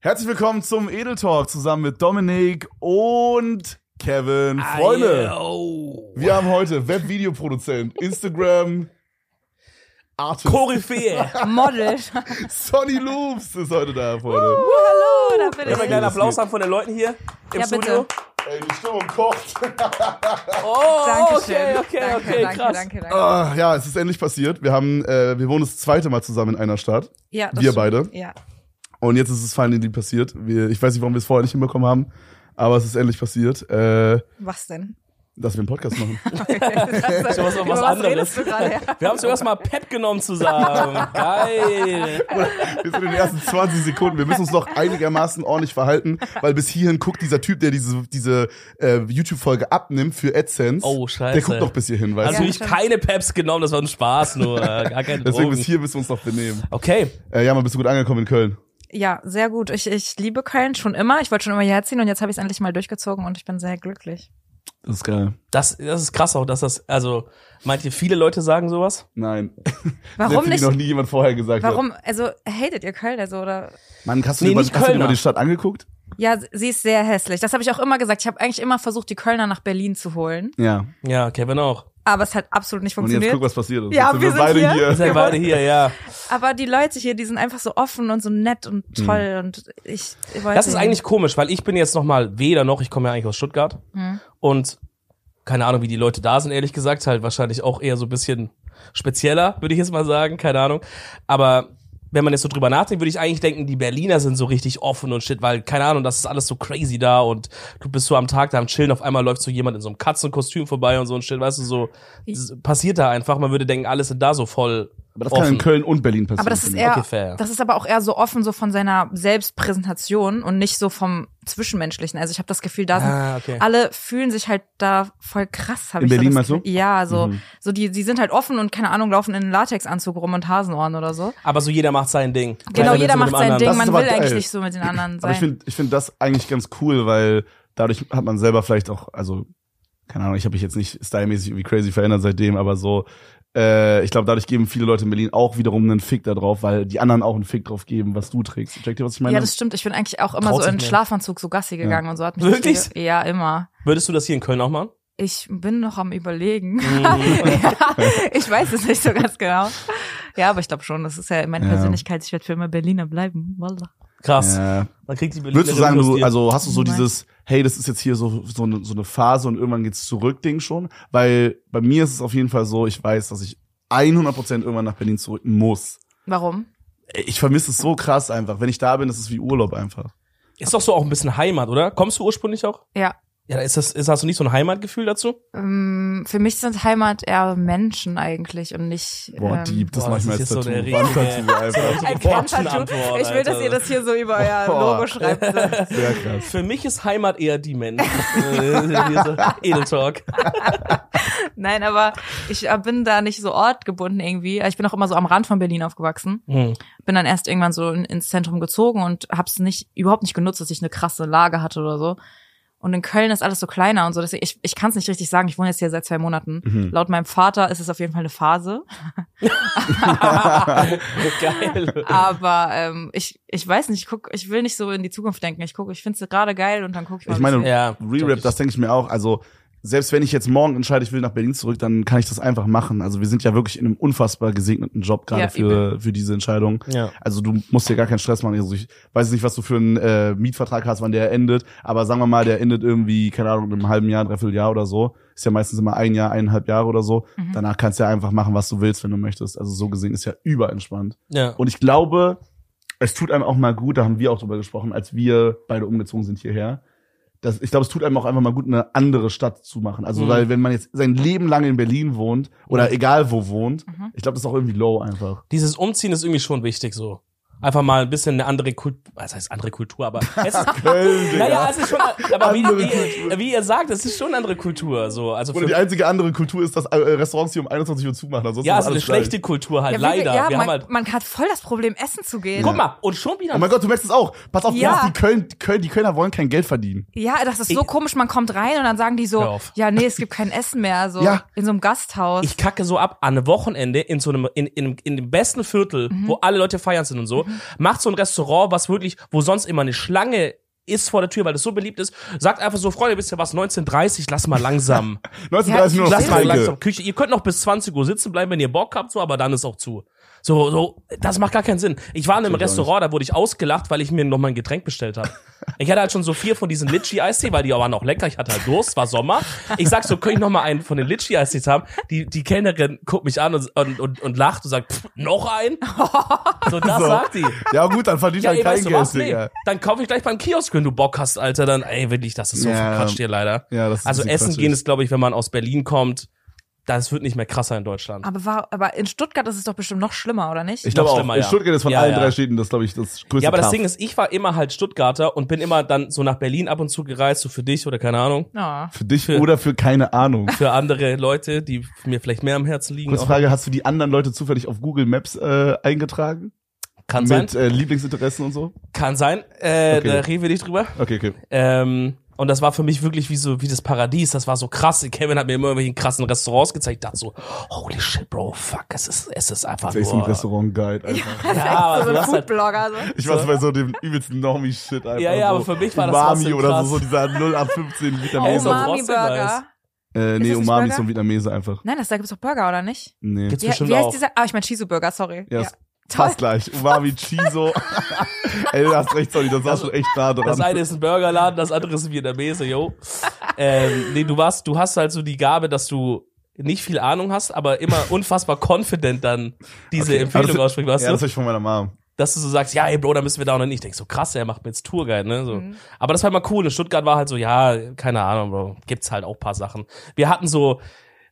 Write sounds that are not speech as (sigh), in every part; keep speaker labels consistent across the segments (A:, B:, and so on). A: Herzlich willkommen zum Edel Talk zusammen mit Dominik und Kevin. Freunde,
B: Ayo.
A: wir haben heute Webvideoproduzent, Instagram, Artist,
C: (laughs)
B: Koryphäe. (laughs)
C: Model.
A: Sonny Loops ist heute da, Freunde.
B: Oh,
C: Hallo, da bin
B: Können wir einen
C: ich.
B: kleinen Applaus haben von den Leuten hier im
C: Ja,
B: Studio?
C: bitte.
A: Ey, die Stimmung kocht.
B: Oh,
C: Dankeschön.
B: okay, okay,
C: danke,
B: okay,
C: danke,
B: krass.
C: danke, danke.
A: Ah, ja, es ist endlich passiert. Wir haben, äh, wir wohnen das zweite Mal zusammen in einer Stadt.
C: Ja, das
A: wir
C: stimmt.
A: beide.
C: Ja.
A: Und jetzt ist es finally passiert. Wir, ich weiß nicht, warum wir es vorher nicht hinbekommen haben, aber es ist endlich passiert, äh,
C: Was denn?
A: dass wir einen Podcast machen.
B: Schon was,
C: Über
B: was
C: redest
B: anderes.
C: du gerade?
B: (laughs)
C: Ja.
B: Wir haben zuerst mal Pep genommen
C: (laughs)
B: zusammen. Geil.
A: Wir sind in den ersten 20 Sekunden. Wir müssen uns noch einigermaßen ordentlich verhalten, weil bis hierhin guckt dieser Typ, der diese, diese äh, YouTube-Folge abnimmt für AdSense.
B: Oh, scheiße.
A: Der guckt noch bis hierhin, weißt
B: Also
A: du?
C: Ja,
B: ich
C: stimmt.
B: keine Peps genommen, das war ein Spaß nur. äh, Gar keine
A: Deswegen bis
B: Drogen.
A: hier müssen wir uns noch benehmen.
B: Okay.
A: Äh, ja, man bist du gut angekommen in Köln.
C: ja, sehr gut. Ich, ich liebe Köln schon immer. Ich wollte schon immer hierher ziehen und jetzt habe ich es endlich mal durchgezogen und ich bin sehr glücklich.
A: Das ist geil.
B: Das, das ist krass auch, dass das, also, meint ihr, viele Leute sagen sowas?
A: Nein. Sehr
C: (laughs) Warum
A: viel, die
C: nicht?
A: noch nie jemand vorher gesagt
C: Warum? Also, hatet ihr Köln? Also, oder?
A: hat. Mann, hast du,
B: Nee,
A: dir, mal,
B: nicht
A: hast du dir mal
B: Kölner.
A: die Stadt angeguckt?
C: Ja, sie ist sehr hässlich. Das habe ich auch immer gesagt. Ich habe eigentlich immer versucht, die Kölner nach Berlin zu holen.
A: Ja.
B: Ja, Kevin auch.
C: Aber es hat absolut nicht
A: Und jetzt
C: funktioniert.
A: guck, was passiert ist.
C: Ja,
A: jetzt sind wir,
C: wir sind
A: beide
C: hier.
A: hier.
B: Ihr seid beide hier, ja.
C: Aber die Leute hier, die sind einfach so offen und so nett und
A: Hm.
C: toll und ich, ich weiß
B: Das ist
C: nicht.
B: eigentlich komisch, weil ich bin jetzt nochmal weder noch, ich komme ja eigentlich aus Stuttgart.
C: Hm.
B: Und keine Ahnung, wie die Leute da sind, ehrlich gesagt, halt wahrscheinlich auch eher so ein bisschen spezieller, würde ich jetzt mal sagen, keine Ahnung. Aber wenn man jetzt so drüber nachdenkt, würde ich eigentlich denken, die Berliner sind so richtig offen und shit, weil, keine Ahnung, das ist alles so crazy da und du bist so am Tag da am Chillen, auf einmal läuft so jemand in so einem Katzenkostüm vorbei und so ein Shit, weißt du, so das passiert da einfach. Man würde denken, alles sind da so voll.
A: Aber das
B: offen.
A: kann in Köln und Berlin passieren. Genau.
C: Aber das ist
A: finde ich.
C: eher,
B: Okay, fair.
C: das ist aber auch eher so offen so von seiner Selbstpräsentation und nicht so vom Zwischenmenschlichen. Also ich habe das Gefühl, da sind
B: Ah, okay.
C: alle fühlen sich halt da voll krass. Hab
A: In
C: ich
A: Berlin
C: so das
A: meinst du? Mhm.
C: Gefühl. Ja, so so die die sind halt offen und keine Ahnung laufen in einen Latexanzug rum und Hasenohren oder so.
B: Aber so jeder macht sein Ding. Keiner
C: Genau,
B: will
C: jeder
B: zu
C: macht
B: dem
C: sein
B: anderen.
C: Ding.
A: Das ist
C: Man
A: aber
C: will eigentlich
A: geil.
C: nicht so mit den anderen
A: Aber ich
C: sein.
A: finde ich find das eigentlich ganz cool, weil dadurch hat man selber vielleicht auch, also, keine Ahnung, ich habe mich jetzt nicht stylmäßig irgendwie crazy verändert seitdem, aber so, äh, ich glaube, dadurch geben viele Leute in Berlin auch wiederum einen Fick da drauf, weil die anderen auch einen Fick drauf geben, was du trägst. Checkt ihr, was ich meine?
C: Ja, das stimmt. Ich bin eigentlich auch immer
B: Traut
C: so
B: sich
C: in
B: mehr.
C: Schlafanzug so Gassi gegangen und
A: (laughs)
C: so hat mich das
B: Wirklich?
C: Ge- ja immer.
B: Würdest du das hier in Köln auch
C: (laughs)
B: machen?
C: Ich bin noch am überlegen. ja, ich weiß es nicht so ganz genau. Ja, aber ich glaube schon, das ist ja meine
A: Ja.
C: Persönlichkeit. Ich werde für immer Berliner bleiben. Wallah.
B: Krass.
A: Ja.
B: Man kriegt die Berliner
A: Würdest du sagen,
B: Luft
A: du,
B: hier.
A: also hast du so
C: Nein.
A: dieses, hey, das ist jetzt hier so, so, eine, so eine Phase und irgendwann geht's zurück, Ding schon? Weil bei mir ist es auf jeden Fall so, ich weiß, dass ich 100% irgendwann nach Berlin zurück muss.
C: Warum?
A: Ich vermisse es so krass einfach. Wenn ich da bin, das ist wie Urlaub einfach.
B: ist doch so auch ein bisschen Heimat, oder? Kommst du ursprünglich auch?
C: Ja.
B: Ja, ist das, ist, hast du nicht so ein Heimatgefühl dazu?
C: Ähm, für mich sind Heimat eher Menschen eigentlich und nicht.
A: Boah,
C: ähm,
A: deep, das
B: boah,
A: mach ich
B: das
A: mir
B: ist
A: als
B: jetzt
A: Tattoo.
B: so eine
A: Wandtattoo
B: (laughs)
A: einfach.
C: Ein Kerntattoo.
B: Antwort,
C: Ich will, dass
B: Alter.
C: ihr das hier so über euer
A: Boah.
C: Logo schreibt. So.
A: Sehr krass.
B: Für mich ist Heimat eher die
C: (laughs)
B: Menschen. Hier so Edeltalk.
C: Nein, aber ich äh, bin da nicht so ortgebunden irgendwie. Ich bin auch immer so am Rand von Berlin aufgewachsen. (laughs)
B: Hm.
C: Bin dann erst irgendwann so in, ins Zentrum gezogen und hab's nicht überhaupt nicht genutzt, dass ich eine krasse Lage hatte oder so. Und in Köln ist alles so kleiner und so. Deswegen, ich ich kann es nicht richtig sagen. Ich wohne jetzt hier seit zwei Monaten.
B: Mhm.
C: Laut meinem Vater ist es auf jeden Fall eine Phase.
B: Geil.
C: Aber ähm, ich, ich weiß nicht, ich, guck, ich will nicht so in die Zukunft denken. Ich gucke, ich finde es gerade geil und dann gucke ich mal.
A: Ich meine,
B: Ja,
A: Mhm. Re-Rap, das denke ich mir auch. Also, selbst wenn ich jetzt morgen entscheide, ich will nach Berlin zurück, dann kann ich das einfach machen. Also, wir sind ja wirklich in einem unfassbar gesegneten Job gerade
C: Ja,
A: für, für diese Entscheidung.
B: Ja.
A: Also, du musst dir gar keinen Stress machen. Also, ich weiß nicht, was du für einen äh, Mietvertrag hast, wann der endet. Aber sagen wir mal, der endet irgendwie, keine Ahnung, in einem halben Jahr, dreiviertel Jahr oder so. Ist ja meistens immer ein Jahr, eineinhalb Jahre oder so.
C: Mhm.
A: Danach kannst du ja einfach machen, was du willst, wenn du möchtest. Also, so gesehen ist ja überentspannt.
B: Ja.
A: Und ich glaube, es tut einem auch mal gut, da haben wir auch drüber gesprochen, als wir beide umgezogen sind hierher. Das, ich glaube, es tut einem auch einfach mal gut, eine andere Stadt zu machen. Also,
B: Mhm.
A: weil wenn man jetzt sein Leben lang in Berlin wohnt oder egal wo wohnt,
C: Mhm.
A: ich glaube, das ist auch irgendwie low einfach.
B: Dieses Umziehen ist irgendwie schon wichtig, so. Einfach mal ein bisschen eine andere Kultur, was heißt andere Kultur,
A: (laughs)
B: aber es ist,
A: Köln,
B: (laughs) naja, also es ist schon, aber wie,
A: Andere
B: wie, wie ihr sagt, es ist schon eine andere Kultur, so. Also
A: Oder
B: für,
A: die einzige andere Kultur ist, dass äh, Restaurants hier um 21 Uhr zumachen. Ansonsten
B: ja,
A: ist
B: also eine
A: alles
B: schlechte
A: gleich.
B: Kultur halt,
C: ja, wie-
B: leider.
C: Ja,
B: wir
C: man,
B: haben halt,
C: man hat voll das Problem, essen zu gehen.
B: guck mal, und schon wieder
A: Oh mein Gott, du merkst es auch. Pass auf,
C: Ja.
A: ja. die, Köln, die, Köln, die Kölner wollen kein Geld verdienen.
C: Ja, das ist so
B: Ich-
C: komisch. Man kommt rein und dann sagen die
B: Hör
C: so,
B: auf.
C: ja, nee, es gibt kein Essen mehr. So
A: Ja.
C: in so einem Gasthaus.
B: ich kacke so ab an einem Wochenende in so einem in, in, in dem besten Viertel, wo alle Leute feiern sind und so macht so ein Restaurant, was wirklich, wo sonst immer eine Schlange ist vor der Tür, weil das so beliebt ist. Sagt einfach so, Freunde, wisst ihr was, 19.30 lass mal langsam.
A: 1930 nur noch
B: lass mal
A: Getränke.
B: langsam Küche. Ihr könnt noch bis 20 Uhr sitzen bleiben, wenn ihr Bock habt, so, aber dann ist auch zu. So, so, das macht gar keinen Sinn. Ich war in einem
A: Natürlich auch
B: Restaurant, da wurde ich ausgelacht, weil ich mir noch mal ein Getränk
A: (laughs)
B: bestellt habe. Ich hatte halt schon so vier von diesen Litchi-Eistee, weil die waren auch lecker. Ich hatte halt Durst, war Sommer. Ich sag so, könnte ich noch mal einen von den Litchi-Eistees haben? Die, die Kellnerin guckt mich an und, und, und, und lacht und sagt, pff, noch
A: (laughs)
B: ein? So, das
A: So.
B: sagt die.
A: Ja gut, dann verdient
B: Ja,
A: halt
B: ey,
A: kein
B: weißt du
A: Geld,
B: was? Nee,
A: Digga.
B: dann kauf ich gleich beim Kiosk, wenn du Bock hast, Alter. Dann, ey, will ich, das ist so
A: Ja.
B: viel Quatsch hier leider.
A: Ja, das ist
B: also
A: ein bisschen
B: Essen
A: quatschig.
B: gehen ist, glaube ich, wenn man aus Berlin kommt, das wird nicht mehr krasser in Deutschland.
C: Aber, war, aber in Stuttgart ist es doch bestimmt noch schlimmer, oder nicht?
A: Ich glaube
B: Noch
A: auch,
B: schlimmer,
A: in
B: ja.
A: Stuttgart ist von
B: Ja,
A: allen
B: ja.
A: drei Städten das, glaube ich, das größte
B: ja, aber das
A: Kaff.
B: Ding ist, ich war immer halt Stuttgarter und bin immer dann so nach Berlin ab und zu gereist, so für dich oder keine Ahnung,
C: Ja.
A: Für dich
B: Für-
A: oder für keine Ahnung.
B: für andere Leute, die mir vielleicht mehr am Herzen liegen. Oh,
A: Kurze
B: Auch.
A: Frage, hast du die anderen Leute zufällig auf Google Maps äh, eingetragen?
B: Kann sein,
A: Mit äh, Lieblingsinteressen und so?
B: kann sein. Äh,
A: Okay.
B: Da reden wir nicht drüber.
A: Okay, okay.
B: Ähm, und das war für mich wirklich wie so wie das Paradies. Das war so krass. Kevin hat mir immer irgendwelche krassen Restaurants gezeigt. Ich dachte so, holy shit, bro, fuck, es ist es ist einfach
A: Das ist echt so ein
B: nur.
A: Restaurant-Guide, Alter.
B: Ja, aber
C: so
B: du
C: ein
B: hast halt,
C: Foodblogger. So.
A: Ich weiß bei so dem übelsten Normie-Shit einfach.
B: Ja, ja,
A: so
B: aber für mich war das
A: Umami
B: trotzdem
A: oder
B: krass.
A: so, so dieser 0 ab 15
B: (laughs) Ey, ist
A: Vietnamese.
B: auch
C: Oh, Umami
B: trotzdem nice.
C: Burger.
A: äh, nee,
C: das nicht
A: Umami
C: Burger?
A: ist so ein Vietnamese einfach.
C: Nein, das, da gibt's doch Burger, oder nicht?
A: Nee.
B: Gibt's
C: Wie,
B: bestimmt
C: wie heißt
B: auch.
C: dieser? Ah, ich mein Shizu Burger, sorry.
A: Ja, das
C: Toll.
A: passt gleich.
B: (laughs)
A: Umami, Chiso. (laughs) Ey, du hast recht, sorry, das war schon echt nah
B: Also, Das
A: dran.
B: eine ist ein Burgerladen, das andere ist ein
A: (laughs)
B: Vietnamese, yo. ähm, nee, du warst, du hast halt so die Gabe, dass du nicht viel Ahnung hast, aber immer unfassbar confident dann diese
A: Okay. Aber
B: Empfehlung
A: das-
B: aussprichst, weißt
A: Ja, also das
B: du?
A: hab ich von meiner Mom.
B: Dass du so sagst, ja, ey Bro, da müssen wir da und dann nicht. Ich denk so, krass, er macht mir jetzt Tourguide, ne? So.
C: Mhm.
B: Aber das war immer cool. In Stuttgart war halt so, ja, keine Ahnung, Bro, gibt's halt auch paar Sachen. Wir hatten so,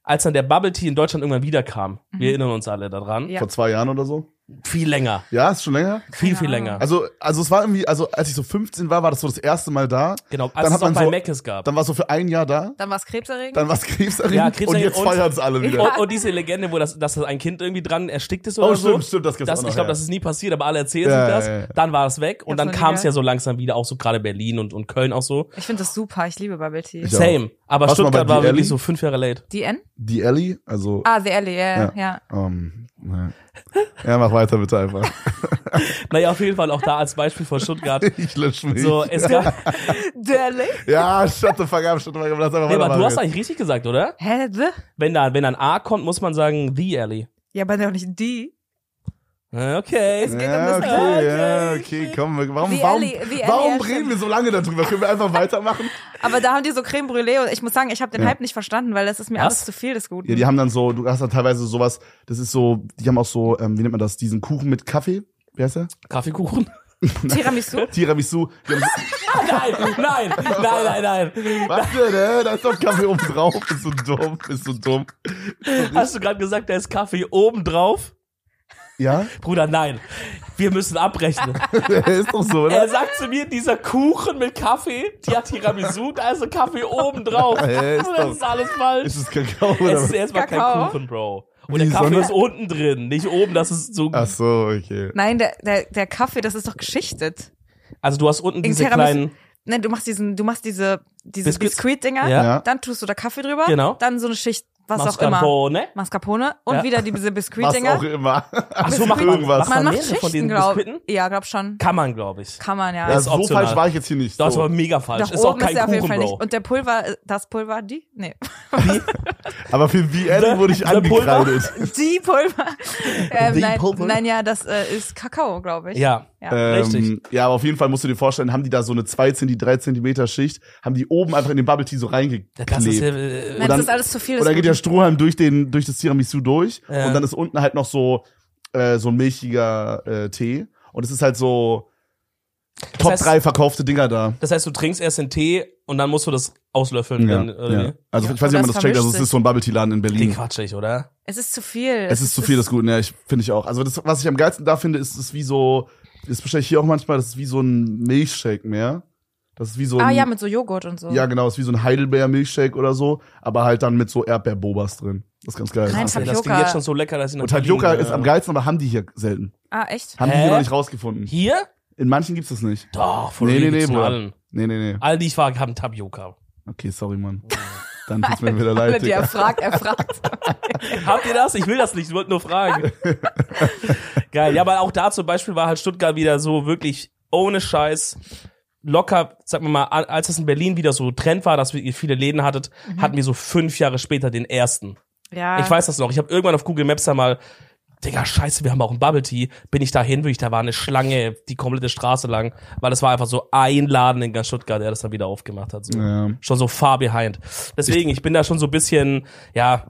B: als dann der Bubble Tea in Deutschland irgendwann wiederkam,
A: Mhm.
B: wir erinnern uns alle daran,
C: Ja.
A: Vor zwei Jahren oder so.
B: viel länger,
A: Ja, ist schon länger?
B: viel,
C: Keine
B: viel
C: Ahnung.
B: länger.
A: Also, also es war irgendwie, also als ich so 15 war, war das so das erste Mal da.
B: genau, als
A: dann
B: es
A: hat
B: auch
A: man
B: bei
A: so-
B: Meckes gab.
A: Dann war es so für ein Jahr da.
C: Dann war's krebserregend.
A: Dann war es Krebserin.
B: Ja, Krebserin
A: und jetzt
B: und-
A: feiern es alle (laughs) wieder.
B: Und, und diese Legende, wo das, dass das ein Kind irgendwie dran erstickt ist oder
A: oh,
B: so.
A: stimmt, stimmt, das gibt's
B: Das,
A: auch noch.
B: ich glaube,
A: ja.
B: das ist nie passiert, aber alle erzählen
A: Ja,
B: sich das.
A: ja, ja.
B: Dann war es weg und
C: Hab's
B: dann
C: noch nie
B: kam es ja
C: gehört.
B: so langsam wieder, auch so gerade Berlin und, und Köln auch so.
C: ich finde das super, ich liebe Bubble Tea.
A: Ich auch.
B: Same. Aber
A: Warst du mal
B: Stuttgart
A: bei
B: war
A: The
B: wirklich
A: Alley?
B: so fünf Jahre late.
C: Die N?
A: Die Ellie, also,
C: Ah, The Alley, ja,
A: Ja.
C: ja. ja.
A: ähm, ne. ja, mach weiter bitte einfach. (laughs)
B: Naja, auf jeden Fall auch da als Beispiel von Stuttgart.
A: Ich lösche mich.
B: So, es gab.
C: The Alley?
A: Ja, shut the fuck up, shut the fuck up, lass einfach
B: Nee, aber
A: weitermachen.
B: du hast eigentlich richtig gesagt, oder?
C: Hä, the?
B: Wenn da, wenn da ein A kommt, muss man sagen The Alley.
C: Ja, aber doch nicht die.
B: Äh, Okay.
C: geht um
A: ja,
C: das-
A: okay, ja,
B: Okay,
A: okay, komm, wir- warum,
C: Wie
A: warum,
C: Ellie- wie Ellie,
A: warum
C: ja,
A: reden
C: stimmt.
A: wir so lange darüber? Können wir einfach weitermachen?
C: Aber da haben die so Creme Brûlée und ich muss sagen, ich habe den
A: Ja.
C: Hype nicht verstanden, weil das ist mir
B: Was?
C: alles zu viel des
A: (laughs)
C: Guten.
A: Ja, die haben dann so, du hast dann teilweise sowas, das ist so, die haben auch so, ähm, wie nennt man das, diesen Kuchen mit Kaffee, wie heißt der?
B: Kaffeekuchen? (laughs) Ah,
C: Tiramisu?
A: Tiramisu. Die haben so,
B: nein, nein, nein, nein, nein.
A: Was denn, hä? Da ist doch Kaffee oben drauf. Bist du dumm, bist du dumm.
B: Hast du gerade gesagt, da ist Kaffee oben drauf?
A: Ja?
B: Bruder, nein. Wir müssen abrechnen.
A: (laughs) ist doch so,
B: Er
A: oder?
B: sagt zu mir, dieser Kuchen mit Kaffee, die hat Tiramisu, da ist ein Kaffee oben drauf.
A: Hä, ist
B: Das
A: doch-
B: ist alles falsch.
A: Ist es Kakao oder
B: es
A: was?
B: ist erstmal kein
C: Kakao?
B: Kuchen, Bro.
A: Wie,
B: Und der Kaffee
A: Sonne?
B: ist unten drin, nicht oben, das ist so.
A: Ach so, okay.
C: Nein, der, der, der Kaffee, das ist doch geschichtet.
B: Also du hast unten diese
C: Tiramisu-
B: kleinen.
C: Nein, Ne, du machst diesen, du machst diese, diese
B: Biscuits?
C: Biskuit-Dinger,
B: Ja.
A: Ja.
C: dann tust du da Kaffee drüber,
B: Genau.
C: dann so eine Schicht, was auch immer.
B: Mascarpone.
C: Mascarpone und
B: Ja.
C: wieder diese
A: Was auch
C: Biskuit-Dinger.
A: immer.
B: Ach so, macht man,
A: (laughs) Irgendwas.
B: macht man,
C: Man macht
B: mehrere von
C: Schichten,
B: diesen
C: glaube
B: Biskuiten?
C: ich. Ja, glaub schon.
B: Kann man, glaube ich.
C: Kann man ja.
A: Ja,
B: Ist
A: so
B: optional.
A: falsch war ich jetzt hier nicht.
B: Das war
A: So.
B: mega falsch.
C: Doch
B: ist auch
C: oben
B: kein
C: ist er auf jeden
B: Kuchen,
C: Fall nicht.
B: Bro.
C: Und der Pulver, das Pulver, die? Nee. (laughs)
A: Aber für die Erde wurde ich
B: The- The Ne? Pulver?
A: angekreidet.
C: Die
A: (laughs)
C: Pulver. Ähm,
B: Die
C: nein,
B: Pulver?
C: nein, ja, das äh, ist Kakao, glaube ich.
B: Ja.
A: Ähm,
B: Richtig.
A: ja, aber auf jeden Fall musst du dir vorstellen, haben die da so eine 2 cm, die 3 cm Schicht, haben die oben einfach in den Bubble Tea so reingeklebt.
B: Das ist ja, äh,
C: Nein,
A: dann-
C: das ist alles zu viel.
A: Und
C: das
A: dann geht der Strohhalm durch, den, durch das Tiramisu durch.
B: Ja.
A: Und dann ist unten halt noch so, äh, so ein milchiger äh, Tee. Und es ist halt so Top
B: heißt-
A: drei verkaufte Dinger da.
B: das heißt, du trinkst erst den Tee und dann musst du das auslöffeln.
A: Ja,
B: Dann,
A: ja.
B: oder
A: Mhm.
B: wie?
A: Also
C: Ja,
A: ich weiß nicht, ob
C: aber
A: man
C: das
A: das checkt. Also es
C: vermischt
A: ist so ein Bubble Tea Laden in
B: Klingt
A: Berlin.
B: quatschig, oder?
C: es ist zu viel.
A: Es ist zu viel des Guten. Ja, ich finde ich auch. Also das, was ich am geilsten da finde, ist es wie so, das bestelle ich hier auch manchmal. Das ist wie so ein Milchshake mehr. Das ist wie so ein,
C: Ah ja, mit so Joghurt und so.
A: ja genau, das ist wie so ein Heidelbeer Milchshake oder so, aber halt dann mit so Erdbeerbobas drin. Das ist ganz geil.
C: Nein,
B: Ey, Das
C: Tapioca.
B: klingt jetzt schon so lecker, dass ich
A: Und Tapioca
B: Berlin,
A: ist am
B: äh,
A: geilsten, aber haben die hier selten.
C: Ah, echt?
A: Haben die
B: Hä?
A: hier noch nicht rausgefunden.
B: Hier?
A: In manchen gibt's das nicht.
B: Doch, von
A: Nee,
B: nee,
A: nee, nee,
B: nee,
A: Bruder.
B: allen.
A: Nee, nee, nee.
B: Alle, die ich war, haben Tapioca.
A: Okay, sorry, Mann. Dann tut's mir
C: (laughs)
A: wieder
C: Alle,
A: leid.
C: die er
A: Digga.
C: fragt,
B: (laughs)
C: er fragt.
B: Habt ihr das? Ich will das nicht, ich wollte nur fragen. Geil. Ja, aber auch da zum Beispiel war halt Stuttgart wieder so wirklich ohne Scheiß locker, sag mal mal, als es in Berlin wieder so Trend war, dass ihr viele Läden hattet, hatten wir so fünf Jahre später den ersten.
C: ja.
B: Ich weiß das noch. Ich habe irgendwann auf Google Maps da mal, Digga, scheiße, wir haben auch einen Bubble Tea. Bin ich da hin, wirklich, da war eine Schlange die komplette Straße lang, weil das war einfach so ein Laden in ganz Stuttgart, der das dann wieder aufgemacht hat. So.
A: Ja.
B: Schon so far behind. Deswegen, ich bin da schon so ein bisschen, ja,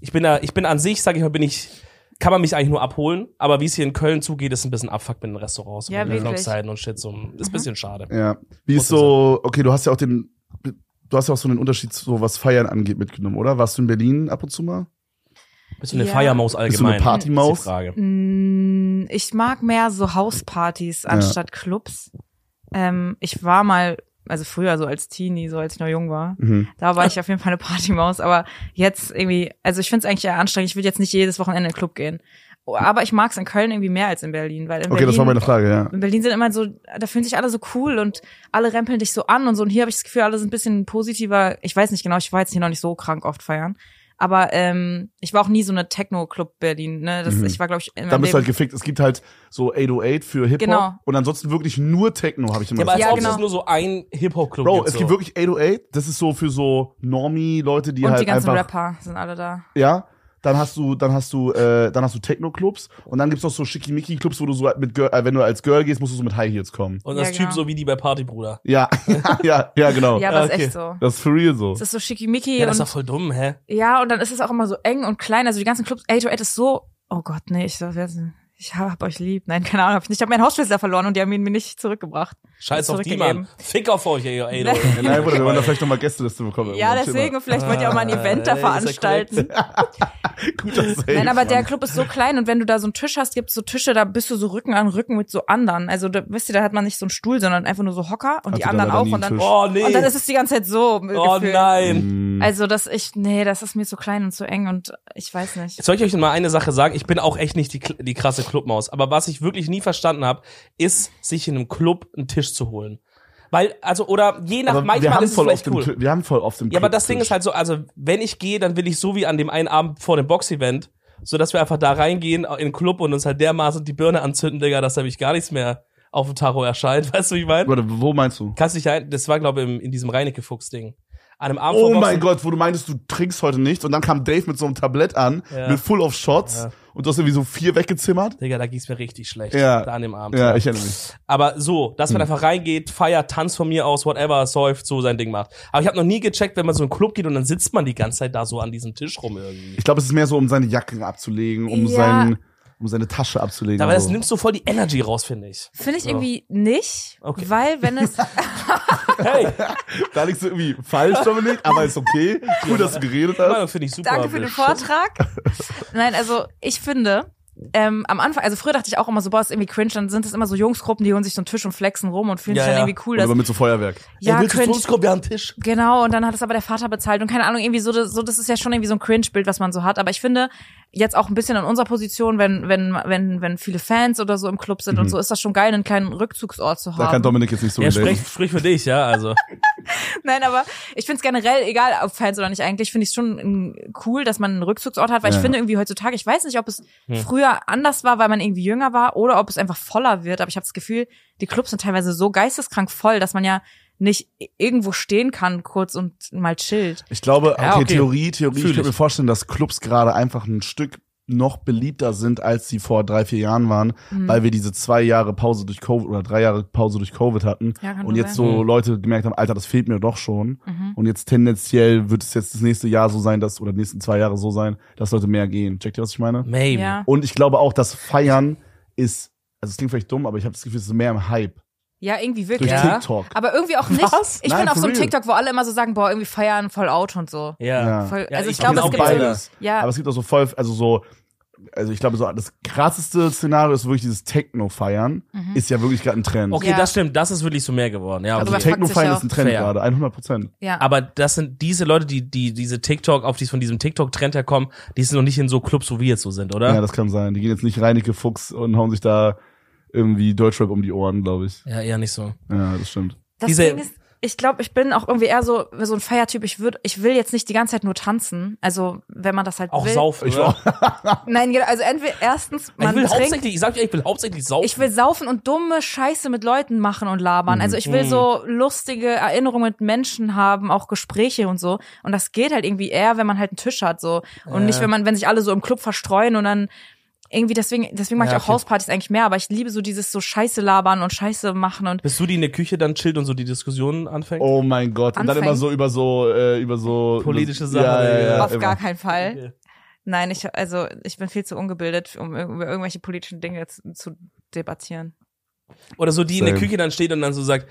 B: ich bin da, ich bin an sich, sag ich mal, bin ich, kann man mich eigentlich nur abholen, aber wie es hier in Köln zugeht, ist ein bisschen Abfuck mit den Restaurants
C: Ja,
B: und den
C: wirklich.
B: Öffnungszeiten und Shit. So. Ist ein bisschen schade.
A: Ja. Wie ist
B: Muss
A: so, okay, du hast ja auch den, du hast ja auch so einen Unterschied, so was Feiern angeht, mitgenommen, oder? Warst du in Berlin ab und zu mal?
B: Bist du eine
C: Ja.
B: Feiermaus allgemein?
A: Bist du eine Partymaus?
B: Ist die Frage.
C: Mm, Ich mag mehr so Hauspartys anstatt Clubs. Ähm, ich war mal, also früher so als Teenie, so als ich noch jung war,
A: Mhm.
C: da war ich
A: (laughs)
C: auf jeden Fall eine Partymaus, aber jetzt irgendwie, also ich finde es eigentlich eher anstrengend, ich will jetzt nicht jedes Wochenende in den Club gehen. Oh, Aber ich mag es in Köln irgendwie mehr als in Berlin, weil in
A: Okay, das war
C: Berlin-
A: meine Frage, ja.
C: in Berlin sind immer so, da fühlen sich alle so cool und alle rempeln dich so an und so. Und hier habe ich das Gefühl, alle sind ein bisschen positiver. Ich weiß nicht genau, ich war jetzt hier noch nicht so krank oft feiern. Aber ähm, ich war auch nie so eine Techno-Club Berlin. Ne? Das,
A: Mhm.
C: Ich war, glaube ich, in
A: Da
C: meinem
A: bist du halt
C: Leben.
A: gefickt. Es gibt halt so 808 für Hip-Hop
C: Genau.
A: und ansonsten wirklich nur Techno, habe ich immer
B: Ja, aber als
A: das
C: Ja,
B: ob
A: Gefühl.
C: genau.
B: es nur so ein Hip-Hop-Club
A: Bro,
B: gibt,
A: es
B: so.
A: gibt wirklich 808, das ist so für so Normie-Leute, die
C: und
A: halt
C: die ganzen
A: einfach
C: Rapper sind alle da.
A: Ja, dann hast du, dann hast du, äh, dann hast du Techno-Clubs und dann gibt's noch so Schickimicki-Clubs, wo du so mit Girl, äh, wenn du als Girl gehst, musst du so mit High Heels kommen.
B: Und das
C: Ja,
B: Typ
C: genau.
B: so wie die bei Partybruder.
A: Ja,
B: (laughs)
A: ja, ja, ja genau.
C: Ja, aber
B: ah,
C: ist
B: okay.
C: echt so.
A: Das ist for real so.
C: Es ist so schickimicki
B: Ja, das ist doch
C: und
B: voll dumm, hä?
C: ja, und dann ist es auch immer so eng und klein. Also die ganzen Clubs, 808 ist so, oh Gott, nee, ich, ich hab euch lieb. Nein, keine Ahnung, hab ich nicht. Ich habe meinen Hausschlüssel verloren und die haben ihn mir nicht zurückgebracht.
B: Scheiß auf die,
C: Zurückgegeben.
B: Mann. Fick auf euch, ey,
C: (laughs)
B: ey
C: Nein.
B: Leute.
A: Nein, Bruder, wir
B: (laughs)
A: wollen da vielleicht nochmal Gästeliste bekommen.
C: Ja,
A: irgendwann.
C: deswegen, vielleicht wollt ihr auch mal ein
B: Ah,
C: Event da
B: ey, ist ja
C: veranstalten.
A: Guter Save,
C: Nein, aber der
A: Mann.
C: Club ist so klein und wenn du da so einen Tisch hast, gibt's so Tische, da bist du so Rücken an Rücken mit so anderen. Also da, wisst ihr, da hat man nicht so einen Stuhl, sondern einfach nur so Hocker
B: Also
C: und
A: Hatte
C: die
A: da
C: anderen
A: leider
C: auch
A: nie
C: und dann
A: einen Tisch.
B: Oh, nee.
C: und dann ist es die ganze Zeit so. äh,
B: oh,
C: gefühlt.
B: nein.
A: Mm,
C: Also das ich nee, das ist mir zu klein und zu eng und ich weiß nicht.
B: Soll ich euch mal eine Sache sagen? Ich bin auch echt nicht die, Kl- die krasse Clubmaus. Aber was ich wirklich nie verstanden habe, ist, sich in einem Club einen Tisch zu holen. Weil, also, oder je nach,
A: aber wir
B: manchmal
A: haben
B: ist es
A: voll auf
B: vielleicht
A: dem,
B: cool.
A: Cl- wir haben voll auf dem
B: Ja, aber das
A: Club-
B: Ding ist halt so, also wenn ich gehe, dann will ich so wie an dem einen Abend vor dem Box-Event, so dass wir einfach da reingehen in den Club und uns halt dermaßen die Birne anzünden, Digga, dass da mich gar nichts mehr auf dem Tacho erscheint. (laughs) Weißt du, wie ich meine?
A: Warte, wo meinst du?
B: Kannst dich ein, das war, glaube ich, im- in diesem Reinecke-Fuchs-Ding. An einem Abend vor
A: Oh
B: Boxen-
A: mein Gott, wo du meintest, du trinkst heute nichts und dann kam Dave mit so einem Tablett an,
B: Ja.
A: mit full of Shots
B: Ja.
A: und du hast irgendwie so vier weggezimmert.
B: Digga, da ging's mir richtig schlecht.
A: Ja.
B: Da an dem Abend.
A: Ja, ich erinnere mich.
B: Aber so, dass man
A: Hm.
B: einfach reingeht, feiert, tanzt von mir aus, whatever, säuft, so sein Ding macht. Aber ich habe noch nie gecheckt, wenn man so in einen Club geht und dann sitzt man die ganze Zeit da so an diesem Tisch rum irgendwie.
A: Ich glaube, es ist mehr so, um seine Jacken abzulegen, um,
C: Ja.
A: seinen, um seine Tasche abzulegen.
B: Aber das
A: so.
B: nimmt so voll die Energy raus, finde ich.
C: Finde ich
B: So.
C: irgendwie nicht,
B: Okay.
C: weil
B: (laughs)
C: wenn es
A: (laughs)
B: Hey,
A: da liegst du irgendwie falsch, Dominik, aber ist okay. Cool, dass du geredet
B: die
A: hast.
B: Meinung finde ich super.
C: Danke für den Vortrag. Nein, also ich finde, ähm, am Anfang, also früher dachte ich auch immer so, boah, ist irgendwie cringe, dann sind es immer so Jungsgruppen, die holen sich so einen Tisch und flexen rum und fühlen
B: Ja,
C: sich dann
B: ja.
C: irgendwie cool.
A: Oder
C: Dass,
A: aber mit so Feuerwerk.
B: Ja,
C: ja,
B: Ey, willst du zu
C: cringe.
B: uns kommen? Wir haben einen Tisch.
C: Genau, und dann hat es aber der Vater bezahlt und keine Ahnung, irgendwie so, das- so das ist ja schon irgendwie so ein Cringe-Bild, was man so hat. Aber ich finde, jetzt auch ein bisschen in unserer Position, wenn, wenn, wenn, wenn viele Fans oder so im Club sind und so, ist das schon geil, einen kleinen Rückzugsort zu haben.
A: Mhm. Da kann Dominik jetzt nicht so
B: Ja,
A: relaten.
B: sprich, sprich für dich, ja, also.
C: Nein, aber ich find's generell, egal ob Fans oder nicht, eigentlich finde ich schon mm, cool, dass man einen Rückzugsort hat, weil
A: Ja.
C: ich finde irgendwie heutzutage, ich weiß nicht, ob es früher anders war, weil man irgendwie jünger war oder ob es einfach voller wird, aber ich habe das Gefühl, die Clubs sind teilweise so geisteskrank voll, dass man ja nicht irgendwo stehen kann kurz und mal chillt.
A: Ich glaube, okay,
B: Ja, okay.
A: Theorie, Theorie,
B: Fühl
A: ich könnte
B: ich.
A: mir vorstellen, dass Clubs gerade einfach ein Stück noch beliebter sind, als sie vor drei, vier Jahren waren,
C: Mhm.
A: weil wir diese zwei Jahre Pause durch Covid oder drei Jahre Pause durch Covid hatten
C: Ja, kann
A: und
C: gut
A: jetzt
C: sein.
A: so
B: Mhm.
A: Leute gemerkt haben, Alter, das fehlt mir doch schon.
C: Mhm.
A: Und jetzt tendenziell wird es jetzt das nächste Jahr so sein, dass, oder die nächsten zwei Jahre so sein, dass Leute mehr gehen. Checkt ihr, was ich meine?
B: Maybe.
C: Ja.
A: Und ich glaube auch, dass Feiern ist, also es klingt vielleicht dumm, aber ich habe das Gefühl, es ist mehr im Hype.
C: Ja, irgendwie
A: Durch
C: wirklich.
B: Ja.
A: TikTok.
C: Aber irgendwie auch nicht.
B: Was?
C: Ich
A: Nein,
C: bin auf
A: for
C: so einem
A: real.
C: TikTok, wo alle immer so sagen, boah, irgendwie feiern voll out und so.
B: Ja.
C: Voll,
B: Ja,
C: also
B: ich
C: ich, glaube,
B: bin
C: es
B: auch
C: gibt so-
B: beides.
C: Ja,
A: Aber es gibt auch so voll, also so, also ich glaube, so das krasseste Szenario ist wirklich dieses Techno-Feiern. Ist ja wirklich gerade ein Trend.
B: Okay,
C: Ja.
B: das stimmt, das ist wirklich so mehr geworden, ja.
A: Also
C: Mhm.
B: okay.
C: Aber fuck sich
A: Techno-Feiern
C: ja
A: ist ein Trend
B: fair.
A: gerade, 100 Prozent.
C: ja.
B: Aber das sind diese Leute, die, die diese TikTok, auf die von diesem TikTok-Trend herkommen, die sind noch nicht in so Clubs, wo wir jetzt so sind,
A: Ja.
B: oder?
A: das kann sein. Die gehen jetzt nicht Reinecke Fuchs und hauen sich da irgendwie Deutschrap um die Ohren, glaube ich.
B: Ja, eher nicht so.
A: Ja, das stimmt.
C: das
B: diese-
C: Ding ist, ich glaube, ich bin auch irgendwie eher so, so ein Feiertyp. Ich würde, ich will jetzt nicht die ganze Zeit nur tanzen. Also, wenn man das halt
B: Auch
C: will.
B: saufen.
A: Ich
B: oder?
A: auch.
C: Nein, genau, also entweder erstens,
B: ich
C: man
B: will
C: trinkt.
B: hauptsächlich, ich sag dir, ich will hauptsächlich saufen.
C: Ich will saufen und dumme Scheiße mit Leuten machen und labern. Also ich will so lustige Erinnerungen mit Menschen haben, auch Gespräche und so. Und das geht halt irgendwie eher, wenn man halt einen Tisch hat so und
B: Ja.
C: nicht, wenn man, wenn sich alle so im Club verstreuen und dann irgendwie deswegen, deswegen mache
B: Ja,
C: ich auch
B: okay.
C: Hauspartys eigentlich mehr. Aber ich liebe so dieses so Scheiße labern und Scheiße machen und
B: Bist du die in der Küche dann chillt und so die Diskussionen anfängt?
A: Oh mein Gott. Und dann
C: Anfangen.
A: immer so über so, äh, über so.
B: Politische
A: über-
B: Sachen,
A: Ja, ja,
B: ja.
A: ja,
C: auf
A: immer.
C: gar keinen Fall.
B: Okay.
C: Nein, ich also ich bin viel zu ungebildet, um ir- über irgendwelche politischen Dinge zu, zu debattieren.
B: Oder so die in der
A: Same.
B: Küche dann steht und dann so sagt,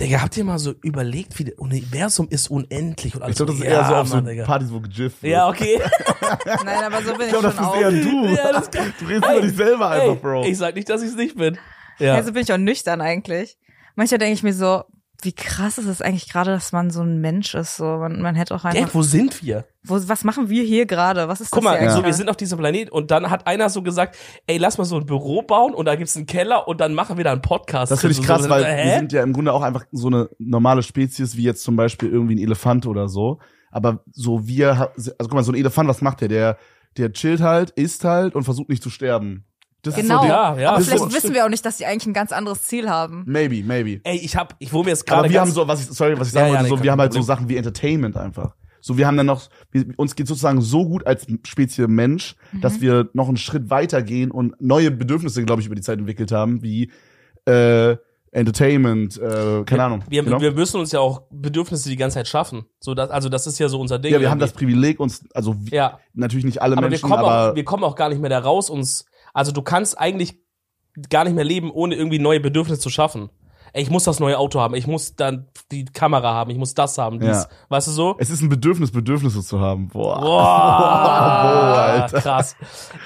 B: Digga, habt ihr mal so überlegt, wie das Universum ist unendlich und alles
A: Ich glaube, das
B: so,
A: ist eher so auf so
B: Mann, Digga.
A: Partys, wo gejifft wird.
B: Ja, okay.
A: (laughs)
C: Nein, aber so bin ich,
A: Ich
B: (laughs)
A: glaube, das
C: schon auch.
A: ist eher du. (laughs)
B: Ja, das
A: du redest über dich selber
B: Ey,
A: einfach, Bro.
B: Ich sag nicht, dass ich es nicht bin. Ja.
C: Also bin ich auch nüchtern eigentlich. Manchmal denke ich mir so, wie krass ist es eigentlich gerade, dass man so ein Mensch ist. So, man, man hätte auch
B: Ey,
C: einfach.
B: wo sind wir?
C: Wo, was machen wir hier gerade? Was ist
B: Guck
C: das
B: mal,
C: hier
B: so,
C: eigentlich?
B: wir sind auf diesem Planet und dann hat einer so gesagt, ey, lass mal so ein Büro bauen und da gibt's einen Keller und dann machen wir da einen Podcast.
A: Das finde ich
B: drin.
A: krass,
B: so,
A: weil
B: hä?
A: wir sind ja im Grunde auch einfach so eine normale Spezies, wie jetzt zum Beispiel irgendwie ein Elefant oder so. Aber so wir, ha- also guck mal, so ein Elefant, was macht der? Der, der chillt halt, isst halt und versucht nicht zu sterben. Das
C: Genau.
A: ist so
B: ja, ja.
C: Aber
A: das ist
C: vielleicht
A: so-
C: wissen wir auch nicht, dass sie eigentlich ein ganz anderes Ziel haben.
A: die, maybe, maybe.
B: Ey, ich hab, ich wurde mir jetzt gerade
A: Aber wir
B: ganz-
A: haben so, was ich, sorry, was ich sagen
B: Ja, ja,
A: wollte,
B: nee,
A: so,
B: kein
A: wir haben halt so
B: Problem.
A: Sachen wie Entertainment einfach. So, wir haben dann noch, wir, uns geht sozusagen so gut als Spezies Mensch, dass wir noch einen Schritt weitergehen und neue Bedürfnisse, glaube ich, über die Zeit entwickelt haben, wie äh, Entertainment, äh, keine Ahnung.
B: Wir,
A: genau?
B: wir müssen uns ja auch Bedürfnisse die ganze Zeit schaffen. So, das, also das ist ja so unser Ding.
A: ja, wir haben das Privileg, uns, also wir-
B: Ja,
A: natürlich nicht alle
B: aber,
A: Menschen,
B: wir, kommen
A: aber
B: auch, wir kommen auch gar nicht mehr da raus. Uns, also du kannst eigentlich gar nicht mehr leben, ohne irgendwie neue Bedürfnisse zu schaffen. Ey, ich muss das neue Auto haben, ich muss dann die Kamera haben, ich muss das haben, dies.
A: Ja.
B: Weißt du so?
A: es ist ein Bedürfnis, Bedürfnisse zu haben. Boah. (laughs)
B: Boah,
A: Alter.
B: krass.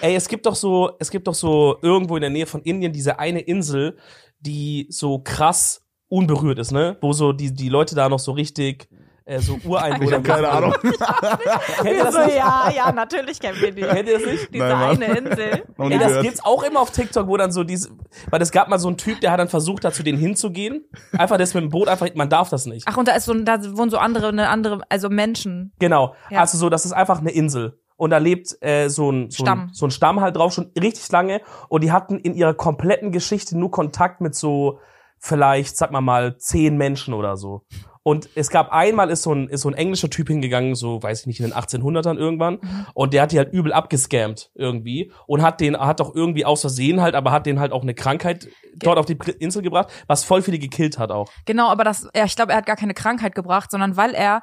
B: Ey, es gibt doch so, es gibt doch so irgendwo in der Nähe von Indien diese eine Insel, die so krass unberührt ist, ne? Wo so die, die Leute da noch so richtig äh, so Ureinwohner.
A: Ich habe keine Ahnung.
B: Kennt ihr das
C: so,
B: nicht?
C: ja, ja, natürlich kennen wir die.
B: Kennt ihr das nicht?
C: Diese
A: Nein, Mann.
C: eine Insel.
A: Noch nie
B: Ey, das
A: gehört.
B: gibt's auch immer auf TikTok, wo dann so diese, weil es gab mal so einen Typ, der hat dann versucht, da zu denen hinzugehen. Einfach das mit dem Boot, einfach, man darf das nicht.
C: Ach, und da ist so, da wohnen so andere, eine andere, also Menschen.
B: Genau.
C: Ja.
B: Also so, das ist einfach eine Insel. Und da lebt äh, so, ein, so,
C: Stamm.
B: Ein, so ein Stamm halt drauf, schon richtig lange. Und die hatten in ihrer kompletten Geschichte nur Kontakt mit so vielleicht, sag mal mal, zehn Menschen oder so. Und es gab einmal, ist so ein, ist so ein englischer Typ hingegangen, so weiß ich nicht, in den 1800ern irgendwann.
C: Mhm.
B: Und der hat die halt übel abgescammt irgendwie. Und hat den, hat auch irgendwie aus Versehen halt, aber hat den halt auch eine Krankheit dort auf die Insel gebracht, was voll viele gekillt hat auch.
C: Genau, aber das, ja, ich glaube, er hat gar keine Krankheit gebracht, sondern weil er,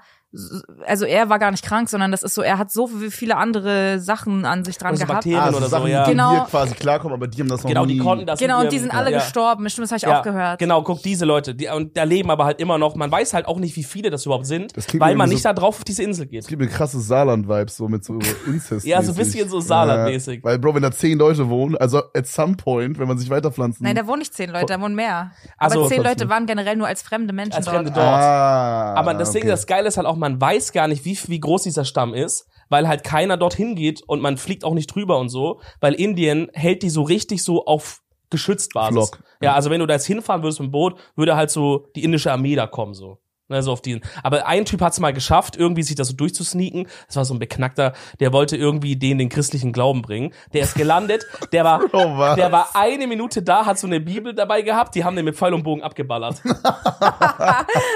C: also er war gar nicht krank, sondern das ist so, er hat so viele andere Sachen an sich dran
B: Und so
C: gehabt.
B: Also Bakterien
A: so
B: oder so,
A: Also Sachen,
B: ja.
A: die
C: Genau.
A: hier quasi klarkommen, aber die haben das noch
B: Genau,
A: nie.
B: die konnten das
C: Genau,
B: mit
C: und die
B: ihrem-
C: sind alle
B: Ja.
C: gestorben. Stimmt, das habe ich auch gehört.
B: Genau, guck, diese Leute, die, und da leben aber halt immer noch, man weiß halt auch nicht, wie viele das überhaupt sind,
A: Das klingt
B: weil
A: irgendwie
B: man
A: so-
B: nicht da drauf auf diese Insel
A: Es
B: geht.
A: gibt mir krasses Saarland-Vibes, so
B: (laughs)
A: mit so Inzest.
B: Ja, so ein bisschen so Saarland-mäßig.
A: Ja, weil, Bro, wenn da zehn Leute wohnen, also at some point, wenn man sich weiterpflanzen.
C: Nein, da wohnen nicht zehn Leute, da wohnen mehr.
B: Also-
C: aber zehn
A: Trotzdem.
C: Leute waren generell nur als fremde Menschen
B: Als
C: dort.
B: Fremde dort.
A: ah,
B: aber das Ding,
A: okay.
B: das Geile ist halt auch, man weiß gar nicht, wie, wie groß dieser Stamm ist, weil halt keiner dorthin geht und man fliegt auch nicht drüber und so, weil Indien hält die so richtig so auf geschützt Basis.
A: Flock.
B: Ja, also wenn du da jetzt hinfahren würdest mit dem Boot, würde halt so die indische Armee da kommen, so. Ne, so auf diesen. Aber ein Typ hat's mal geschafft, irgendwie sich das so durchzusneaken. Das war so ein Beknackter, der wollte irgendwie den den christlichen Glauben bringen. Der ist gelandet, der war,
A: (laughs) Bro, was?
B: Der war eine Minute da, hat so eine Bibel dabei gehabt, die haben den mit Pfeil und Bogen abgeballert.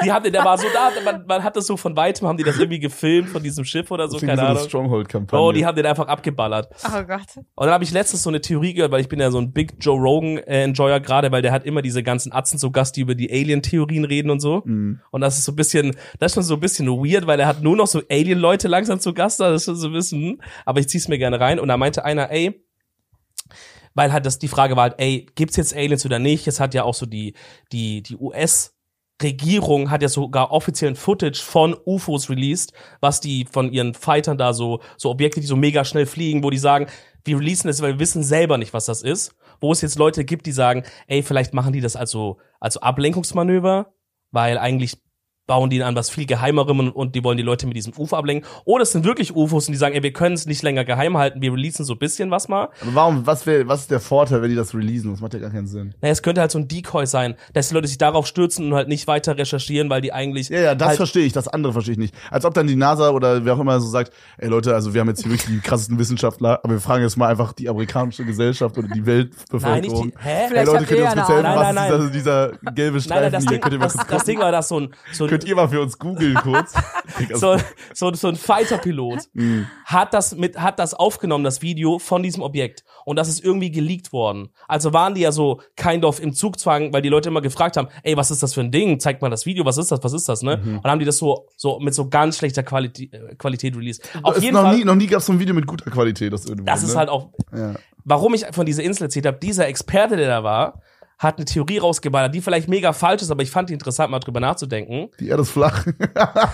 B: die haben den, der war so da, man, man hat das so von weitem, haben die das irgendwie gefilmt von diesem Schiff oder so,
A: Das klingt wie
B: keine
A: so eine
B: Ahnung.
A: Stronghold-Kampagne.
B: Oh, die haben den einfach abgeballert.
C: Oh Gott.
B: Und dann habe ich letztens so eine Theorie gehört, weil ich bin ja so ein Big Joe Rogan-Enjoyer gerade, weil der hat immer diese ganzen Atzen zu Gast, die über die Alien-Theorien reden und so.
A: Mhm.
B: Und das ist so ein bisschen, das ist schon so ein bisschen weird, weil er hat nur noch so Alien-Leute langsam zu Gast da, das ist schon so ein bisschen, hm. aber ich zieh's mir gerne rein. Und da meinte einer, ey, weil halt das, die Frage war halt, ey, gibt's jetzt Aliens oder nicht? Jetzt hat ja auch so die, die, die US- Regierung hat ja sogar offiziellen Footage von UFOs released, was die von ihren Fightern da so, so Objekte, die so mega schnell fliegen, wo die sagen, wir releasen das, weil wir wissen selber nicht, was das ist. Wo es jetzt Leute gibt, die sagen, ey, vielleicht machen die das als so, als so Ablenkungsmanöver, weil eigentlich bauen die an was viel Geheimerem und, und die wollen die Leute mit diesem UFO ablenken. Oder es sind wirklich UFOs und die sagen, ey, wir können es nicht länger geheim halten, wir releasen so ein bisschen was mal.
A: Aber warum, was, wär, was ist der Vorteil, wenn die das releasen? Das macht ja gar keinen Sinn.
B: Naja, es könnte halt so ein Decoy sein, dass die Leute sich darauf stürzen und halt nicht weiter recherchieren, weil die eigentlich.
A: Ja, ja, das
B: halt,
A: verstehe ich, das andere verstehe ich nicht. Als ob dann die NASA oder wer auch immer so sagt, ey Leute, also wir haben jetzt hier wirklich die krassesten Wissenschaftler, aber wir fragen jetzt mal einfach die amerikanische Gesellschaft oder die
B: Nein, nicht
A: Weltbevölkerung.
B: die. Hä?
A: Hey
C: Vielleicht
A: Leute,
C: habt
A: könnt
C: ihr
A: ihr uns
C: ja
A: kurz
C: eine
A: helfen?
B: Ahnung.
A: Was
B: Nein,
A: ist dieser, dieser gelbe Streifen
B: Nein, nein, das
A: hier?
B: (laughs) Ding,
A: Könnt ihr mal
B: das,
A: kurz
B: das Ding war das so ein, so ein
A: Könnt ihr mal für uns googeln
B: (laughs)
A: kurz?
B: so, ein- so, ein- so
A: (laughs)
B: ein Fighter-Pilot
A: Mhm.
B: hat das mit, hat das aufgenommen, das Video von diesem Objekt. Und das ist irgendwie geleakt worden. Also waren die ja so kind of im Zugzwang, weil die Leute immer gefragt haben, ey, was ist das für ein Ding? Zeigt mal das Video, was ist das, was ist das, ne?
A: Mhm.
B: Und haben die das so, so mit so ganz schlechter Qualität, äh, Qualität released. Auf
A: ist
B: jeden
A: noch,
B: Fall,
A: nie, noch nie gab es so ein Video mit guter Qualität. Das, irgendwo,
B: das
A: ne?
B: ist halt auch,
A: Ja.
B: warum ich von dieser Insel erzählt habe, dieser Experte, der da war, hat eine Theorie rausgeballert, die vielleicht mega falsch ist, aber ich fand die interessant, mal drüber nachzudenken.
A: Die Erde ist flach.
B: Also.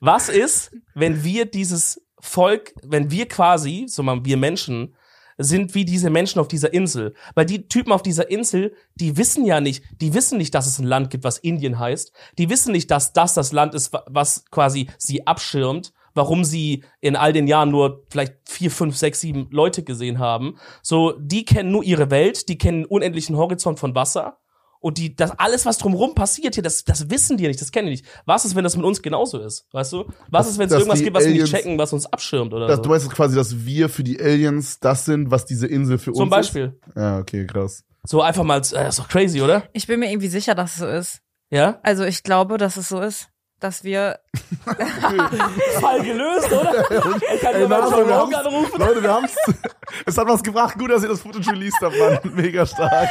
B: Was ist, wenn wir dieses Volk, wenn wir quasi, so mal wir Menschen, sind wie diese Menschen auf dieser Insel. Weil die Typen auf dieser Insel, die wissen ja nicht, die wissen nicht, dass es ein Land gibt, was Indien heißt. Die wissen nicht, dass das das Land ist, wa- was quasi sie abschirmt, warum sie in all den Jahren nur vielleicht vier, fünf, sechs, sieben Leute gesehen haben. So, die kennen nur ihre Welt, die kennen den unendlichen Horizont von Wasser. Und die, das alles, was drumherum passiert hier, das, das wissen die nicht, das kennen die nicht. Was ist, wenn das mit uns genauso ist? Weißt du? Was ist, wenn es
A: Dass
B: irgendwas
A: die
B: gibt, was wir nicht
A: Aliens-
B: checken, was uns abschirmt oder
A: Das,
B: so?
A: du meinst quasi, dass wir für die Aliens das sind, was diese Insel für
B: Zum
A: uns
B: Beispiel.
A: ist? Ja, okay, krass.
B: So einfach mal, als- äh, ist doch crazy, oder?
C: Ich bin mir irgendwie sicher, dass es so ist. (laughs)
B: Ja?
C: Also ich glaube, dass es so ist, dass wir
B: Fall gelöst, (laughs) oder? Ich kann
A: Ey,
B: mal
A: Mann,
B: Joe
A: wir
B: Rogan
A: haben's-
B: anrufen.
A: Leute, wir
B: (laughs)
A: haben's. Es hat was gebracht. Gut, dass ihr das Footage released habt, Mann. Mega stark.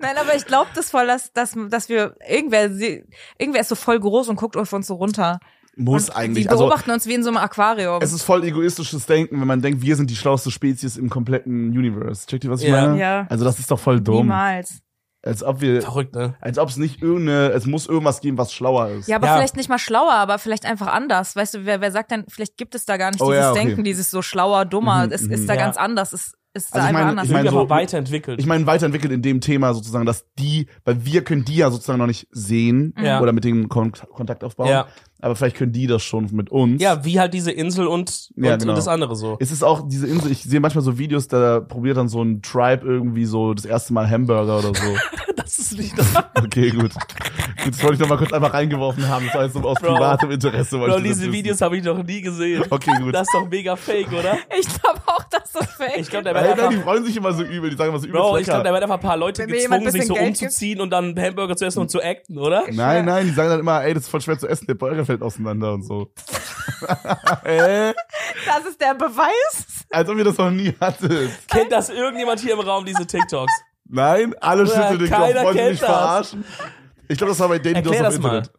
C: Nein, aber ich glaube das voll, dass, dass, dass wir irgendwer, sie- irgendwer ist so voll groß und guckt auf uns so runter.
A: Muss also,
C: Die beobachten uns wie in so einem Aquarium.
A: es ist voll egoistisches Denken, wenn man denkt, wir sind die schlauste Spezies im kompletten Universe. Checkt ihr, was ich
B: Ja.
A: meine?
C: Ja.
A: Also das ist doch voll dumm.
C: Niemals.
A: Als ob wir,
B: Verrückt, ne?
A: als ob es nicht irgendeine, es muss irgendwas geben, was schlauer ist.
C: Ja, aber
B: Ja.
C: vielleicht nicht mal schlauer, aber vielleicht einfach anders. Weißt du, wer, wer sagt denn, vielleicht gibt es da gar nicht
A: Oh,
C: dieses
A: ja, okay.
C: Denken, dieses so schlauer, dummer.
A: Mhm,
C: es
A: mhm.
C: ist da
B: Ja.
C: ganz anders. Es ist da
A: Also ich
C: einfach
A: meine-
C: anders.
A: ich meine
B: Sind
A: so-
B: aber weiterentwickelt.
A: Ich meine, weiterentwickelt in dem Thema sozusagen, dass die, weil wir können die ja sozusagen noch nicht sehen
B: Ja.
A: oder mit denen Kon Kontakt aufbauen.
B: Ja.
A: Aber vielleicht können die das schon mit uns.
B: ja, wie halt diese Insel und, und,
A: Ja, genau.
B: und das andere so.
A: Es ist auch diese Insel, ich sehe manchmal so Videos, da probiert dann so ein Tribe irgendwie so das erste Mal Hamburger oder so.
B: (laughs) Das ist nicht das.
A: Okay, gut. Gut, Das wollte ich noch mal kurz einfach reingeworfen haben. Das war jetzt so aus
B: Bro.
A: privatem Interesse. (laughs) wollte
B: Bro,
A: ich das
B: diese
A: wissen.
B: Videos habe ich noch nie gesehen.
A: Okay, gut.
B: Das ist doch mega fake, oder?
C: Ich glaube auch, dass das fake
B: Ich glaube, der
A: Hey,
B: wird
A: nein, die
B: einfach,
A: freuen sich immer so übel. Die sagen immer so übel.
B: Bro, ich glaub, der wird einfach ein paar Leute
C: Wenn mir jemand
B: gezwungen, sich
C: bisschen
B: so
C: Geld
B: umzuziehen und dann einen Hamburger zu essen und zu acten, oder?
A: Nein, nein, die sagen dann immer, ey, das ist voll schwer zu essen, der Burger fällt auseinander und so. äh,
C: Das ist der Beweis.
A: als ob ihr das noch nie hattet.
B: Kennt das irgendjemand hier im Raum, diese TikToks?
A: Nein, alle
B: Bruder,
A: schütteln den Kopf,
B: keiner
A: wollen sie
B: kennt
A: mich
B: das.
A: verarschen. Ich glaube, das war bei denen, die
B: Erklär
A: das auf
B: das mal.
A: Internet.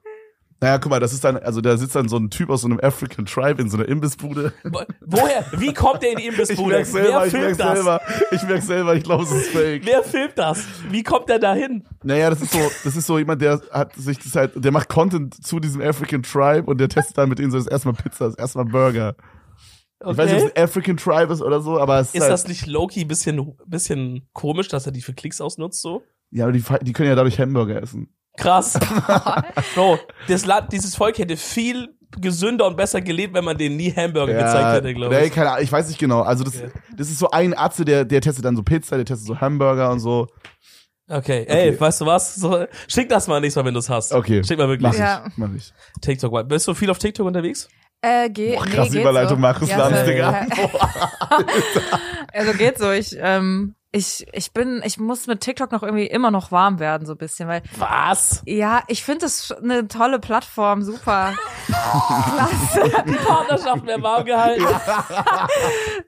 A: Naja, guck mal, das ist dann, also da sitzt dann so ein Typ aus so einem African Tribe in so einer Imbissbude.
B: Wo- Woher? Wie kommt der in die
A: Ich
B: Imbissbude?
A: merk selber,
B: Wer
A: ich merk
B: filmt das?
A: selber, ich merk selber, ich glaube, es ist fake.
B: Wer filmt das? Wie kommt der da hin?
A: Naja, das ist so, das ist so jemand, der hat sich das halt, der macht Content zu diesem African Tribe und der testet dann mit denen so das erstmal Pizza, das erstmal Burger. Ich weiß nicht, ob
B: Okay.
A: es African Tribe ist oder so, aber es ist,
B: Ist
A: halt,
B: das nicht Loki ein bisschen, bisschen komisch, dass er die für Klicks ausnutzt so?
A: ja, aber die, fe- die können ja dadurch Hamburger essen.
B: (laughs) Krass. Bro, das Land, dieses Volk hätte viel gesünder und besser gelebt, wenn man denen nie Hamburger gezeigt hätte, glaube
A: nee,
B: ich.
A: keine Ahnung, ich weiß nicht genau. Also das,
B: Okay.
A: das ist so ein Atze, der, der testet dann so Pizza, der testet so Hamburger und so.
B: Okay, ey,
A: Okay.
B: weißt du was? So, schick das mal nächstes Mal, wenn du es hast.
A: Okay.
B: Schick mal
A: Mach
B: wirklich
C: Ja.
A: ich, mach ich.
B: TikTok mal. Bist du viel auf TikTok unterwegs?
C: Äh, geh,
A: Boah,
C: nee,
A: krasse
C: geht
A: Überleitung,
C: so.
A: Markus Lanz,
C: so-
A: Digga.
C: (laughs) Also geht so. Ich, ähm, ich, ich bin, ich muss mit TikTok noch irgendwie immer noch warm werden, so ein bisschen, weil
B: Was?
C: ja, ich finde das eine tolle Plattform, (laughs) super.
B: Die Partnerschaft wäre warm gehalten.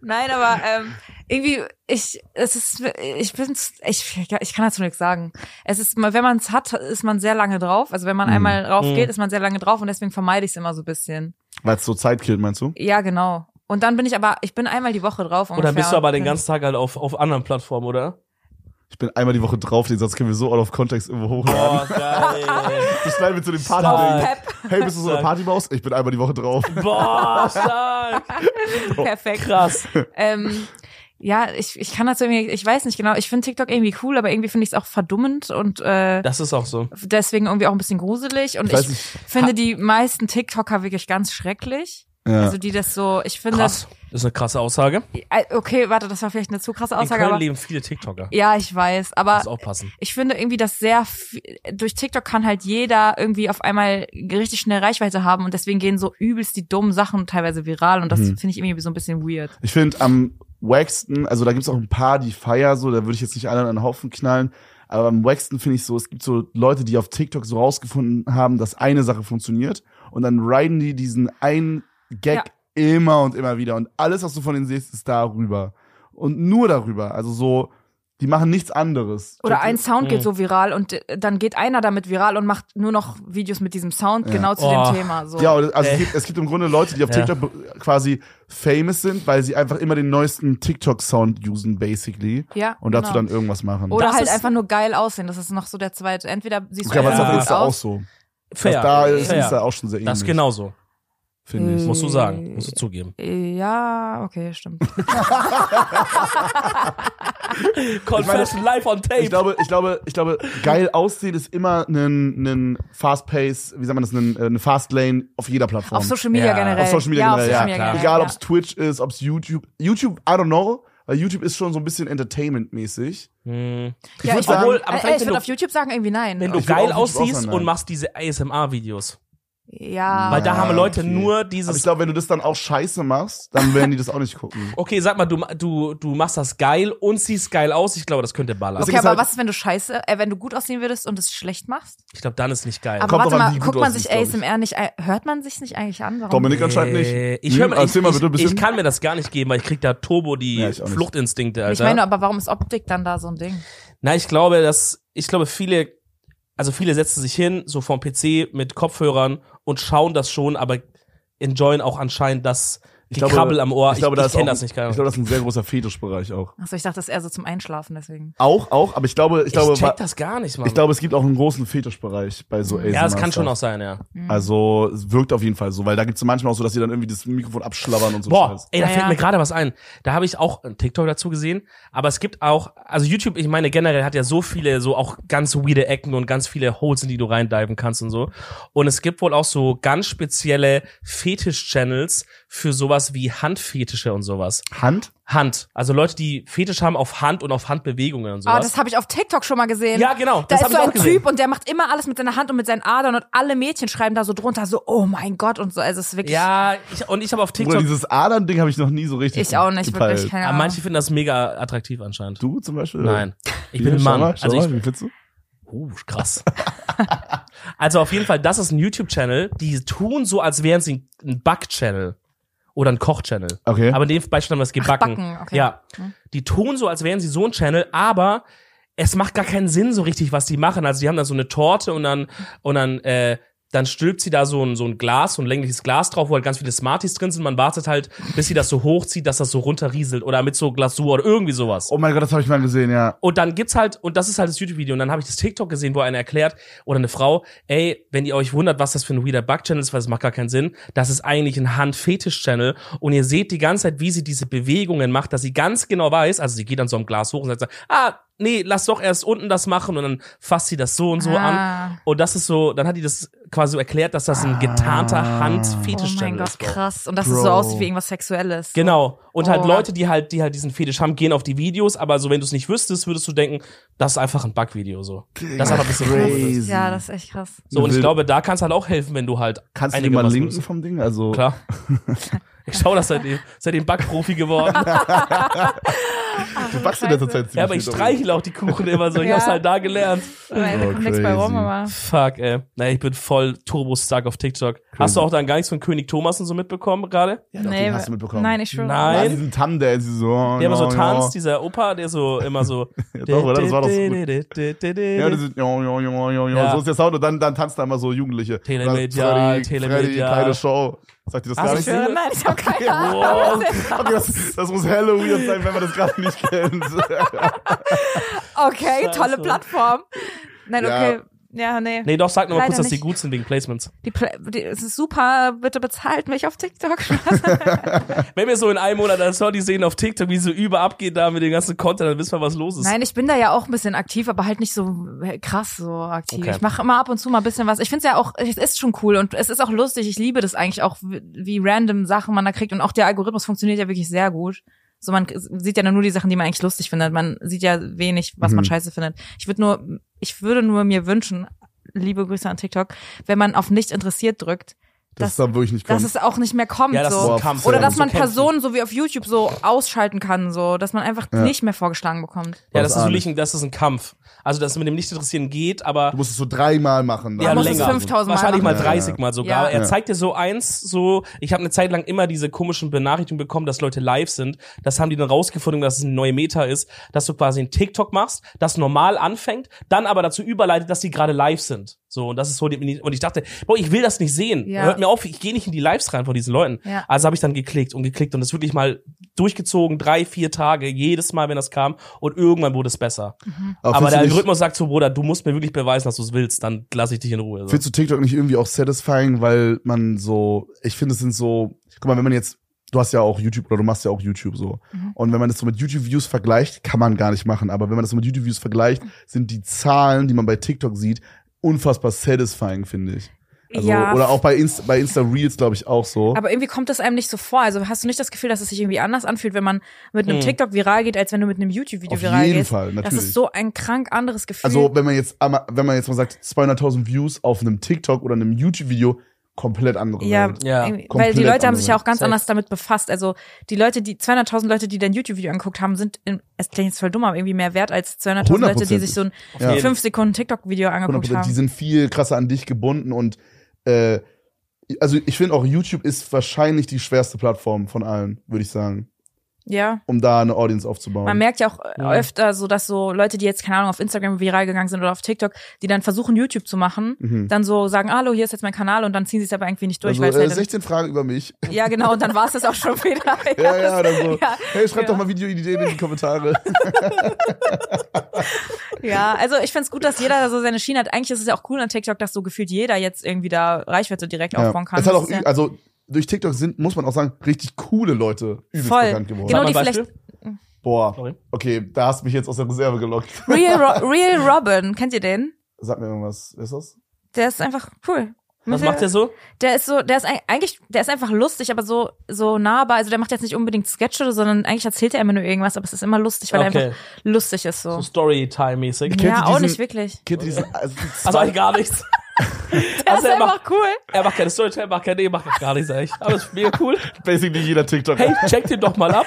C: Nein, aber ähm, irgendwie, ich, es ist, ich bin's, ich, ich kann dazu nichts sagen. Es ist, wenn man es hat, ist man sehr lange drauf. Also wenn man
A: Mhm.
C: einmal drauf geht, ist man sehr lange drauf und deswegen vermeide ich es immer so ein bisschen.
A: Weil es so Zeit killt, meinst du?
C: Ja, genau. Und dann bin ich aber, ich bin einmal die Woche drauf.
B: Oder bist du aber den
C: ganzen
B: ganzen Tag halt auf, auf anderen Plattformen, oder?
A: Ich bin einmal die Woche drauf, den Satz können wir so out of context irgendwo hochladen.
B: (laughs) Boah, geil.
A: Das schneiden wir zu dem
B: Stark. (laughs)
A: Party. Hey, bist du so eine
B: Stark.
A: Partymaus? Ich bin einmal
B: (laughs)
A: die Woche drauf.
B: Boah, stark.
C: (laughs) Perfekt.
B: Krass.
C: Ähm, ja, ich, ich kann dazu irgendwie, ich weiß nicht genau, ich finde TikTok irgendwie cool, aber irgendwie finde ich es auch verdummend und äh,
B: Das ist auch so.
C: deswegen irgendwie auch ein bisschen gruselig. Und
A: Ich weiß
C: ich,
A: nicht.
C: finde die meisten TikToker wirklich ganz schrecklich.
A: Ja.
C: Also die das so, ich finde
B: Krass. Das ist eine krasse Aussage.
C: das. äh, Okay, warte, das war vielleicht eine zu krasse
B: In
C: Aussage,
B: Köln
C: aber.
B: leben viele TikToker.
C: Ja, ich weiß, aber
B: Muss aufpassen.
C: ich finde irgendwie, dass sehr viel, durch TikTok kann halt jeder irgendwie auf einmal richtig schnell Reichweite haben und deswegen gehen so übelst die dummen Sachen teilweise viral und das
A: Mhm.
C: finde ich irgendwie so ein bisschen weird.
A: Ich finde am wacksten, also da gibt's auch ein paar, die feier so, da würde ich jetzt nicht alle an einen Haufen knallen, aber am wacksten finde ich so, es gibt so Leute, die auf TikTok so rausgefunden haben, dass eine Sache funktioniert und dann riden die diesen einen Gag immer und immer wieder und alles, was du von denen siehst, ist darüber und nur darüber, also so, die machen nichts anderes.
C: Oder
A: TikTok-
C: ein Sound geht
B: Mhm.
C: so viral und äh, dann geht einer damit viral und macht nur noch Videos mit diesem Sound
A: Ja.
C: genau zu
B: Oh.
C: dem Thema. So.
A: Ja, oder- also es
B: Ey.
A: gibt, es gibt im Grunde Leute, die auf
B: Ja.
A: TikTok be- quasi famous sind, weil sie einfach immer den neuesten TikTok-Sound usen, basically.
C: Ja,
A: Und dazu
C: genau.
A: dann irgendwas machen.
C: Oder
B: Das
C: halt
B: ist-
C: einfach nur geil aussehen. Das ist noch so der zweite. Entweder siehst
A: Okay,
C: du
A: aber das ist
C: einfach
A: auf
B: Ja.
C: gut
A: Insta auch
C: aus.
A: so.
B: Fair.
A: Das da ist
B: Fair.
A: Insta auch schon sehr ähnlich.
B: das ist genauso.
A: Finde ich.
B: Musst du sagen. Musst du zugeben.
C: Ja, okay, stimmt.
B: Confession live on tape.
A: Ich glaube, ich glaube, ich glaube, geil aussehen ist immer ein, ein Fast Pace, wie sagt man das, ein, eine Fast Lane auf jeder Plattform.
C: Auf Social Media
B: Ja,
C: generell.
A: Auf Social Media
C: ja,
A: generell,
C: auf Social
A: ja.
C: Media
B: klar.
C: generell.
A: Egal,
C: ja.
A: ob's Twitch ist, ob's YouTube. YouTube, I don't know, weil YouTube ist schon so ein bisschen entertainment-mäßig.
B: Hm.
A: Ich
C: Ja,
A: würd
C: ich-
A: sagen,
B: Obwohl, aber
C: Äh,
B: vielleicht,
C: ich
B: wenn
C: würde
B: du-
C: auf YouTube sagen, irgendwie nein.
B: Wenn du
A: Ich würd auch-
B: geil
A: ich würd auch
B: aussiehst
A: sagen,
B: und
A: nein.
B: machst diese ASMR-Videos.
C: ja.
B: Weil da
A: Ah,
B: haben Leute
A: okay.
B: nur
A: aber ich
B: dieses.
A: glaube, wenn du das dann auch scheiße machst, dann werden die das auch nicht gucken.
B: (laughs) Okay, sag mal, du, ma- du, du machst das geil und siehst geil aus. Ich glaube, das könnte ballern.
A: Das-
C: Okay,
A: ist
C: aber
A: halt-
C: was ist, wenn du scheiße, äh, wenn du gut aussehen würdest und es schlecht machst?
B: Ich glaube, dann ist nicht geil.
C: Aber
A: Kommt
C: warte
A: drauf an,
C: mal,
A: wie gut
C: guckt
A: du
C: man sich
A: aussiehst, glaub
C: ASMR nicht, ein- hört man sich nicht eigentlich an? Warum?
A: Dominik anscheinend nicht. Hm,
B: Äh, Ich, hör mal, ich,
A: erzähl mal bitte ein
B: ich,
A: bisschen.
B: ich kann mir das gar nicht geben, weil ich krieg da Turbo die
A: Ja, ich auch nicht.
B: Fluchtinstinkte, Alter.
C: ich meine, aber warum ist Optik dann da so ein Ding?
B: Na, ich glaube, dass ich glaube, viele also viele setzen sich hin so vom PC mit Kopfhörern und schauen das schon, aber enjoyen auch anscheinend das die Krabbel am Ohr.
A: Ich glaube, da ist
B: Oh, kenn
A: auch,
B: das nicht
A: Ich
B: geil.
A: glaube, das ist ein sehr großer Fetischbereich auch.
C: Achso, ich dachte, das ist eher so zum Einschlafen, deswegen.
A: Auch, auch, aber ich glaube, ich, glaube,
B: ich
A: wa-
B: check das gar nicht, Mann.
A: ich glaube, es gibt auch einen großen Fetischbereich bei so ASMR.
B: Mhm. ja, das kann schon
A: Stuff.
B: auch sein, ja.
A: Also es wirkt auf jeden Fall so, weil da gibt's manchmal auch so, dass sie dann irgendwie das Mikrofon abschlabbern und so.
B: Boah,
A: Scheiß.
B: ey, da
C: Ja,
B: fällt
C: ja.
B: mir gerade was ein. Da habe ich auch einen TikTok dazu gesehen, aber es gibt auch, also YouTube, ich meine generell hat ja so viele, so auch ganz weirde Ecken und ganz viele Holes, in die du reindiven kannst und so. Und es gibt wohl auch so ganz spezielle Fetisch-Channels für sowas wie Handfetische und sowas.
A: Hand?
B: Hand, also Leute, die Fetisch haben auf Hand und auf Handbewegungen und
C: Ah,
B: sowas.
C: das habe ich auf TikTok schon mal gesehen.
B: ja, genau,
C: Da
B: das
C: ist
B: habe
C: so
B: ich
C: ein
B: auch gesehen.
C: Typ und der macht immer alles mit seiner Hand und mit seinen Adern und alle Mädchen schreiben da so drunter so, oh mein Gott und so. Also es ist wirklich,
B: Ja, ich, und ich habe auf
A: Oder
B: TikTok,
A: dieses Adern-Ding habe ich noch nie so richtig
C: ich auch nicht
A: gepeilt.
C: wirklich, keine
B: Ah,
C: Ahnung.
B: manche finden das mega attraktiv anscheinend.
A: Du zum Beispiel?
B: Nein, ich
A: Hier,
B: bin ein
A: schau
B: Mann.
A: Mal, schau
B: also ich,
A: mal, wie findest du?
B: Uh, krass. (laughs) also auf jeden Fall, das ist ein YouTube-Channel, die tun so, als wären sie ein Back-Channel oder ein Koch-Channel.
A: Okay.
B: Aber in dem Beispiel haben wir es gebacken.
C: Backen, okay.
B: Ja.
C: Hm.
B: Die tun so, als wären sie so ein Channel, aber es macht gar keinen Sinn so richtig, was die machen. Also die haben da so eine Torte und dann, und dann, äh, dann stülpt sie da so ein, so ein Glas, so ein längliches Glas drauf, wo halt ganz viele Smarties drin sind. Man wartet halt, bis sie das so hochzieht, dass das so runterrieselt oder mit so Glasur oder irgendwie sowas.
A: Oh mein Gott, das habe ich mal gesehen, ja.
B: Und dann gibt's halt, und das ist halt das YouTube-Video, und dann habe ich das TikTok gesehen, wo einer erklärt, oder eine Frau, ey, wenn ihr euch wundert, was das für ein weirder Bug-Channel ist, weil das macht gar keinen Sinn, das ist eigentlich ein Hand-Fetisch-Channel, und ihr seht die ganze Zeit, wie sie diese Bewegungen macht, dass sie ganz genau weiß, also sie geht an so einem Glas hoch und sagt, so, ah, nee, lass doch erst unten das machen, und dann fasst sie das so und so an.
C: Ah.
B: Und das ist so, dann hat die das quasi so erklärt, dass das ein getarnter
C: Oh mein
B: Hand-Fetisch-Channel
C: Gott,
B: ist. Bro.
C: krass. Und das
A: Bro.
C: ist so aussieht wie irgendwas Sexuelles.
B: Genau. Und halt
C: Oh.
B: Leute, die halt, die halt diesen Fetisch haben, gehen auf die Videos, aber so, wenn du es nicht wüsstest, würdest du denken, das ist einfach ein Bug-Video, so. Das ist einfach ein bisschen verrückt.
A: crazy.
C: Ja, das ist echt krass.
B: So, und ich
A: Will-
B: glaube, da kannst halt auch helfen, wenn du halt.
A: Kannst du dir mal
B: einigermaßen
A: linken
B: bist.
A: vom Ding? Also,
B: Klar. (laughs) Ich schau das seitdem, seitdem
A: (laughs)
B: Backprofi geworden.
A: du backst in letzter Zeit ziemlich
B: ja, aber ich
A: viel,
B: streichel auch die Kuchen immer so. Ich
C: Ja.
B: hab's halt da gelernt.
C: Weil da
A: Oh,
C: kommt nichts bei rum,
A: crazy.
C: aber.
B: Fuck, ey. Naja, ich bin voll turbo-stark auf TikTok. Hast du auch dann gar nichts von König Thomas und so mitbekommen gerade?
A: Ja, doch, den hast du mitbekommen.
C: Nein, ich schwöre.
B: Nein.
A: Nein. Diesen Tam, der ist so. Oh,
B: Der immer so
A: ja.
B: tanzt, dieser Opa, der so immer so.
A: (laughs) Ja, doch, oder? Das war
B: (laughs)
A: doch so gut. (laughs) Ja, das
B: gut.
A: ist, jo, jo, jo, jo, jo.
B: Ja.
A: so ist der Sound und dann, dann tanzt da immer so Jugendliche.
B: Telemedial,
A: Dann, Freddy,
B: telemedial.
A: Freddy, kleine Show. Sagt dir das
B: Hast
A: gar
B: du
A: nicht? (laughs)
B: schon-
C: Schwöre, nein, ich habe keine Ahnung.
B: Wow.
A: Okay, das, das muss helle weird sein, wenn man das gerade nicht kennt.
C: Okay,
B: Scheiße.
C: tolle Plattform. Nein,
A: Ja.
C: okay. Ja, nee.
B: Nee, doch, sag nur mal
C: Leider
B: kurz, dass die
C: nicht.
B: gut sind wegen Placements.
C: Die, Pla- die, es ist super, bitte bezahlt mich
B: (laughs)
C: auf TikTok.
B: Wenn wir so in einem Monat als Sorry sehen auf TikTok, wie so über abgeht da mit dem ganzen Content, dann wissen wir, was los ist.
C: Nein, ich bin da ja auch ein bisschen aktiv, aber halt nicht so krass so aktiv.
B: Okay.
C: Ich mache immer ab und zu mal ein bisschen was. Ich finde es ja auch, es ist schon cool und es ist auch lustig. Ich liebe das eigentlich auch, wie- wie random Sachen man da kriegt und auch der Algorithmus funktioniert ja wirklich sehr gut. So man k- sieht ja nur die Sachen, die man eigentlich lustig findet. Man sieht ja wenig, was man
A: Mhm.
C: scheiße findet. Ich würde nur, ich würde nur mir wünschen, liebe Grüße an TikTok, wenn man auf nicht interessiert drückt,
A: Das,
C: dass,
A: ist dann wirklich nicht
C: dass
A: kommt.
C: es auch nicht mehr kommt.
B: Ja, das
C: so.
B: ist ein
A: Boah,
B: Kampf.
C: Oder
A: Ja,
C: dass
B: So
C: man
B: kämpfen.
C: Personen so wie auf YouTube so ausschalten kann, so, dass man einfach
A: Ja.
C: nicht mehr vorgeschlagen bekommt.
B: Ja, das ist,
A: Ahnung.
B: wirklich ein, das ist ein Kampf. Also, dass es mit dem Nicht-Interessieren geht, aber
A: du musst es so dreimal machen. ne?
B: Ja,
A: dann.
C: Man muss es
B: länger.
C: 5000 Mal
B: Wahrscheinlich mal
A: machen.
B: 30
A: Ja.
B: Mal sogar.
C: Ja.
B: Er
A: Ja.
B: zeigt dir so eins, so, ich habe eine Zeit lang immer diese komischen Benachrichtigungen bekommen, dass Leute live sind. Das haben die dann rausgefunden, dass es eine neue Meta ist, dass du quasi einen TikTok machst, das normal anfängt, dann aber dazu überleitet, dass die gerade live sind. So, und das ist so die, und ich dachte, boah, ich will das nicht sehen.
C: Ja.
B: Hört mir auf, ich gehe nicht in die Lives rein von diesen Leuten.
C: Ja.
B: Also habe ich dann geklickt und geklickt und das wirklich mal durchgezogen, drei, vier Tage, jedes Mal, wenn das kam, und irgendwann wurde es besser.
A: Aber findest
B: Aber, der
A: du nicht-
B: Algorithmus sagt so, Bruder, du musst mir wirklich beweisen, dass du es willst, dann lass ich dich in Ruhe. So.
A: Findest du TikTok nicht irgendwie auch satisfying, weil man so, ich finde, es sind so, guck mal, wenn man jetzt, du hast ja auch YouTube oder du machst ja auch YouTube so.
C: Mhm.
A: Und wenn man das so mit YouTube-Views vergleicht, kann man gar nicht machen, aber wenn man das so mit YouTube-Views vergleicht, sind die Zahlen, die man bei TikTok sieht, unfassbar satisfying, finde ich. Also,
C: Ja.
A: Oder auch bei Insta, bei Insta Reels, glaube ich, auch so.
C: Aber irgendwie kommt das einem nicht so vor. Also hast du nicht das Gefühl, dass es sich irgendwie anders anfühlt, wenn man mit einem
B: Hm.
C: TikTok viral geht, als wenn du mit einem YouTube-Video
A: Auf
C: viral
A: jeden
C: gehst?
A: Fall,
C: Das
A: natürlich.
C: ist so ein krank anderes Gefühl.
A: also, wenn man jetzt, einmal- wenn man jetzt mal sagt, 200.000 Views auf einem TikTok oder einem YouTube-Video, komplett andere
C: ja,
A: Welt.
B: Ja,
C: ja weil die
A: komplett
C: Leute haben
A: andere
C: sich ja auch ganz
B: Safe.
C: anders damit befasst. Also die Leute, die 200.000 Leute, die dein YouTube-Video angeguckt haben, sind, in, es klingt jetzt voll dumm, aber irgendwie mehr wert als 200.000 Leute, die
A: Hundertprozentig.
C: sich so ein
A: Ja.
B: jeden
C: 5 Sekunden TikTok-Video angeguckt
A: 100%, die
C: haben.
A: sind viel krasser an dich gebunden und äh, also ich finde auch YouTube ist wahrscheinlich die schwerste Plattform von allen, würde ich sagen,
C: Ja.
A: um da eine Audience aufzubauen.
C: Man merkt ja auch äh,
B: Ja.
C: öfter so, dass so Leute, die jetzt, keine Ahnung, auf Instagram viral gegangen sind oder auf TikTok, die dann versuchen, YouTube zu machen,
A: Mhm.
C: dann so sagen, hallo, hier ist jetzt mein Kanal und dann ziehen sie es aber irgendwie nicht durch,
A: also,
C: weil es
A: äh,
C: halt
A: 16 Fragen über
C: (laughs)
A: mich.
C: Ja, genau, und dann war es das
A: (laughs)
C: auch schon wieder.
A: Ja, ja, oder so.
C: (laughs) Ja,
A: Hey, schreibt
C: Ja.
A: doch mal Videoideen in die
C: (laughs)
A: Kommentare.
C: ja, also ich find's gut, dass jeder da so seine Schiene hat. Eigentlich ist es ja auch cool an TikTok, dass so gefühlt jeder jetzt irgendwie da Reichweite direkt aufbauen kann.
A: Es hat
C: Das
A: auch,
C: ist ja
A: ü- also durch TikTok sind, muss man auch sagen, richtig coole Leute übelst
C: voll.
A: bekannt geworden.
C: Genau,
B: Sag
C: die
B: mal ein
C: vielleicht.
A: Boah,
B: Sorry.
A: okay, da hast du mich jetzt aus der Reserve gelockt. (laughs)
C: Real, Ro Real Robin, kennt ihr den?
A: Sag mir irgendwas, wer ist das?
C: Der ist einfach cool.
B: Was macht der so?
C: Der ist so, der ist eig- eigentlich, der ist einfach lustig, aber so, so nahbar. Also der macht jetzt nicht unbedingt Sketche, sondern eigentlich erzählt er immer nur irgendwas, aber es ist immer lustig, weil er
B: Okay.
C: einfach lustig ist so.
B: So Storytime-mäßig.
A: Kennt ihr
C: Ja, auch
A: diesen-
B: (laughs)
C: nicht wirklich.
A: Kennt ihr diesen? Also,
B: Also (laughs) eigentlich gar
C: (laughs)
B: nichts.
C: Das
B: Also
C: ist
B: er macht,
C: einfach cool.
B: er macht keine Storytime, macht keine, macht gar nichts eigentlich. Aber ist mega cool.
A: basically jeder TikTok.
B: Hey, checkt ihn doch mal ab.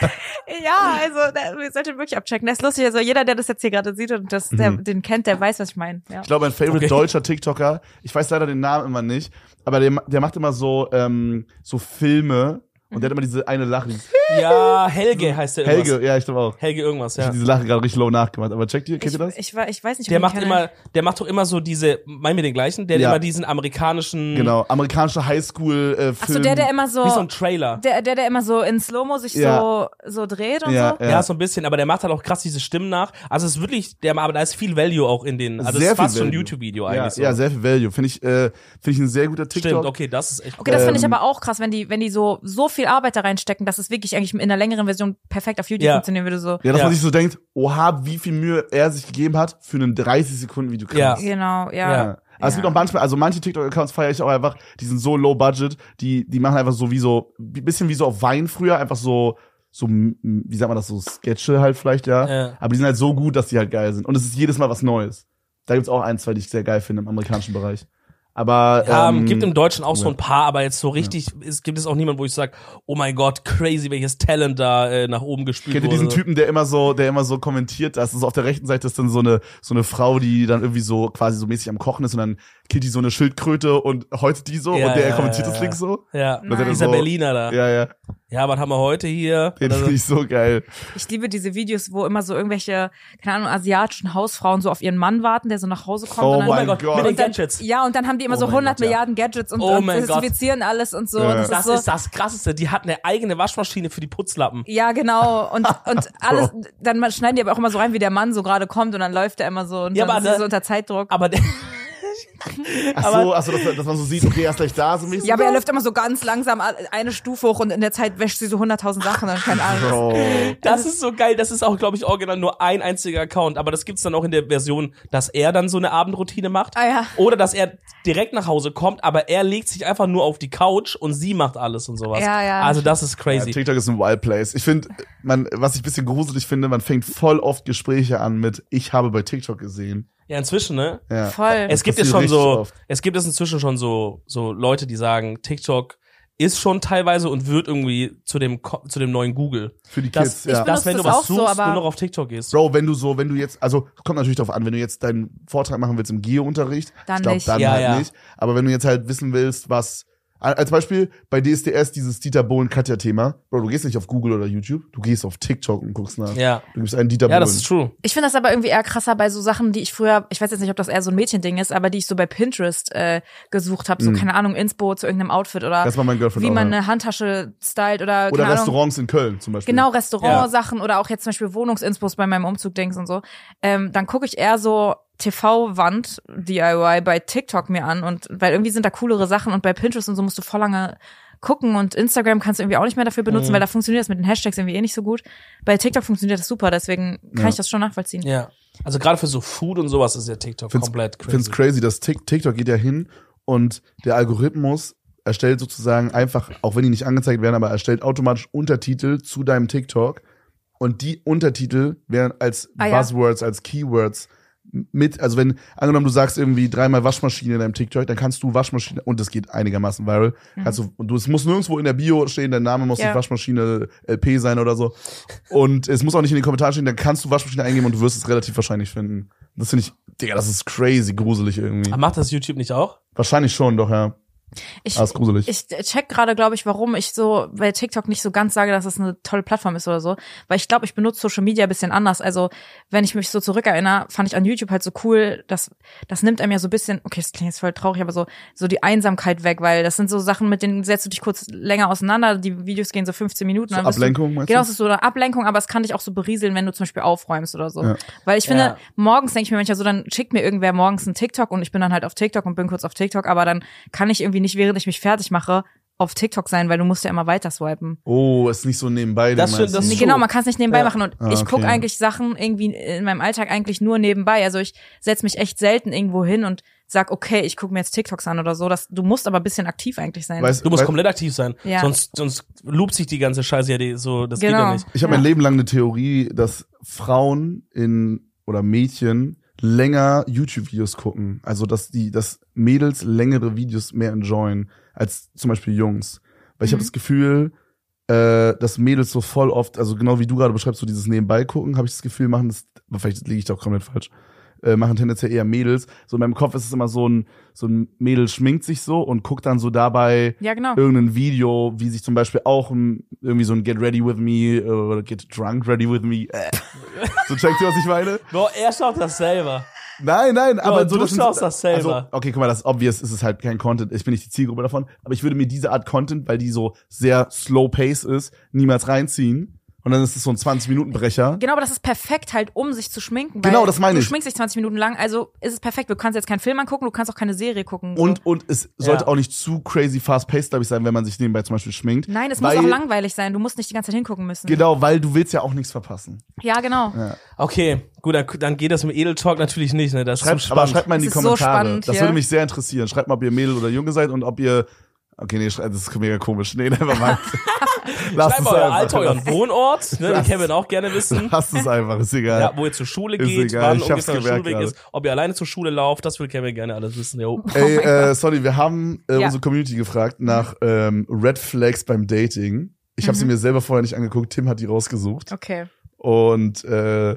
C: Ja, also da, ihr solltet wirklich abchecken. Der ist lustig. Also jeder, der das jetzt hier gerade sieht und das,
B: Mhm.
C: der, den kennt, der weiß, was ich meine. Ja.
A: Ich glaube, ein favorite
B: Okay.
A: deutscher TikToker, ich weiß leider den Namen immer nicht, aber der, ma- der macht immer so, ähm, so Filme und der
B: Mhm.
A: hat immer diese eine Lache. Dieses
B: Ja, Helge heißt der irgendwas.
A: Helge, ja, ich glaube auch.
B: Helge irgendwas,
A: Ich
B: ja.
A: hab diese Lache gerade richtig low nachgemacht, aber checkt ihr, kennt ihr das?
C: Ich, ich, wa- ich weiß nicht, ob
B: Der
C: ich
B: macht
C: ihn
B: immer, der macht doch immer so diese, mein mir den gleichen, der hat
A: Ja.
B: immer diesen amerikanischen,
A: Genau, äh, amerikanische Highschool-Film.
C: Ach so, der, der immer
B: wie so ein
C: so,
B: Trailer.
C: der, der, der immer so in Slow-Mo sich
A: Ja.
C: so, so dreht und
A: ja,
C: so.
A: ja.
B: Ja. so ein bisschen, aber der macht halt auch krass diese Stimmen nach. Also es ist wirklich, der, aber da ist viel Value auch in den, also es
A: Sehr
B: ist fast
A: viel
B: schon ein
A: Value.
B: YouTube-Video
A: ja,
B: eigentlich so.
A: ja, sehr viel Value. Finde ich, äh, finde ich ein sehr guter TikTok.
B: Stimmt, okay, das ist echt
C: Okay, das finde ich
A: Ähm.
C: aber auch krass, wenn die, wenn die so, so viel Arbeit da reinstecken, dass es wirklich eigentlich in einer längeren Version perfekt auf YouTube
B: Ja.
C: funktionieren würde, so.
A: Ja, dass
B: Ja.
A: man sich so denkt, oha, wie viel Mühe er sich gegeben hat für einen 30-Sekunden-Video.
B: Ja.
C: Genau, ja.
A: Ja. Aber es
C: Ja.
A: gibt auch manchmal, also manche TikTok-Accounts feiere ich auch einfach, die sind so low budget, die, die machen einfach so wie so, wie- bisschen wie so auf Wein früher, einfach so, so, m- m- wie sagt man das, so Sketche halt vielleicht, ja.
B: Ja.
A: Aber die sind halt so gut, dass die halt geil sind. Und es ist jedes Mal was Neues. Da gibt's auch ein, zwei, die ich sehr geil finde im amerikanischen Bereich. Aber,
B: Ja,
A: ähm,
B: gibt im Deutschen auch so
A: ja.
B: ein paar, aber jetzt so richtig es gibt es auch niemanden, wo ich sage, oh mein Gott, crazy, welches Talent da äh, nach oben gespielt
A: Kennt ihr
B: wurde.
A: diesen Typen, der immer so, der immer so kommentiert, dass so auf der rechten Seite ist dann so eine, so eine Frau, die dann irgendwie so quasi so mäßig am Kochen ist und dann killt die so eine Schildkröte und häutet die so
B: Ja,
A: und der
B: ja,
A: kommentiert
B: ja,
A: das
B: ja.
A: links so?
B: Ja,
C: Nein.
B: dieser
A: So-
B: Berliner da. Ja.
A: Ja, ja.
B: was haben wir
A: (laughs)
B: heute hier? Oh
A: Den finde ich so geil.
C: Ich liebe diese Videos, wo immer so irgendwelche, keine Ahnung, asiatischen Hausfrauen so auf ihren Mann warten, der so nach Hause kommt
A: Oh
C: und dann
B: oh mein
A: Mein
B: Gott,
A: Gott.
B: mit den
C: Und dann,
B: Gadgets.
C: ja, und dann haben die immer
B: Oh
C: so
B: mein
C: 100
B: Gott, ja.
C: Milliarden Gadgets und,
B: Oh
C: und
B: mein Gott.
C: desinfizieren alles und so.
A: Ja.
C: Das,
B: Das
C: ist so.
B: ist das Krasseste. Die hat eine eigene Waschmaschine für die Putzlappen.
C: ja, genau.
B: (laughs)
C: Und, und alles, dann mal- schneiden die aber auch immer so rein, wie der Mann so gerade kommt und dann läuft er immer so und
B: Ja,
C: dann
B: aber
C: ist
B: ne-
C: er so unter Zeitdruck.
B: Aber der,
A: Ach so, ach so dass, dass man so sieht, okay, er ist gleich da, so mäßig.
C: Ja, aber er läuft immer so ganz langsam eine Stufe hoch und in der Zeit wäscht sie so 100.000 Sachen und keine Ahnung.
A: Bro.
B: Das ist so geil. Das ist auch, glaube ich, original nur ein einziger Account. Aber das gibt's dann auch in der Version, dass er dann so eine Abendroutine macht.
C: Ah, ja.
B: Oder dass er direkt nach Hause kommt, aber er legt sich einfach nur auf die Couch und sie macht alles und sowas.
C: Ja, ja.
B: Also das ist
A: Ja,
B: crazy.
A: TikTok ist ein Wild Place. Ich finde, man, was ich ein bisschen gruselig finde, man fängt voll oft Gespräche an mit, ich habe bei TikTok gesehen.
B: Ja, inzwischen, ne?
A: Ja.
C: Voll.
B: Es gibt jetzt
A: passiert richtig
B: schon so,
A: oft.
B: es gibt jetzt inzwischen schon so, so Leute, die sagen, TikTok ist schon teilweise und wird irgendwie zu dem, Ko- zu dem neuen Google.
A: Für die
B: Das,
A: Kids, ja.
C: benutze
B: das wenn du
C: das
B: was
C: auch so,
B: suchst,
C: aber-
B: nur noch auf TikTok gehst.
A: Bro, wenn du so, wenn du jetzt, also kommt natürlich drauf an, wenn du jetzt deinen Vortrag machen willst im Geo-Unterricht,
C: Dann
A: ich glaube,
C: nicht.
A: dann
B: Ja,
A: halt
B: ja.
A: nicht. Aber wenn du jetzt halt wissen willst, was als Beispiel bei DSDS dieses Dieter Bohlen-Katja-Thema, Bro, du gehst nicht auf Google oder YouTube, du gehst auf TikTok und guckst nach.
B: Ja.
A: Du gibst einen Dieter
B: Ja, das
A: Bohlen.
B: ist true.
C: Ich finde das aber irgendwie eher krasser bei so Sachen, die ich früher, ich weiß jetzt nicht, ob das eher so ein Mädchending ist, aber die ich so bei Pinterest äh, gesucht habe, so keine Ahnung, Inspo zu irgendeinem Outfit oder
A: Hm. Das war mein Girlfriend
C: wie
A: auch,
C: man
A: ja.
C: eine Handtasche stylt oder,
A: Oder
C: keine Ahnung,
A: Restaurants in Köln zum Beispiel.
C: genau Restaurantsachen oder auch jetzt zum Beispiel Wohnungsinspos bei meinem Umzug denkst und so, ähm, dann gucke ich eher so TV-Wand DIY bei TikTok mir an und weil irgendwie sind da coolere Sachen und bei Pinterest und so musst du voll lange gucken und Instagram kannst du irgendwie auch nicht mehr dafür
A: Hm.
C: benutzen, weil da funktioniert das mit den Hashtags irgendwie eh nicht so gut. Bei TikTok funktioniert das super, deswegen kann
A: Ja.
C: ich das schon nachvollziehen.
B: Ja. Also gerade für so Food und sowas ist ja TikTok
A: find's,
B: komplett crazy.
A: Find's crazy, dass Tik- TikTok geht ja hin und der Algorithmus erstellt sozusagen einfach, auch wenn die nicht angezeigt werden, aber erstellt automatisch Untertitel zu deinem TikTok und die Untertitel werden als
C: Ah, ja.
A: Buzzwords, als Keywords mit, also wenn, angenommen du sagst irgendwie dreimal Waschmaschine in deinem TikTok, dann kannst du Waschmaschine, und das geht einigermaßen viral, kannst du, und du, es muss nirgendwo in der Bio stehen, dein Name muss
C: Mhm. Ja.
A: nicht Waschmaschine LP sein oder so. Und es muss auch nicht in den Kommentaren stehen, dann kannst du Waschmaschine eingeben und du wirst es relativ wahrscheinlich finden. Das finde ich, Digga, das ist crazy, gruselig irgendwie.
B: Aber macht das YouTube nicht auch?
A: Wahrscheinlich schon, doch, ja.
C: Ich,
A: Aber ist gruselig.
C: ich check gerade, glaube ich, warum ich so bei TikTok nicht so ganz sage, dass es eine tolle Plattform ist oder so. Weil ich glaube, ich benutze Social Media ein bisschen anders. Also, wenn ich mich so zurückerinnere, fand ich an YouTube halt so cool, dass das nimmt einem ja so ein bisschen, okay, das klingt jetzt voll traurig, aber so, so die Einsamkeit weg, weil das sind so Sachen, mit denen setzt du dich kurz länger auseinander, die Videos gehen so 15 Minuten.
A: So
C: dann bist du-
A: Ablenkung, meinst
C: Genau,
A: du?
C: es ist so eine Ablenkung, aber es kann dich auch so berieseln, wenn du zum Beispiel aufräumst oder so.
A: Ja.
C: Weil ich finde,
B: Ja.
C: morgens denke ich mir manchmal so, dann schickt mir irgendwer morgens einen TikTok und ich bin dann halt auf TikTok und bin kurz auf TikTok, aber dann kann ich irgendwie nicht, während ich mich fertig mache, auf TikTok sein, weil du musst ja immer weiter swipen.
A: Oh, ist nicht so nebenbei.
B: Das
A: meinst
B: stimmt, das
A: du?
C: Nee,
B: True.
C: genau, man kann es nicht nebenbei
B: Ja.
C: machen und
A: Ah,
C: ich guck
A: okay.
C: eigentlich Sachen irgendwie in meinem Alltag eigentlich nur nebenbei. Also ich setz mich echt selten irgendwo hin und sag, okay, ich gucke mir jetzt TikToks an oder so. Das, du musst aber ein bisschen aktiv eigentlich sein.
A: Weißt-
B: genau. Du musst
A: weißt-
B: komplett aktiv sein.
C: Ja.
B: Sonst, sonst loopt sich die ganze Scheiße ja die, so, das geht ja
C: Genau.
B: nicht.
A: Ich habe
C: Ja.
A: mein Leben lang eine Theorie, dass Frauen in oder Mädchen länger YouTube-Videos gucken. Also dass die, dass Mädels längere Videos mehr enjoyen als zum Beispiel Jungs. Weil ich hab
C: Mhm.
A: habe das Gefühl, äh, dass Mädels so voll oft, also genau wie du gerade beschreibst, so dieses Nebenbei gucken, habe ich das Gefühl, machen das, aber vielleicht liege ich da auch komplett falsch, äh, machen tendenziell eher Mädels. So in meinem Kopf ist es immer so ein, so ein Mädel schminkt sich so und guckt dann so dabei
C: ja, genau.
A: irgendein Video, wie sich zum Beispiel auch ein, irgendwie so ein Get Ready With Me äh, oder Get Drunk Ready With Me.
B: (laughs)
A: Äh. So checkt ihr, was ich meine?
B: Bro, er schaut das selber.
A: Nein, nein, aber so
B: du
A: sind-
B: schaust das selber.
A: Also, okay, guck mal, das ist obvious, es ist halt kein Content, ich bin nicht die Zielgruppe davon, aber ich würde mir diese Art Content, weil die so sehr slow pace ist, niemals reinziehen. Und dann ist es so ein 20-Minuten-Brecher.
C: Genau, aber das ist perfekt halt, um sich zu schminken. Weil
A: Genau, das meine
C: Du
A: ich.
C: schminkst dich 20 Minuten lang, also ist es perfekt. Du kannst jetzt keinen Film angucken, du kannst auch keine Serie gucken. so.
A: Und, und es sollte
B: Ja.
A: auch nicht zu crazy fast-paced, glaube ich, sein, wenn man sich nebenbei zum Beispiel schminkt.
C: Nein, es
A: weil,
C: muss auch langweilig sein. Du musst nicht die ganze Zeit hingucken müssen.
A: Genau, weil du willst ja auch nichts verpassen.
C: Ja, genau.
B: Okay, gut, dann, dann geht das mit Edel Talk natürlich nicht, ne? Das ist
A: Schreibt,
B: zu
A: aber
B: spannend.
A: schreibt mal in die
C: Das ist so
A: Kommentare.
C: spannend,
A: das
C: ja.
A: würde mich sehr interessieren. Schreibt mal, ob ihr Mädel oder Junge seid und ob ihr. Okay, nee, schrei- das ist mega komisch. Nee, (laughs) never
B: (laughs)
A: mind. Lasst
B: Schreibt
A: es
B: mal euer
A: einfach. (laughs)
B: Alter, euren
A: Lasst-
B: Wohnort, ne? Den Kevin auch
A: (laughs)
B: gerne wissen.
A: Lasst es einfach, ist egal.
B: Ja, wo ihr zur Schule
A: Ist
B: geht,
A: egal,
B: wann
A: ich hab's
B: ungefähr der
A: gemerkt
B: Schulweg ist, ob ihr alleine zur Schule lauft, das will Kevin gerne alles wissen. Jo.
A: Ey, äh, sorry, wir haben äh,
C: Ja.
A: unsere Community gefragt nach ähm, Red Flags beim Dating. Ich habe sie
B: Mhm.
A: mir selber vorher nicht angeguckt. Tim hat die rausgesucht.
C: Okay.
A: Und äh,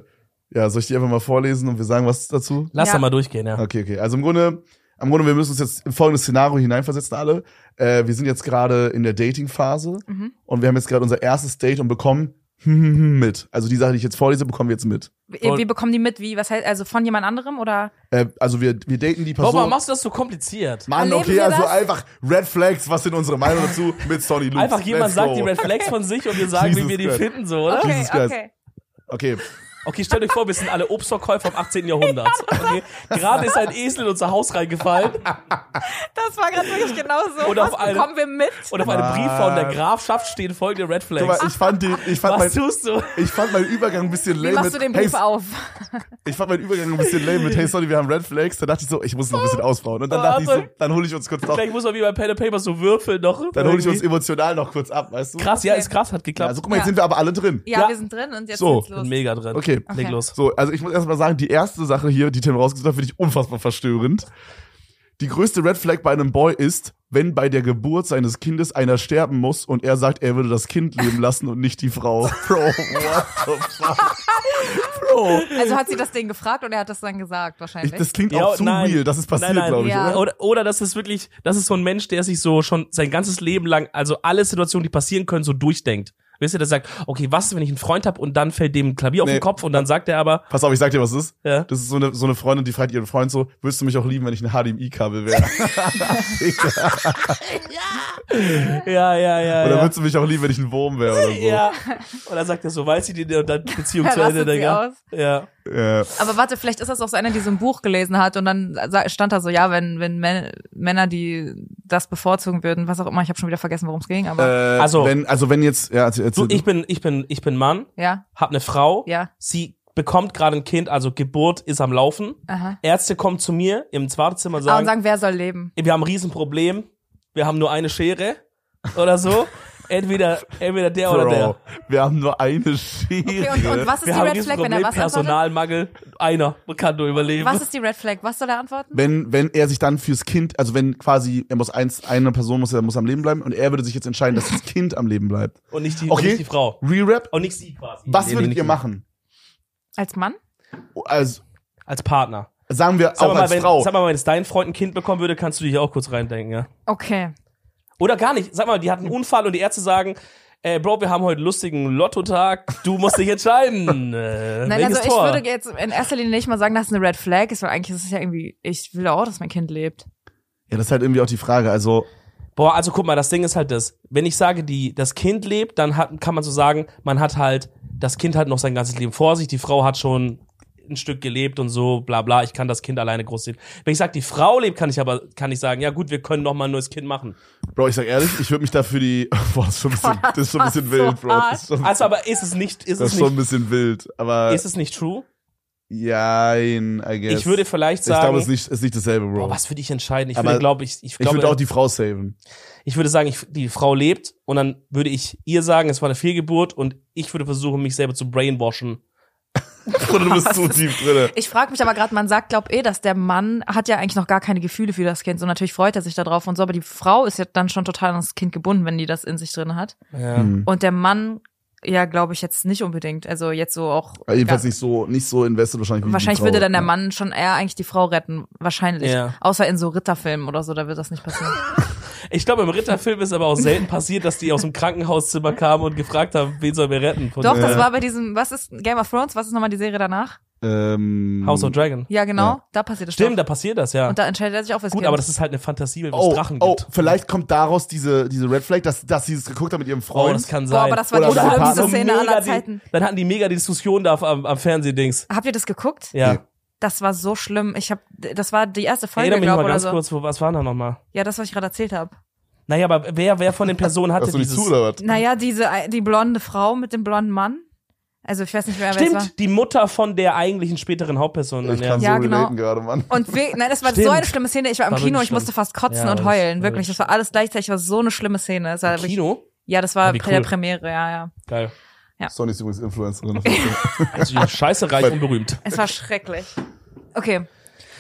A: ja, soll ich die einfach mal vorlesen und wir sagen was dazu?
B: Lass
C: Ja.
B: da mal durchgehen, ja.
A: Okay, okay. Also im Grunde, im Grunde, wir müssen uns jetzt in folgendes Szenario hineinversetzen, alle. Äh, wir sind jetzt gerade in der Dating-Phase
C: Mhm.
A: und wir haben jetzt gerade unser erstes Date und bekommen mit. Also die Sache, die ich jetzt vorlese, bekommen wir jetzt mit.
C: Wir, wir bekommen die mit, wie, was heißt, also von jemand anderem oder?
A: Äh, also wir, wir daten die
B: Warum
A: Person.
B: machst du das so kompliziert?
A: Mann,
C: Erleben
A: okay,
C: wir
A: also
C: das?
A: einfach Red Flags, was sind unsere Meinung dazu mit Sonny Loops.
B: Einfach jemand
A: Let's
B: sagt
A: go.
B: die Red Flags von sich und wir sagen,
A: (laughs)
B: wie
A: Jesus
B: wir die
A: Christ.
B: finden, so, oder?
A: Jesus Christ. Okay,
B: Okay, stellt euch vor, wir sind alle Obstverkäufer im 18. Jahrhundert. Okay? Gerade ist ein Esel in unser Haus reingefallen
C: Das war gerade wirklich genauso.
B: Und auf
C: Was
B: eine-
C: bekommen wir mit?
B: und auf einem Brief von der
A: Was?
B: Grafschaft stehen folgende Red
A: Guck mal,
B: Flags.
A: ich fand den, ich fand
B: Was
A: mein,
B: tust du?
A: ich fand meinen Übergang ein bisschen lame.
C: Wie machst
A: mit,
C: du den Brief
A: hey,
C: auf?
A: Ich fand meinen Übergang ein bisschen lame mit, hey, sorry, wir haben Red Flags. Da dachte ich so, ich muss noch ein
C: Oh.
A: bisschen ausbauen. Und dann dachte ich so, dann hole ich uns kurz noch,
B: Vielleicht muss man wie bei Pen and Paper so würfeln noch.
A: dann hole ich uns
B: irgendwie.
A: emotional noch kurz ab, weißt du?
B: Krass, ja, ist krass, hat
A: Ja,
B: geklappt.
A: also guck mal, jetzt
C: Ja.
A: sind wir aber alle drin.
C: Ja,
B: Ja.
C: wir sind drin und jetzt
A: So.
C: geht's los.
B: Bin mega drin.
A: Okay.
B: Leg
C: Okay.
B: los.
A: So, also ich muss erstmal sagen, die erste Sache hier, die Tim rausgesucht hat, finde ich unfassbar verstörend. Die größte Red Flag bei einem Boy ist, wenn bei der Geburt seines Kindes einer sterben muss und er sagt, er würde das Kind leben lassen und nicht die
B: (laughs)
A: Frau. Bro, what the fuck? Bro.
C: Also hat sie das Ding gefragt und er hat das dann gesagt wahrscheinlich.
A: Ich, das klingt
B: Ja,
A: auch zu
B: nein.
A: real, das ist passiert,
B: Nein, nein.
A: glaube ich,
C: Ja.
A: oder?
B: Oder, oder das ist wirklich, das ist so ein Mensch, der sich so schon sein ganzes Leben lang, also alle Situationen, die passieren können, so durchdenkt. Wisst ihr, der sagt, okay, was ist, wenn ich einen Freund habe und dann fällt dem ein Klavier auf
A: Nee.
B: den Kopf und dann sagt er aber,
A: Pass auf, ich sag dir, was es ist.
B: Ja.
A: Das ist so eine, so eine Freundin, die fragt ihren Freund so, willst du mich auch lieben, wenn ich ein HDMI-Kabel
B: (laughs)
A: wäre?
B: ja, ja, ja.
A: Oder
B: ja.
A: würdest du mich auch lieben, wenn ich ein Wurm wäre oder so?
B: ja. (laughs) Und dann sagt er so, weiß ich die und
C: (laughs)
B: dann Beziehung zu
C: Rastet
B: Ende,
C: sie
B: Digga.
C: aus.
B: Ja. Äh,
A: Ja.
C: Aber warte, vielleicht ist das auch so einer, der so ein Buch gelesen hat und dann sa- stand da so, ja, wenn, wenn Män- Männer, die das bevorzugen würden, was auch immer, ich habe schon wieder vergessen, worum es ging,
A: Äh,
C: aber
B: Also-
A: wenn, also wenn jetzt, ja, erzähl,
B: Du,
A: erzähl,
B: ich bin, ich bin, ich bin Mann,
C: ja,
B: hab eine Frau,
C: ja,
B: sie bekommt gerade ein Kind, also Geburt ist am Laufen.
C: aha.
B: Ärzte kommen zu mir im Wartezimmer und
C: Ah,
B: sagen,
C: und sagen, wer soll leben?
B: wir haben ein Riesenproblem, wir haben nur eine Schere oder
C: (laughs)
B: so. Entweder, entweder der oder
A: Bro,
B: der.
A: wir haben nur eine Schere.
C: Okay, und, und was ist
B: Wir
C: die
B: haben ein
C: Red Flag, wenn er
B: Riesenproblem,
C: was antwortet?
B: Personalmangel, einer kann nur überleben.
C: Was ist die Red Flag? Was soll er antworten?
A: wenn, wenn er sich dann fürs Kind, also wenn quasi, er muss eins, eine Person muss, er muss am Leben bleiben und er würde sich jetzt entscheiden, dass das Kind am Leben bleibt.
B: und nicht die, und
A: Okay.
B: nicht die Frau.
A: Re-Rap,
B: Und nicht sie quasi.
A: was
B: Nee, nee,
A: würdet
B: nicht
A: ihr
B: sie.
A: machen?
C: Als Mann?
A: Also,
B: Als Partner.
A: sagen wir
B: Sag
A: auch
B: mal,
A: als
B: wenn,
A: Frau.
B: Sag mal, wenn es dein Freund ein Kind bekommen würde, kannst du dich auch kurz reindenken, ja?
C: Okay.
B: Oder gar nicht. Sag mal, die hatten einen Unfall und die Ärzte sagen, äh, Bro, wir haben heute einen lustigen Lottotag, du musst
A: (laughs)
B: dich entscheiden. Äh,
C: Nein,
B: welches
C: also ich
B: Tor?
C: würde jetzt in erster Linie nicht mal sagen, dass es eine Red Flag ist, weil eigentlich ist es ja irgendwie, ich will auch, dass mein Kind lebt.
A: ja, das ist halt irgendwie auch die Frage. Also,
B: Boah, also guck mal, das Ding ist halt das, wenn ich sage, die, das Kind lebt, dann hat, kann man so sagen, man hat halt, das Kind hat noch sein ganzes Leben vor sich, die Frau hat schon ein Stück gelebt und so, bla bla, ich kann das Kind alleine großziehen. Wenn ich sage, die Frau lebt, kann ich aber, kann ich sagen, ja gut, wir können noch mal ein neues Kind machen.
A: Bro, ich sag ehrlich, ich würde mich da für die, (laughs) boah, das ist schon ein bisschen, das
B: (laughs)
A: ist schon ein bisschen
C: Das war
A: wild,
C: so
A: Bro. Das ist schon,
B: Also aber ist es nicht, ist
A: das
B: es
A: ist schon
B: nicht,
A: ein bisschen wild. Aber,
B: ist es nicht true?
A: jein, I guess.
B: Ich würde vielleicht
A: ich glaube,
B: sagen,
A: es ist nicht, es ist nicht dasselbe, Bro.
B: boah, was würde ich entscheiden? Ich
A: Aber
B: würde, glaube ich, ich
A: ich
B: glaube,
A: würde auch die Frau saven. (laughs)
B: ich würde sagen, ich, die Frau lebt und dann würde ich ihr sagen, es war eine Fehlgeburt und ich würde versuchen, mich selber zu brainwashen.
A: Bruder, du bist zu tief drinne.
C: Ich frage mich aber gerade, man sagt, glaub eh, dass der Mann hat ja eigentlich noch gar keine Gefühle für das Kind. So natürlich freut er sich darauf und so, aber die Frau ist ja dann schon total an das Kind gebunden, wenn die das in sich drin hat.
B: Ja.
A: Hm.
C: Und der Mann, ja, glaube ich jetzt nicht unbedingt. Also jetzt so auch.
A: Aber Jedenfalls
C: Ja,
A: nicht so, nicht so invested wahrscheinlich. Wie die
C: wahrscheinlich
A: Frau.
C: würde dann der Mann schon eher eigentlich die Frau retten, wahrscheinlich.
B: Ja.
C: Außer in so Ritterfilmen oder so, da wird das
B: (laughs)
C: nicht passieren.
B: Ich glaube, im Ritterfilm ist aber auch selten passiert, dass die aus dem Krankenhauszimmer kamen und gefragt haben, wen sollen wir retten? Von äh,
C: Doch, das
A: Ja.
C: war bei diesem, was ist Game of Thrones? Was ist nochmal die Serie danach?
A: Ähm,
B: House of Dragon.
C: Ja, genau,
A: Ja.
C: da passiert das.
B: Stimmt, da
C: doch.
B: passiert das, ja.
C: Und da entscheidet er sich auch fürs
B: Gut,
C: Kind.
B: aber das ist halt eine Fantasie, wenn es
A: oh,
B: Drachen
A: oh,
B: gibt.
A: vielleicht kommt daraus diese, diese Red Flag, dass, dass sie es geguckt hat mit ihrem
B: Oh,
A: Freund.
B: das kann sein.
C: Boah, aber das war
A: Oder
C: die
A: so
C: schlimmste
A: Partner.
C: Szene
B: mega
C: aller
B: die-
C: Zeiten.
B: Dann hatten die mega die Diskussion da auf- am, am Fernsehdings.
C: Habt ihr das geguckt?
B: Ja.
A: Nee.
C: Das war so schlimm. Ich habe, das war die erste Folge,
B: Erinnere mich
C: glaube
B: mal
C: oder
B: ganz
C: so.
B: kurz, wo, was waren da nochmal?
C: Ja, das, was ich gerade erzählt habe.
B: Naja, aber wer, wer von den Personen
A: (laughs)
B: hatte
A: Hast du nicht
B: dieses...
A: zu, oder was?
C: Naja, diese äh, die blonde Frau mit dem blonden Mann. Also ich weiß nicht mehr, wer es war.
B: Stimmt, die Mutter von der eigentlichen späteren Hauptperson.
A: Ich
B: ja.
A: kann
C: Ja,
A: so
C: genau.
A: relaten gerade, Mann.
C: Und wir, nein, das war
B: Stimmt.
C: so eine schlimme Szene. Ich war im
B: War
C: Kino,
B: wirklich
C: ich musste
B: schlimm.
C: fast kotzen
B: Ja,
C: und
B: das- war
C: heulen. Wirklich,
B: wirklich-
C: das war alles gleichzeitig. Das war so eine schlimme Szene. Das war
B: Im
C: wirklich-
B: Kino?
C: Ja, das war
B: Ja, wie
C: bei der
B: cool.
C: Premiere, ja, ja.
B: Geil.
A: Sony ist übrigens
B: (laughs)
A: Influencerin.
B: Also die Scheiße reich und berühmt.
C: Es war schrecklich. Okay,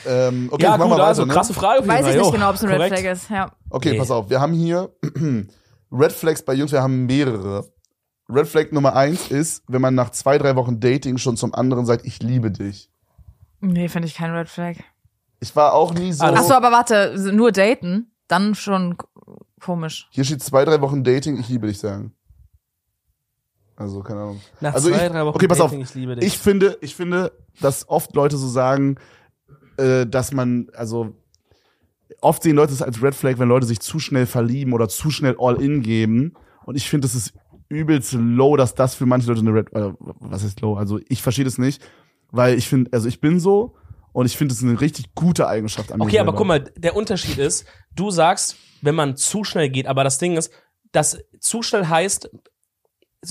A: ähm, okay,
B: ja,
A: mach mal
B: gut,
A: weiter,
B: also
A: ne?
B: krasse Frage. auf jeden
C: weiß
B: Fall,
C: ich nicht
B: jo.
C: genau, ob es eine Red
B: Korrekt.
C: Flag ist. Ja.
A: Okay,
B: Nee.
A: pass auf. Wir haben hier (clears throat) Red Flags bei Jungs. Wir haben mehrere. Red Flag Nummer eins ist, wenn man nach zwei, drei Wochen Dating schon zum anderen sagt, ich liebe dich.
C: Nee, finde ich kein Red Flag.
A: Ich war auch nie so.
B: Ah,
C: Ach so, aber warte, nur daten, dann schon k- komisch.
A: Hier steht zwei, drei Wochen Dating, ich liebe dich sagen. Also, keine Ahnung.
B: Nach
A: Also
B: zwei,
A: ich-
B: drei Wochen
A: okay, pass auf.
B: Dating, ich liebe dich.
A: Ich finde, ich finde, dass oft Leute so sagen, äh, dass man, also oft sehen Leute es als Red Flag, wenn Leute sich zu schnell verlieben oder zu schnell all in geben. Und ich finde, das ist übelst low, dass das für manche Leute eine Red, äh, was ist low? Also ich verstehe das nicht, weil ich finde, also ich bin so und ich finde es eine richtig gute Eigenschaft an mir.
B: Okay, aber
A: selber.
B: guck mal, der Unterschied ist, du sagst, wenn man zu schnell geht, aber das Ding ist, dass zu schnell heißt,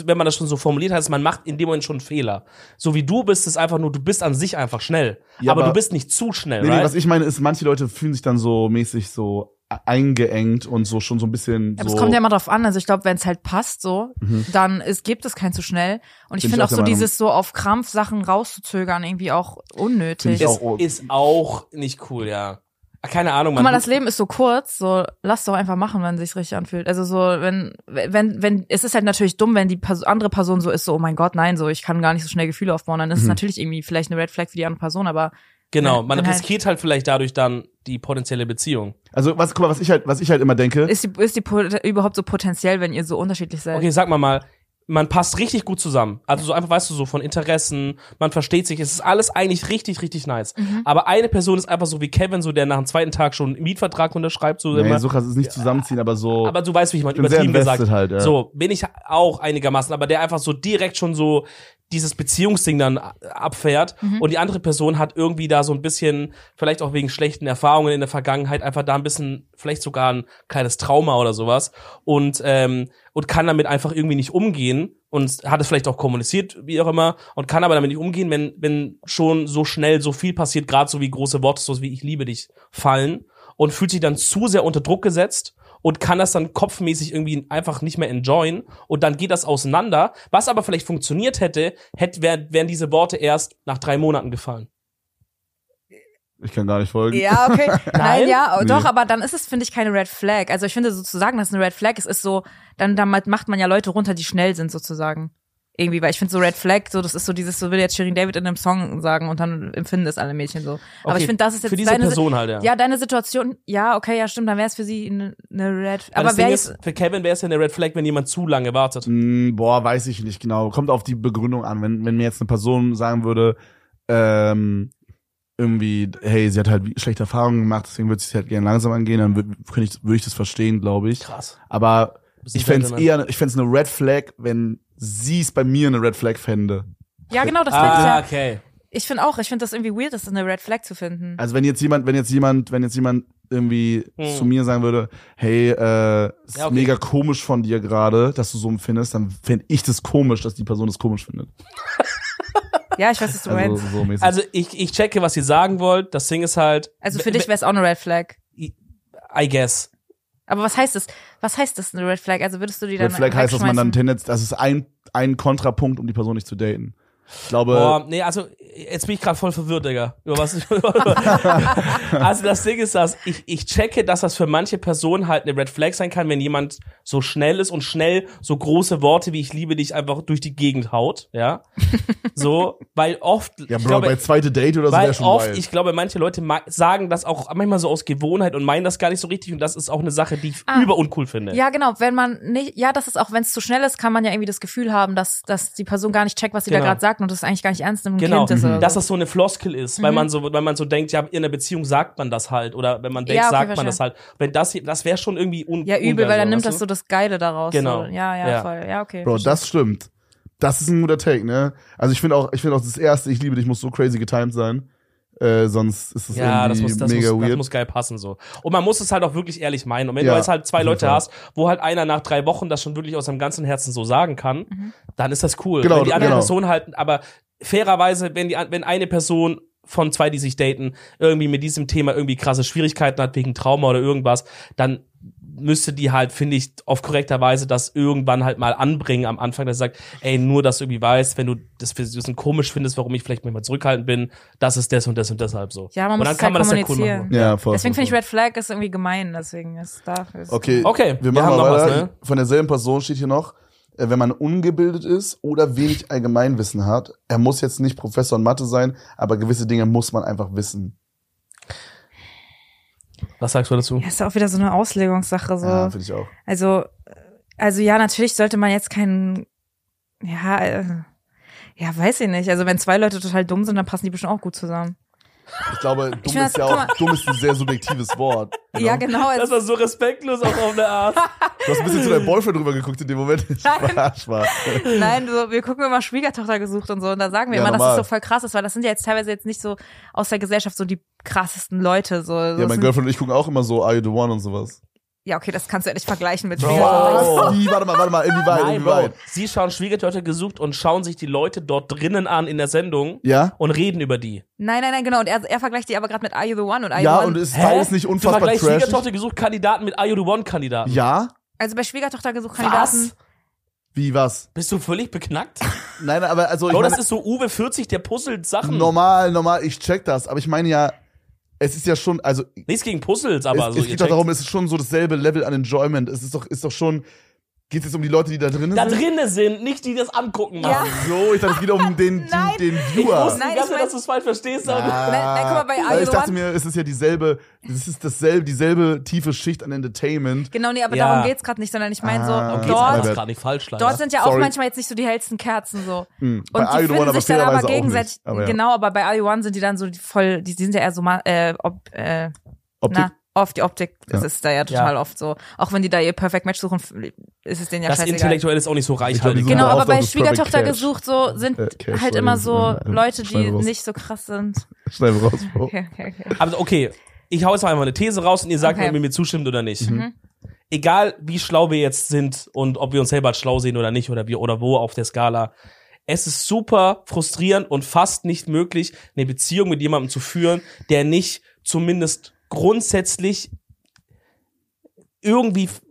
B: wenn man das schon so formuliert heißt, man macht in dem Moment schon einen Fehler. So wie du bist, ist einfach nur, du bist an sich einfach schnell.
A: Ja,
B: aber,
A: aber-
B: du bist nicht zu schnell,
A: Nee, nee,
B: right?
A: was ich meine ist, manche Leute fühlen sich dann so mäßig so eingeengt und so schon so ein bisschen so.
C: Ja, aber es kommt ja immer drauf an. Also ich glaube, wenn es halt passt so,
A: Mhm.
C: dann ist, gibt es kein zu schnell. Und ich
A: Bin ich auch
C: finde auch so
A: der Meinung.
C: dieses so auf Krampf Sachen rauszuzögern irgendwie auch unnötig.
A: Finde ich
B: ist,
A: auch oh.
B: ist auch nicht cool, ja. Ah, Keine Ahnung, man.
C: Guck mal, das Leben ist so kurz, so lass doch einfach machen, wenn sich's richtig anfühlt. Also so, wenn wenn wenn es ist halt natürlich dumm, wenn die Perso andere Person so ist, so oh mein Gott, nein, so ich kann gar nicht so schnell Gefühle aufbauen, dann ist es
A: Mhm.
C: natürlich irgendwie vielleicht eine Red Flag für die andere Person, aber
B: genau, man
C: Wenn halt-
B: riskiert halt vielleicht dadurch dann die potenzielle Beziehung.
A: also was, guck mal, was ich halt, was ich halt immer denke.
C: ist die ist die po- überhaupt so potenziell, wenn ihr so unterschiedlich seid?
B: Okay, sag mal mal, man passt richtig gut zusammen. Also so einfach, weißt du, so von Interessen, man versteht sich, es ist alles eigentlich richtig, richtig nice.
C: Mhm.
B: Aber eine Person ist einfach so wie Kevin, so der nach dem zweiten Tag schon einen Mietvertrag unterschreibt, so
A: nee,
B: immer.
A: so krass ist es nicht zusammenziehen, aber so.
B: aber du weißt, wie ich meine,
A: bin sehr
B: übertrieben
A: invested
B: gesagt.
A: halt, ja.
B: So, bin ich auch einigermaßen, aber der einfach so direkt schon so dieses Beziehungsding dann a- abfährt und die andere Person hat irgendwie da so ein bisschen, vielleicht auch wegen schlechten Erfahrungen in der Vergangenheit, einfach da ein bisschen, vielleicht sogar ein kleines Trauma oder sowas und, ähm, und kann damit einfach irgendwie nicht umgehen und hat es vielleicht auch kommuniziert, wie auch immer, und kann aber damit nicht umgehen, wenn, wenn schon so schnell so viel passiert, gerade so wie große Worte, so wie ich liebe dich, fallen und fühlt sich dann zu sehr unter Druck gesetzt und kann das dann kopfmäßig irgendwie einfach nicht mehr enjoyen und dann geht das auseinander. Was aber vielleicht funktioniert hätte, hätte wär, wären diese Worte erst nach drei Monaten gefallen.
A: ich kann gar nicht folgen.
C: Ja,
B: (laughs)
C: okay. Nein,
B: Nein?
C: ja,
A: Nee.
C: doch, aber dann ist es, finde ich, keine Red Flag. Also ich finde sozusagen, dass es eine Red Flag ist, ist so, dann damit macht man ja Leute runter, die schnell sind sozusagen. Irgendwie, weil ich finde so Red Flag, so das ist so dieses, so will jetzt Shirin David in einem Song sagen und dann empfinden es alle Mädchen so. Aber
B: Okay,
C: ich finde, das ist jetzt
B: Für diese
C: deine,
B: Person halt, ja.
C: ja, deine Situation, ja, okay, ja, stimmt, dann wäre es für sie eine eine Red
B: Weil
C: Aber
B: das
C: wer Hm.
B: Ding
C: jetzt,
B: ist, für Kevin wäre es ja eine Red Flag, wenn jemand zu lange wartet.
A: Mm, boah, weiß ich nicht genau. Kommt auf die Begründung an. Wenn, wenn mir jetzt eine Person sagen würde, ähm, irgendwie, hey, sie hat halt wie- schlechte Erfahrungen gemacht, deswegen würde sie es halt gerne langsam angehen, dann würde ich, würd ich das verstehen, glaube ich.
B: Krass.
A: Aber
B: Bist ein
A: ich fände es
B: Gentleman.
A: eher, ich fände es eine Red Flag, wenn sie es bei mir eine Red Flag fände.
C: ja, genau, das finde ich
B: Ah,
C: ja.
B: okay.
C: Ich finde auch, ich finde das irgendwie weird, das eine Red Flag zu finden.
A: Also wenn jetzt jemand, wenn jetzt jemand, wenn jetzt jemand irgendwie
B: Hm.
A: zu mir sagen würde, hey, äh, ist
B: Ja, okay.
A: mega komisch von dir gerade, dass du so empfindest, dann fände ich das komisch, dass die Person das komisch findet.
C: ja, ich weiß, was du
A: Also
C: meinst.
A: so mäßig.
B: Also ich, ich checke, was ihr sagen wollt. Das Ding ist halt.
C: Also
B: w-
C: für dich
B: w-
C: wäre es auch eine Red Flag.
B: I guess.
C: Aber was heißt das? Was heißt das eine Red Flag? Also würdest du die dann
A: Red Flag heißt, dass man dann
C: wegschmeißen?
A: tendenziell, das ist ein, ein Kontrapunkt, um die Person nicht zu daten. Ich glaube,
B: Boah, nee, also jetzt bin ich gerade voll verwirrt, Digga. Über was (laughs) also das Ding ist das, ich, ich checke, dass das für manche Personen halt eine Red Flag sein kann, wenn jemand so schnell ist und schnell so große Worte wie ich liebe dich einfach durch die Gegend haut, ja. So, weil oft,
A: ja,
B: ich
A: Bro,
B: glaube,
A: bei zweite Date oder so
B: weil
A: wäre schon
B: oft,
A: wild.
B: ich glaube, manche Leute ma- sagen das auch manchmal so aus Gewohnheit und meinen das gar nicht so richtig und das ist auch eine Sache, die ich
C: Ah.
B: überuncool finde.
C: Ja, genau, wenn man nicht, ja, das ist auch, wenn es zu schnell ist, kann man ja irgendwie das Gefühl haben, dass, dass die Person gar nicht checkt, was sie da
B: Genau.
C: gerade sagt und das eigentlich gar nicht ernst nimmt und
B: Genau,
C: Kind ist. Oder
B: dass
C: so. Mhm.
B: das so eine Floskel ist, weil man so, weil man so denkt, ja, in einer Beziehung sagt man das halt oder wenn man denkt,
C: Ja, okay,
B: sagt man
C: verstehe.
B: das halt. Wenn das, hier- das wäre schon irgendwie un
C: Ja, übel,
B: ungeil,
C: weil dann nimmt
B: weißt
C: das so
B: du?
C: das Geile daraus.
B: Genau.
C: So. Ja, ja,
B: Ja.
C: voll. Ja, okay.
A: Bro, das stimmt. Das ist ein guter Take, ne? Also ich finde auch, ich finde auch das erste, ich liebe dich, muss so crazy getimed sein. Äh, sonst ist das
B: Ja, das
A: irgendwie
B: muss, das, muss,
A: mega
B: das
A: weird.
B: muss geil passen so. Und man muss es halt auch wirklich ehrlich meinen. Und wenn
A: Ja,
B: du jetzt halt zwei
A: auf jeden
B: Leute
A: Fall.
B: hast, wo halt einer nach drei Wochen das schon wirklich aus seinem ganzen Herzen so sagen kann,
C: Mhm.
B: dann ist das cool.
A: Genau,
B: wenn die andere
A: genau.
B: Person halt, aber fairerweise, wenn die, an- wenn eine Person von zwei, die sich daten, irgendwie mit diesem Thema irgendwie krasse Schwierigkeiten hat wegen Trauma oder irgendwas, dann müsste die halt, finde ich, auf korrekter Weise das irgendwann halt mal anbringen am Anfang, dass sie sagt, ey, nur, dass du irgendwie weißt, wenn du das für ein bisschen komisch findest, warum ich vielleicht manchmal zurückhaltend bin, das ist das und das und deshalb so.
C: Ja, man
B: und
C: muss
B: dann
C: es
B: kann
C: halt
B: man das ja cool
C: kommunizieren.
B: machen.
A: ja, voll.
C: deswegen
A: voll,
C: finde ich Red Flag ist irgendwie gemein, deswegen ist dafür. ist-
A: Okay,
B: Okay,
A: wir
B: wir
A: machen
B: haben
A: mal
B: noch was,
A: weiter.
B: ne?
A: Von derselben Person steht hier noch, äh, wenn man ungebildet ist oder wenig Allgemeinwissen hat, er muss jetzt nicht Professor in Mathe sein, aber gewisse Dinge muss man einfach wissen.
B: Was sagst du dazu?
C: Ja, ist ja auch wieder so eine Auslegungssache, so.
A: Ja, finde ich auch.
C: Also, also ja, natürlich sollte man jetzt keinen, ja, äh, ja, weiß ich nicht. Also wenn zwei Leute total dumm sind, dann passen die bestimmt auch gut zusammen.
A: Ich glaube, dumm
C: find
A: ist
C: das-
A: ja
C: guck
A: auch,
C: mal.
A: dumm ist ein sehr subjektives Wort. you
C: Ja,
A: know?
C: genau.
B: Das
C: Es,
B: war so respektlos auch auf
A: (laughs)
B: eine Art.
A: Du hast ein bisschen zu deinem Boyfriend drüber geguckt in dem
C: (laughs)
A: Moment.
C: Nein.
A: Spaß, Spaß.
C: nein, so, wir gucken immer Schwiegertochter gesucht und so. Und dann sagen wir
A: Ja,
C: immer,
A: normal.
C: dass das so voll krass ist, weil das sind ja jetzt teilweise jetzt nicht so aus der Gesellschaft so die krassesten Leute. So.
A: Ja,
C: Das
A: mein
C: sind-
A: Girlfriend und ich gucken auch immer so Are You The One und sowas.
C: ja, okay, das kannst du ja nicht vergleichen mit Schwiegertochter.
B: Bro.
A: Wie, warte mal, warte mal, inwieweit,
B: Nein, Bro.
A: inwieweit?
B: Sie schauen Schwiegertöchter gesucht und schauen sich die Leute dort drinnen an in der Sendung
A: Ja?
B: und reden über die.
C: Nein, nein, nein, genau. Und er, er vergleicht die aber gerade mit Are You The One und Are
A: Ja,
C: You The
A: und
C: One.
A: ist beides nicht
B: Du
A: unfassbar
B: vergleichst
A: trash.
B: Schwiegertochter gesucht Kandidaten mit Are You The One-Kandidaten.
A: Ja?
C: Also bei Schwiegertochter gesucht Kandidaten.
B: Was?
A: Wie, was?
B: Bist du völlig beknackt?
A: Nein, aber also, ich
B: Bro, das
A: meine,
B: ist so Uwe 40, der puzzelt
C: Hm.
B: Sachen.
A: normal, normal, ich check das, aber ich meine ja, es ist ja schon, also
B: Nichts gegen Puzzles, aber
A: es,
B: so
A: es
B: ihr
A: geht doch
B: checkt-
A: darum, es ist schon so dasselbe Level an Enjoyment. Es ist doch, ist doch schon. Geht es um die Leute, die da drin
B: da
A: sind?
B: drinnen sind, nicht die das angucken machen.
C: Ja.
A: Ach so, ich dachte, es geht
C: (laughs)
A: um den,
C: Nein.
A: die, den
B: Ich
A: Viewer.
B: wusste
C: Nein,
B: die
C: ich
B: ganze Zeit,
C: mein-
B: dass du es falsch verstehst,
A: Ah.
B: aber
C: nein, guck mal, bei
A: Weil ich
C: Are You
A: dachte
C: The One.
A: mir, es ist ja dieselbe, es ist dasselbe, dieselbe tiefe Schicht an Entertainment.
C: Genau, nee, aber
B: Ja.
C: darum geht's gerade nicht, sondern ich
A: Ah,
C: meine
B: okay,
C: so,
A: okay,
B: jetzt
A: my
B: war
A: bad.
C: dort,
B: das gerade nicht falsch, leider.
C: dort sind ja auch
A: Sorry.
C: manchmal jetzt nicht so die hellsten Kerzen so.
A: Hm.
C: Und
A: Bei
C: die
A: Iron One
C: finden
A: aber
C: sich dann aber
A: fairerweise auch
C: gegenseitig,
A: nicht. Aber ja.
C: genau, aber bei IU1 sind die dann so die voll, die sind ja eher so mal, äh, ob, äh, na, auf die Optik, das
A: Ja.
C: ist da ja total
B: Ja.
C: oft so. Auch wenn die da ihr Perfect Match suchen, f- ist es denen ja
B: das
C: scheißegal.
B: intellektuell ist auch nicht so
A: Ich glaub, die
B: reichhaltig.
A: suchen
C: Genau,
A: da
C: aber
A: oft auch
C: bei
A: das
C: Schwiegertochter
A: Perfect Catch.
C: gesucht so sind
A: Äh, Catch,
C: halt
A: sorry,
C: immer so
A: äh,
C: Leute, die
A: schneiden raus.
C: nicht so krass sind.
A: Schnell raus,
C: (laughs)
A: Bro.
C: Okay, okay, okay.
B: Also okay, ich hau jetzt mal einfach eine These raus und ihr sagt
C: Okay. Mhm.
B: mir, ob ihr mir zustimmt oder nicht.
A: Mhm.
B: Egal, wie schlau wir jetzt sind und ob wir uns selber als schlau sehen oder nicht oder wie oder wo auf der Skala. Es ist super frustrierend und fast nicht möglich, eine Beziehung mit jemandem zu führen, der nicht zumindest grundsätzlich irgendwie f-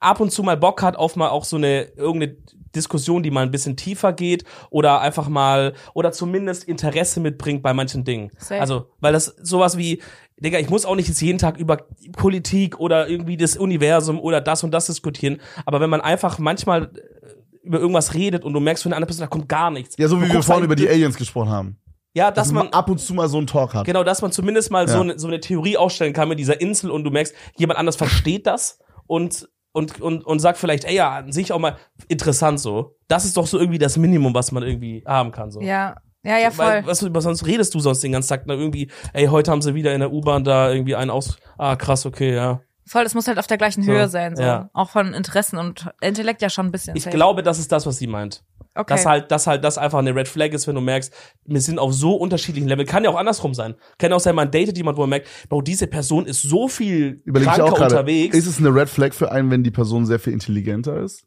B: ab und zu mal Bock hat auf mal auch so eine irgendeine Diskussion, die mal ein bisschen tiefer geht oder einfach mal oder zumindest Interesse mitbringt bei manchen Dingen.
C: Safe.
B: Also, weil das sowas wie Digga, ich muss auch nicht jetzt jeden Tag über Politik oder irgendwie das Universum oder das und das diskutieren, aber wenn man einfach manchmal äh, über irgendwas redet und du merkst von der anderen Person, da kommt gar nichts.
A: Ja, so
B: Du
A: wie wir
B: guckst
A: vorhin
B: halt-
A: über die Aliens gesprochen haben.
B: Ja,
A: Dass,
B: dass man
A: man ab und zu mal so einen Talk hat.
B: Genau, dass man zumindest mal so,
A: Ja.
B: eine, so eine Theorie aufstellen kann mit dieser Insel und du merkst, jemand anders versteht das und, und, und, und sagt vielleicht, ey, ja, an sich auch mal interessant so. Das ist doch so irgendwie das Minimum, was man irgendwie haben kann. So.
C: Ja, ja, ja, voll.
B: Weil, was, was sonst redest du sonst den ganzen Tag? Na, irgendwie, ey, heute haben sie wieder in der U-Bahn da irgendwie einen aus. Ah, krass, okay, ja.
C: Voll, es muss halt auf der gleichen
B: So,
C: Höhe sein, so.
B: ja.
C: Auch von Interessen und Intellekt ja schon ein bisschen.
B: Ich
C: safe.
B: glaube, das ist das, was sie meint.
C: okay.
B: Dass halt, dass halt das einfach eine Red Flag ist, wenn du merkst, wir sind auf so unterschiedlichen Level. Kann ja auch andersrum sein. Kann auch sein, man datet jemand, wo man merkt, Bro, diese Person ist so viel
A: Überleg ich
B: kranker
A: auch gerade.
B: unterwegs.
A: Ist es eine Red Flag für einen, wenn die Person sehr viel intelligenter ist?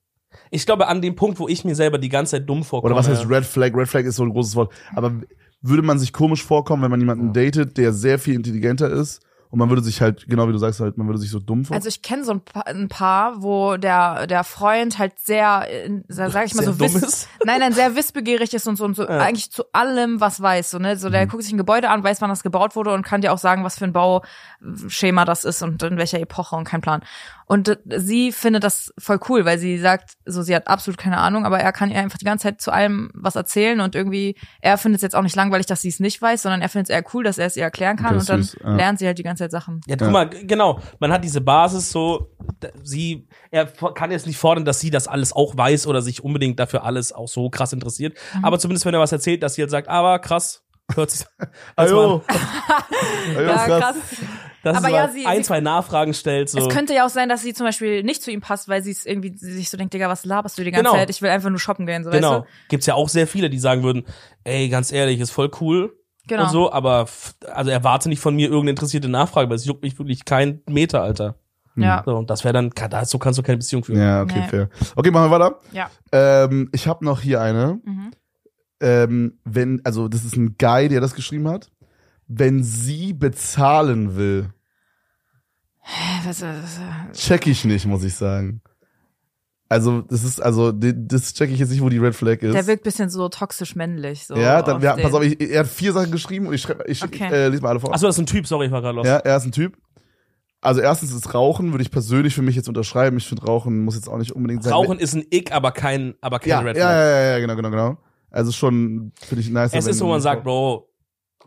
B: Ich glaube, an dem Punkt, wo ich mir selber die ganze Zeit dumm vorkomme.
A: Oder was heißt Red Flag? Red Flag ist so ein großes Wort. Aber w- würde man sich komisch vorkommen, wenn man jemanden datet, der sehr viel intelligenter ist? Und man würde sich halt, genau wie du sagst, halt, man würde sich so dumm vorkommen.
C: Also ich kenne so ein paar, ein paar, wo der der Freund halt sehr, äh, sa- sag ich mal
B: Sehr
C: so
B: dumm
C: wiss-
B: ist.
C: (laughs) nein, nein, sehr wissbegierig ist und so und so eigentlich zu allem was weiß, so ne, so der guckt sich ein Gebäude an, weiß wann das gebaut wurde und kann dir auch sagen, was für ein Bauschema das ist und in welcher Epoche und kein Plan. Und äh, sie findet das voll cool, weil sie sagt, so sie hat absolut keine Ahnung, aber er kann ihr einfach die ganze Zeit zu allem was erzählen und irgendwie er findet es jetzt auch nicht langweilig, dass sie es nicht weiß, sondern er findet es eher cool, dass er es ihr erklären kann
A: Okay,
C: und dann
A: süß, ja.
C: lernt sie halt die ganze Zeit Sachen.
B: Ja, guck
A: Ja.
B: mal, g- genau. Man hat diese Basis so, d- sie, er f- kann jetzt nicht fordern, dass sie das alles auch weiß oder sich unbedingt dafür alles auch so krass interessiert.
C: Mhm.
B: Aber zumindest, wenn er was erzählt, dass sie halt sagt, aber krass, hört
A: (laughs)
B: sich, dass man,
A: Ajo.
B: (laughs)
C: (laughs)
A: Ajo,
B: dass
C: Aber
B: sie
C: ja,
B: mal
C: sie-
B: ein,
C: sie-
B: zwei Nachfragen stellt, so.
C: Es könnte ja auch sein, dass sie zum Beispiel nicht zu ihm passt, weil sie es irgendwie sich so denkt, Digga, was laberst du die ganze
B: Genau.
C: Zeit? Ich will einfach nur shoppen gehen, so
B: genau.
C: weißt du?
B: Gibt's ja auch sehr viele, die sagen würden, ey, ganz ehrlich, ist voll cool.
C: Genau.
B: Und so, aber, f- also erwarte nicht von mir irgendeine interessierte Nachfrage, weil es juckt mich wirklich kein Meter, Alter.
C: Ja.
B: So, und das wäre dann, ka- so kannst du keine Beziehung führen.
A: Ja, okay,
C: Nee.
A: fair. Okay, machen wir weiter.
C: Ja.
A: Ähm, ich habe noch hier eine.
B: Mhm.
C: Mhm.
A: Ähm, wenn, also das ist ein Guy, der das geschrieben hat. Wenn sie bezahlen will,
C: Äh, was- was- was-
A: check ich nicht, muss ich sagen. Also, das ist, also, di- das check ich jetzt nicht, wo die Red Flag ist.
C: Der wirkt bisschen so toxisch männlich. So
A: ja, dann,
C: auf
A: wir, pass
C: den-
A: auf, ich, er hat vier Sachen geschrieben und ich schreibe, ich
C: Okay.
A: äh, lese mal alle vor.
B: Achso, das ist ein Typ, sorry, ich war gerade los.
A: Ja, er ist ein Typ. Also erstens ist Rauchen, würde ich persönlich für mich jetzt unterschreiben. Ich finde Rauchen muss jetzt auch nicht unbedingt sein.
B: Rauchen ist ein Ick, aber kein, aber kein
A: ja,
B: Red
A: ja,
B: Flag.
A: ja, ja, ja, genau, genau, genau. Also schon finde ich nice.
B: Es ist, wo
A: (laughs)
B: man sagt, Bro,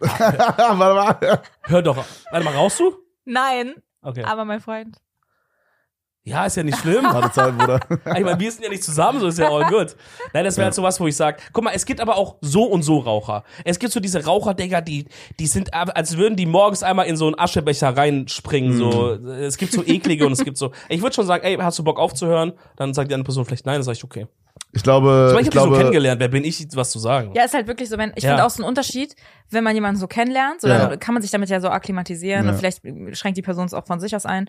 A: Warte mal.
B: hör doch, warte mal, rauchst du?
C: Nein,
B: Okay.
C: aber mein Freund.
B: Ja, ist ja nicht schlimm.
A: Harte Zeit, Bruder.
B: Ich meine, wir sind ja nicht zusammen, so ist ja all good. Nein, das wäre halt so was, wo ich sage, guck mal, es gibt aber auch so und so Raucher. Es gibt so diese Raucherdigger, die, die sind, ab- als würden die morgens einmal in so einen Aschebecher reinspringen. So,
A: Hm.
B: es gibt so eklige und es gibt so. Ich würde schon sagen, ey, hast du Bock aufzuhören? Dann sagt die andere Person vielleicht nein, dann sag ich okay.
A: Ich glaube, Äh, ich
B: Aber ich habe dich so
A: glaube,
B: kennengelernt. Wer bin ich, was zu sagen?
C: Ja, ist halt wirklich so, wenn, ich
B: Ja.
C: finde auch so einen Unterschied, wenn man jemanden so kennenlernt, so,
A: Ja.
C: dann kann man sich damit ja so akklimatisieren
A: Ja.
C: und vielleicht schränkt die Person es auch von sich aus ein.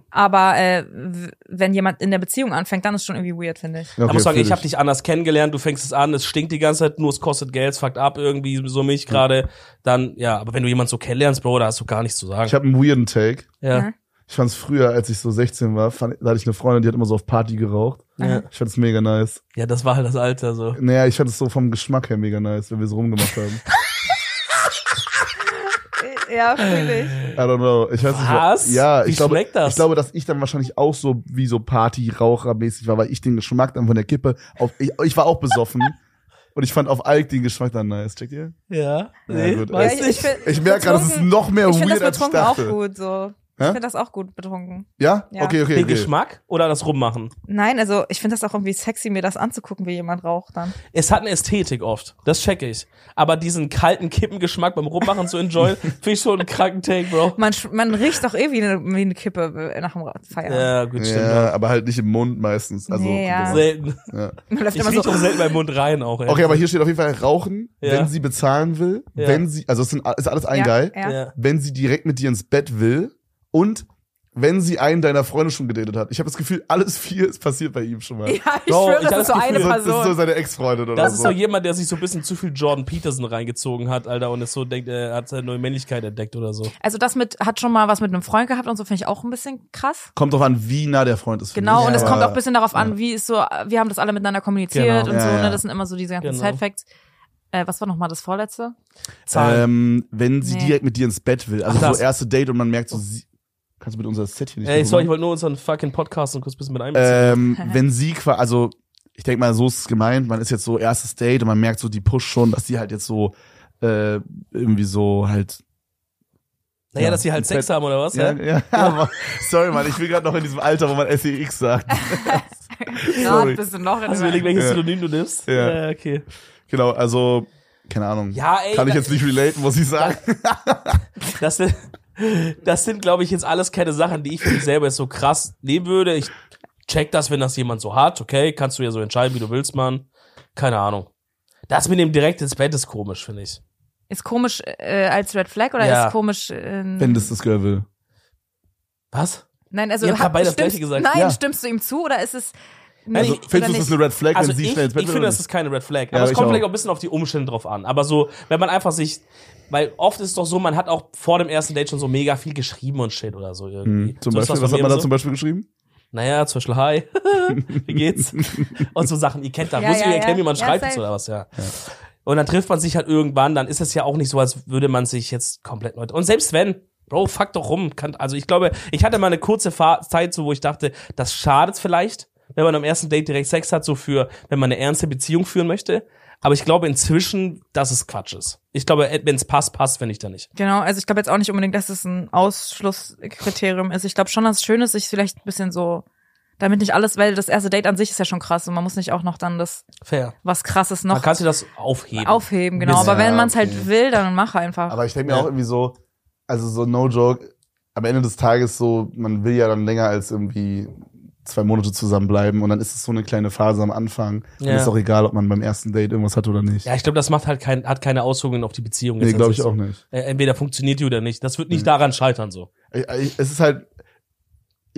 B: Ja.
C: Aber äh, w- wenn jemand in der Beziehung anfängt, dann ist schon irgendwie weird, finde ich.
A: Ja,
B: ich muss sagen,
A: fühl
B: ich habe dich anders kennengelernt. Du fängst es an, es stinkt die ganze Zeit, nur es kostet Geld, es fuckt ab irgendwie so mich gerade. Dann ja, aber wenn du jemanden so kennenlernst, Bro, da hast du gar nichts zu sagen.
A: Ich habe einen weirden Take.
C: Ne?
B: ja.
A: Ich fand's früher, als ich so 16 war, fand, da hatte ich eine Freundin, die hat immer so auf Party geraucht.
B: Ja.
A: Ich fand's mega nice.
B: ja, das war halt das Alter so.
A: Naja, ich fand es so vom Geschmack her mega nice, wenn wir so rumgemacht haben.
C: Ja, fühle ich.
A: I don't know. Ich weiß nicht,
B: Was?
A: Ja, ich
B: Wie
A: glaube,
B: schmeckt das?
A: ich glaube, dass ich dann wahrscheinlich auch so wie so Partyrauchermäßig war, weil ich den Geschmack dann von der Kippe auf ich, ich war auch besoffen und ich fand auf Alk den Geschmack dann nice. Checkt ihr?
B: Ja,
A: Ja,
B: nee,
A: gut.
C: Ja,
B: weiß
C: ich,
B: nicht.
C: ich find-
A: Ich merke gerade, es ist
C: betrunken-
A: noch mehr
C: Ich finde
A: weird
C: das
A: als ich
C: betrunken auch
A: dachte.
C: gut, so. Ich
A: Hä?
C: finde das auch gut, betrunken.
A: Ja?
C: Ja.
A: Okay, okay,
B: Den
A: okay.
B: Geschmack oder das Rummachen?
C: Nein, also ich finde das auch irgendwie sexy, mir das anzugucken, wie jemand raucht dann.
B: Es hat eine Ästhetik oft, das check ich. Aber diesen kalten Kippengeschmack beim Rummachen
A: (laughs)
B: zu enjoyen, finde ich schon einen kranken Take, Bro.
C: Man, sch- man riecht doch eh wie eine, wie eine Kippe äh, nach dem Ra- Feiern.
B: Ja, gut, stimmt.
A: Ja, aber halt nicht im Mund meistens. Also,
C: Nee, ja.
B: Selten.
A: ja.
C: Man läuft
B: Ich
C: immer
B: rieche
C: so.
B: auch selten meinen Mund rein auch, ey.
A: Okay, aber hier steht auf jeden Fall Rauchen,
B: Äh, Ja.
A: wenn sie bezahlen will,
B: Ja.
A: wenn sie, also es sind, ist alles ein Geil,
C: Ja, ja.
B: Ja.
A: wenn sie direkt mit dir ins Bett will und wenn sie einen deiner Freunde schon gedatet hat. Ich habe das Gefühl, alles vier ist passiert bei ihm schon mal.
C: (laughs) ja, ich
B: Bro,
C: schwöre,
B: ich hab
C: das ist
B: das
C: so eine
B: Gefühl,
A: Das ist so
C: Person.
A: seine Ex-Freundin oder
B: Das ist
A: so.
B: doch jemand, der sich so ein bisschen zu viel Jordan Peterson reingezogen hat, Alter, und ist so denkt, er hat seine neue Männlichkeit entdeckt oder so.
C: Also das mit hat schon mal was mit einem Freund gehabt und so finde ich auch ein bisschen krass.
A: kommt drauf an, wie nah der Freund ist. finde
C: Genau,
A: ich.
C: und es
A: Aber-
C: kommt auch ein bisschen darauf an, wie ist so, äh, wir haben das alle miteinander kommuniziert
B: Genau.
C: und so,
A: Ja, ja.
C: ne? Das sind immer so diese ganzen
B: Genau.
C: Side-Facts. Äh, was war nochmal das vorletzte?
B: Zahlen.
A: Ähm, wenn sie
C: Nee.
A: direkt mit dir ins Bett will, also
B: Ach, das.
A: so erste Date und man merkt so, sie, kannst du mit unser Set hier nicht
B: ey,
A: machen?
B: sorry, ich wollte nur unseren fucking Podcast und kurz ein bisschen mit einbeziehen.
A: ähm,
B: (laughs)
A: wenn sie quasi, also ich denke mal, so ist es gemeint, man ist jetzt so erstes Date und man merkt so die Push schon, dass die halt jetzt so äh, irgendwie so halt.
B: naja,
A: Äh, ja.
B: dass sie halt Sex haben oder was?
A: Ja,
B: hä?
A: ja, aber, sorry, Mann, ich bin gerade noch in diesem Alter, wo man SEX sagt.
B: (laughs)
C: Gerade bist du noch in
B: Hast du überlegt, welches
A: Ja.
B: Synonym du nimmst?
A: Ja.
B: ja okay.
A: genau, also, keine Ahnung.
B: Ja, ey.
A: Kann ich
B: da-
A: jetzt nicht relaten, muss ich sagen.
B: Das sind, das sind glaube ich, jetzt alles keine Sachen, die ich für mich selber jetzt so krass nehmen würde. Ich check das, wenn das jemand so hat, okay? Kannst du ja so entscheiden, wie du willst, Mann. Keine Ahnung. Das mit dem direkt ins Bett ist komisch, finde ich.
C: Ist komisch äh, als Red Flag oder
B: Ja.
C: ist komisch äh,
A: Wenn das das Girl will.
B: Was?
C: Nein, also
B: Ihr habt
C: hab-
B: gerade beide das
C: stimmst-
B: Gleiche gesagt.
C: Nein,
A: Ja.
C: stimmst du ihm zu oder ist es nee,
B: Also,
A: Also, findest du, das ist eine Red Flag,
B: Also
A: wenn sie
B: ich,
A: schnell ins Bett
B: ich
A: will
B: finde,
A: oder
B: das ist keine Red Flag.
A: Ja,
B: Aber es
A: ich
B: kommt
A: auch.
B: vielleicht auch ein bisschen auf die Umstände drauf an. Aber so, wenn man einfach sich, weil oft ist es doch so, man hat auch vor dem ersten Date schon so mega viel geschrieben und shit oder so irgendwie.
A: Hm, Zum
B: so ist
A: Beispiel,
B: das
A: was
B: bei
A: hat
B: mir
A: man da
B: so.
A: zum Beispiel geschrieben?
B: Naja, zum Beispiel, hi, (laughs)
A: (laughs)
B: wie geht's? Und so Sachen, ihr kennt da,
C: Ja,
B: muss ich
C: ja,
B: wieder erklären,
C: ja.
B: wie man
C: Ja,
B: schreibt
C: safe.
B: jetzt oder was, ja. Und dann trifft man sich halt irgendwann, dann ist es ja auch nicht so, als würde man sich jetzt komplett neu. Und selbst wenn, Bro, fuck doch rum. Kann, also ich glaube, ich hatte mal eine kurze Fa- Zeit, so, wo ich dachte, das schadet vielleicht, wenn man am ersten Date direkt Sex hat, so für, wenn man eine ernste Beziehung führen möchte. Aber ich glaube inzwischen, dass es Quatsch ist. Ich glaube, wenn es passt, passt, wenn nicht, dann nicht.
C: Genau, also ich glaube jetzt auch nicht unbedingt, dass es ein Ausschlusskriterium ist. Ich glaube schon, dass es schön ist, sich vielleicht ein bisschen so, damit nicht alles, weil das erste Date an sich ist ja schon krass und man muss nicht auch noch dann das
B: Fair.
C: was krasses
B: Man
C: noch
B: kann sich das aufheben.
C: aufheben, genau.
B: Bisschen.
C: Aber wenn
A: Ja,
C: man es halt
A: okay.
C: will, dann mach einfach.
A: Aber ich denke mir
B: Ja.
A: auch irgendwie so, also so no joke, am Ende des Tages so, man will ja dann länger als irgendwie zwei Monate zusammenbleiben und dann ist es so eine kleine Phase am Anfang. Dann
B: Ja.
A: ist auch egal, ob man beim ersten Date irgendwas hat oder nicht.
B: Ja, ich glaube, das macht halt kein, hat keine Auswirkungen auf die Beziehung.
A: nee,
B: jetzt
A: glaube ich
B: tatsächlich.
A: auch nicht.
B: Äh, entweder funktioniert die oder nicht. Das wird nicht
A: Mhm.
B: daran scheitern so.
A: Ich, ich, es ist halt,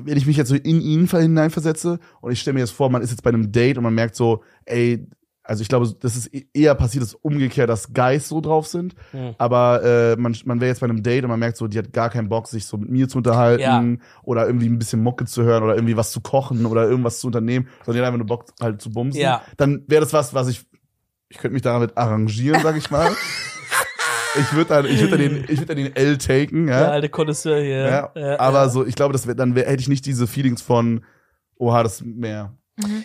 A: wenn ich mich jetzt so in ihn ver- hineinversetze und ich stelle mir jetzt vor, man ist jetzt bei einem Date und man merkt so, ey, also ich glaube, das ist e- eher passiert, dass umgekehrt, dass Guys so drauf sind,
B: Hm.
A: aber äh, man, man wäre jetzt bei einem Date und man merkt so, die hat gar keinen Bock, sich so mit mir zu unterhalten
B: Ja.
A: oder irgendwie ein bisschen Mucke zu hören oder irgendwie was zu kochen oder irgendwas zu unternehmen, sondern die hat einfach nur Bock halt zu bumsen.
B: Ja.
A: Dann wäre das was, was ich, ich könnte mich damit arrangieren, sag ich
B: (laughs)
A: mal. ich würde dann, ich würde dann den, ich würde dann den L taken,
B: Der
A: ja.
B: alte Connoisseur hier. Äh,
A: ja,
B: Ja,
A: aber
B: ja.
A: so, ich glaube, das wär, dann wär, hätte ich nicht diese Feelings von, oha, das mehr.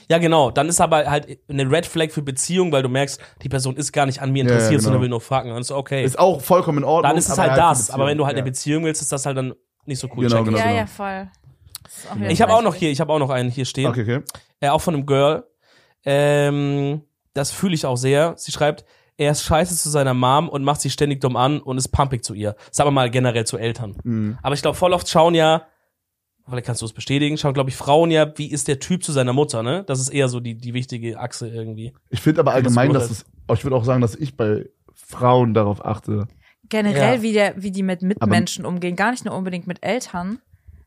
B: ja, genau. Dann ist aber halt eine Red Flag für Beziehung, weil du merkst, die Person ist gar nicht an mir
A: Ja, ja,
B: interessiert, sondern
A: genau.
B: will nur fragen. Dann ist okay.
A: Ist auch vollkommen in Ordnung.
B: dann ist es
A: aber
B: halt
A: für
B: das. Aber
A: Beziehungen,
B: wenn du halt
A: ja.
B: eine Beziehung willst, ist das halt dann nicht so cool.
A: Genau,
B: check ich.
A: genau.
C: ja, ja, voll. Das ist wieder
B: Ich habe auch noch
C: gleich.
B: hier, ich habe auch noch einen hier stehen.
A: Okay, okay.
B: Äh, auch von einem Girl. Ähm, das fühle ich auch sehr. Sie schreibt, er ist scheiße zu seiner Mom und macht sie ständig dumm an und ist pumpig zu ihr. Sagen wir mal generell zu Eltern.
A: Mhm.
B: Aber ich glaube, voll oft schauen ja, vielleicht kannst du es bestätigen, schauen, glaube ich, Frauen ja, wie ist der Typ zu seiner Mutter, ne? Das ist eher so die, die wichtige Achse irgendwie.
A: Ich finde aber
B: Das ist
A: allgemein, dass
B: gut.
A: es, oh, ich würde auch sagen, dass ich bei Frauen darauf achte.
C: Generell,
B: Ja.
C: wie, der, wie die mit Mitmenschen umgehen, gar nicht nur unbedingt mit Eltern.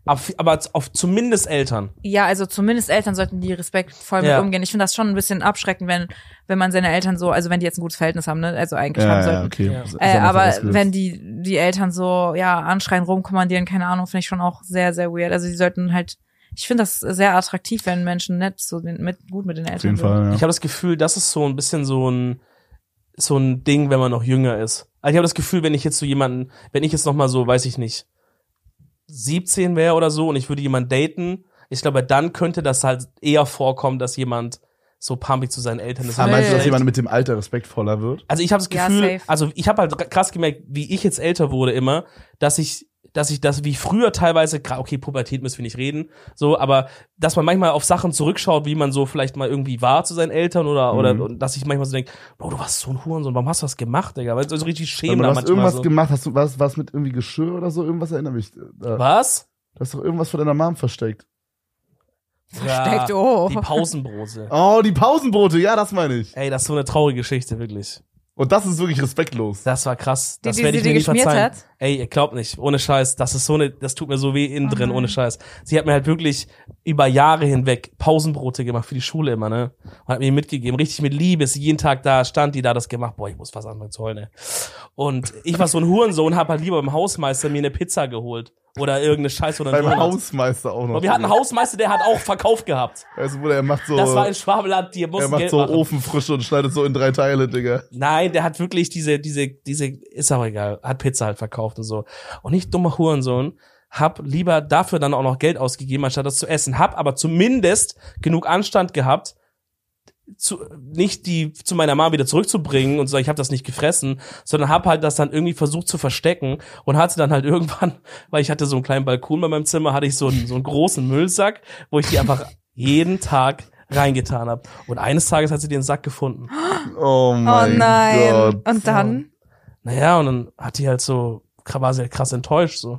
B: Aber, aber auf zumindest Eltern.
C: Ja, also zumindest Eltern sollten die respektvoll
B: Ja.
C: mit umgehen. Ich finde das schon ein bisschen abschreckend, wenn, wenn man seine Eltern so, also wenn die jetzt ein gutes Verhältnis haben, ne? also eigentlich haben sollten.
A: okay.
B: Ja.
A: Das ist
C: Äh,
A: ja noch
C: aber
A: vorausgesetzt.
C: wenn die, die Eltern so, ja, anschreien, rumkommandieren, keine Ahnung, finde ich schon auch sehr, sehr weird. Also die sollten halt, ich finde das sehr attraktiv, wenn Menschen nett so den, mit, gut mit den Eltern
A: Auf jeden
C: sind.
A: Fall, ja.
B: Ich habe das Gefühl, das ist so ein bisschen so ein so ein Ding, wenn man noch jünger ist. Also ich habe das Gefühl, wenn ich jetzt so jemanden, wenn ich jetzt noch mal so, weiß ich nicht, 17 wäre oder so und ich würde jemanden daten, ich glaube, dann könnte das halt eher vorkommen, dass jemand so pumpig zu seinen Eltern ist.
A: Aber Ah, halt meinst du, dass
C: Welt.
A: jemand mit dem Alter respektvoller wird?
B: Also ich habe das
C: Ja,
B: Gefühl,
C: safe.
B: also ich habe halt krass gemerkt, wie ich jetzt älter wurde immer, dass ich dass ich das wie früher teilweise, gra- okay, Pubertät müssen wir nicht reden, so, aber dass man manchmal auf Sachen zurückschaut, wie man so vielleicht mal irgendwie war zu seinen Eltern oder, oder
A: Mhm.
B: und dass ich manchmal so denke, Bro, du warst so ein Hurensohn, warum hast du das gemacht, Digga? Weil so richtig
A: Weil
B: schämen
A: du
B: da
A: hast
B: manchmal
A: irgendwas
B: so.
A: gemacht, hast du was, was mit irgendwie Geschirr oder so, irgendwas erinnert mich. äh, Da,
B: Was?
A: da hast doch irgendwas von deiner Mom versteckt.
C: Versteckt,
B: ja,
C: oh.
B: Die
C: (laughs)
B: Pausenbrose.
A: Oh, die Pausenbrote, ja, das meine ich.
B: Ey, das ist so eine traurige Geschichte, wirklich.
A: Und das ist wirklich respektlos.
B: Das war krass.
C: Die,
B: Das
C: die
B: werde
C: sie
B: ich mir
C: dir
B: nicht
C: geschmiert
B: verzeihen.
C: hat?
B: Ey, ihr glaubt nicht, ohne Scheiß, das ist so eine, das tut mir so weh innen
C: Oh
B: drin,
C: nein.
B: ohne Scheiß. Sie hat mir halt wirklich über Jahre hinweg Pausenbrote gemacht für die Schule immer, ne? Und hat mir mitgegeben, richtig mit Liebe, ist sie jeden Tag da, stand die da, das gemacht, boah, ich muss was anfangen zu heulen, ey. Und ich war so ein Hurensohn, hab halt lieber beim Hausmeister mir eine Pizza geholt. Oder irgendeine Scheiße oder einen
A: Beim
B: Donut.
A: Hausmeister auch noch.
B: Und wir hatten einen Hausmeister, der hat auch Verkauf gehabt.
A: Also, Bruder, er macht so,
B: Das war in Schwabenland, die
A: er
B: mussten
A: macht
B: Geld
A: so
B: machen.
A: Ofenfrische und schneidet so in drei Teile, Digga.
B: Nein, der hat wirklich diese, diese, diese, ist auch egal, hat Pizza halt verkauft und so. Und nicht dummer Hurensohn, hab lieber dafür dann auch noch Geld ausgegeben, anstatt das zu essen. Hab aber zumindest genug Anstand gehabt, zu, nicht die zu meiner Mama wieder zurückzubringen und so, ich habe das nicht gefressen, sondern hab halt das dann irgendwie versucht zu verstecken und hatte dann halt (laughs) irgendwann, weil ich hatte so einen kleinen Balkon bei meinem Zimmer, hatte ich so einen, so einen großen Müllsack, wo ich die einfach jeden Tag reingetan hab. Und eines Tages hat sie den Sack gefunden.
A: Oh
C: Oh
A: mein
C: nein.
A: Gott.
C: Und dann?
B: Naja, und dann hat die halt so, war sie halt krass enttäuscht, so.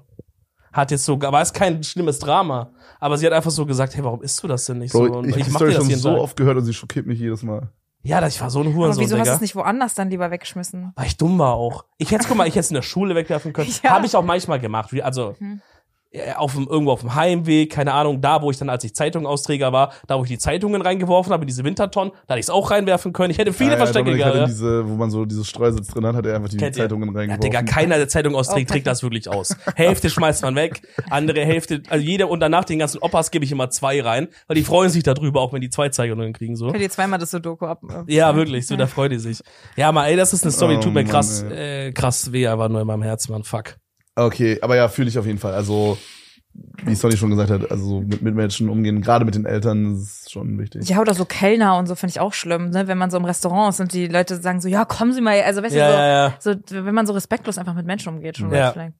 B: Hat jetzt so, war es kein schlimmes Drama. Aber sie hat einfach so gesagt, hey, warum isst du das denn nicht so?
A: Bro,
B: Und
A: ich, ich die
B: mach
A: Story
B: dir das
A: schon
B: jeden
A: so
B: Tag.
A: oft gehört und sie schockiert mich jedes Mal.
B: Ja, das- ich war so ein Hurensohn,
C: Aber wieso hast du
B: Digga.
C: es nicht woanders dann lieber weggeschmissen?
B: Weil ich dumm war auch. Ich hätte, guck mal, ich hätte es in der Schule wegwerfen können.
C: (laughs) Ja.
B: Habe ich auch manchmal gemacht. Wie- Also,
C: Mhm.
B: äh, auf dem, irgendwo auf dem Heimweg, keine Ahnung, da, wo ich dann, als ich Zeitungsausträger war, da, wo ich die Zeitungen reingeworfen habe, in diese Wintertonnen, da hätte ich es auch reinwerfen können. Ich hätte viele
A: Ah Ja, ja,
B: Verstecke
A: Dominik
B: gehabt.
A: hat in
B: ja.
A: diese, wo man so dieses Streusitz drin hat, hat er einfach die
B: Kennt ihr?
A: Zeitungen
B: Ja,
A: reingeworfen.
B: Digga, keiner, der Zeitung austrägt,
C: Okay.
B: trägt das wirklich aus. Hälfte schmeißt man weg, andere Hälfte, also jeder und danach den ganzen Oppas gebe ich immer zwei rein, weil die freuen sich darüber, auch wenn die zwei Zeitungen kriegen, so.
C: Könnt ihr zweimal das Sudoku ab.
B: Ja, wirklich, so, da freuen die sich. Ja, mal, ey, das ist eine Story, die
A: Oh,
B: tut mir
A: Mann,
B: krass,
A: ey.
B: äh, krass weh, aber nur in meinem Herz, Mann, fuck.
A: Okay, aber ja, fühle ich auf jeden Fall. Also, wie Sonny schon gesagt hat, also mit, mit Menschen umgehen, gerade mit den Eltern, ist schon wichtig.
C: Ja, oder so Kellner und so finde ich auch schlimm, ne? wenn man so im Restaurant ist und die Leute sagen so, ja, kommen Sie mal, also weißt
B: Ja,
C: du, so,
B: ja, ja.
C: So, wenn man so respektlos einfach mit Menschen umgeht, schon
B: Ja.
C: ja. vielleicht.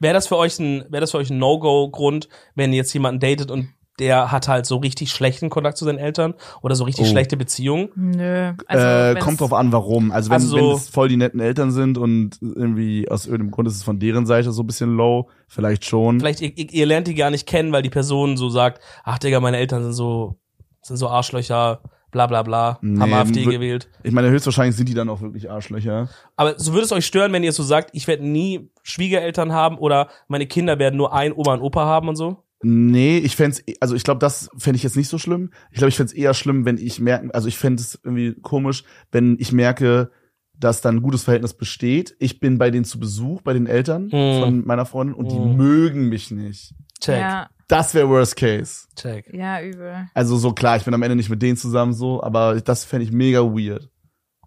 B: Wäre das für euch ein, wäre das für euch ein No-Go-Grund, wenn ihr jetzt jemanden datet und der hat halt so richtig schlechten Kontakt zu seinen Eltern oder so richtig
A: Oh.
B: schlechte Beziehungen?
C: Nö. also,
A: äh, kommt drauf an, warum. Also wenn,
B: Also so-
A: wenn es voll die netten Eltern sind und irgendwie aus irgendeinem Grund ist es von deren Seite so ein bisschen low, vielleicht schon.
B: vielleicht ihr, ihr ihr lernt die gar nicht kennen, weil die Person so sagt, ach Digga, meine Eltern sind so, sind so Arschlöcher, bla bla bla,
A: Nee,
B: haben AfD
A: wür-
B: gewählt.
A: Ich meine, höchstwahrscheinlich sind die dann auch wirklich Arschlöcher.
B: Aber so würde es euch stören, wenn ihr so sagt, ich werde nie Schwiegereltern haben oder meine Kinder werden nur ein Oma und Opa haben und so?
A: Nee, ich fänd's, eh- also ich glaube, das fände ich jetzt nicht so schlimm. Ich glaube, ich fänd's eher schlimm, wenn ich merken, also ich fände es irgendwie komisch, wenn ich merke, dass dann ein gutes Verhältnis besteht. Ich bin bei denen zu Besuch, bei den Eltern
B: Mm.
A: von meiner Freundin und die
B: Mm.
A: mögen mich nicht.
B: Check,
C: Ja,
A: Das wäre Worst Case.
B: check.
C: ja, übel.
A: Also so klar, ich bin am Ende nicht mit denen zusammen so, aber das fände ich mega weird.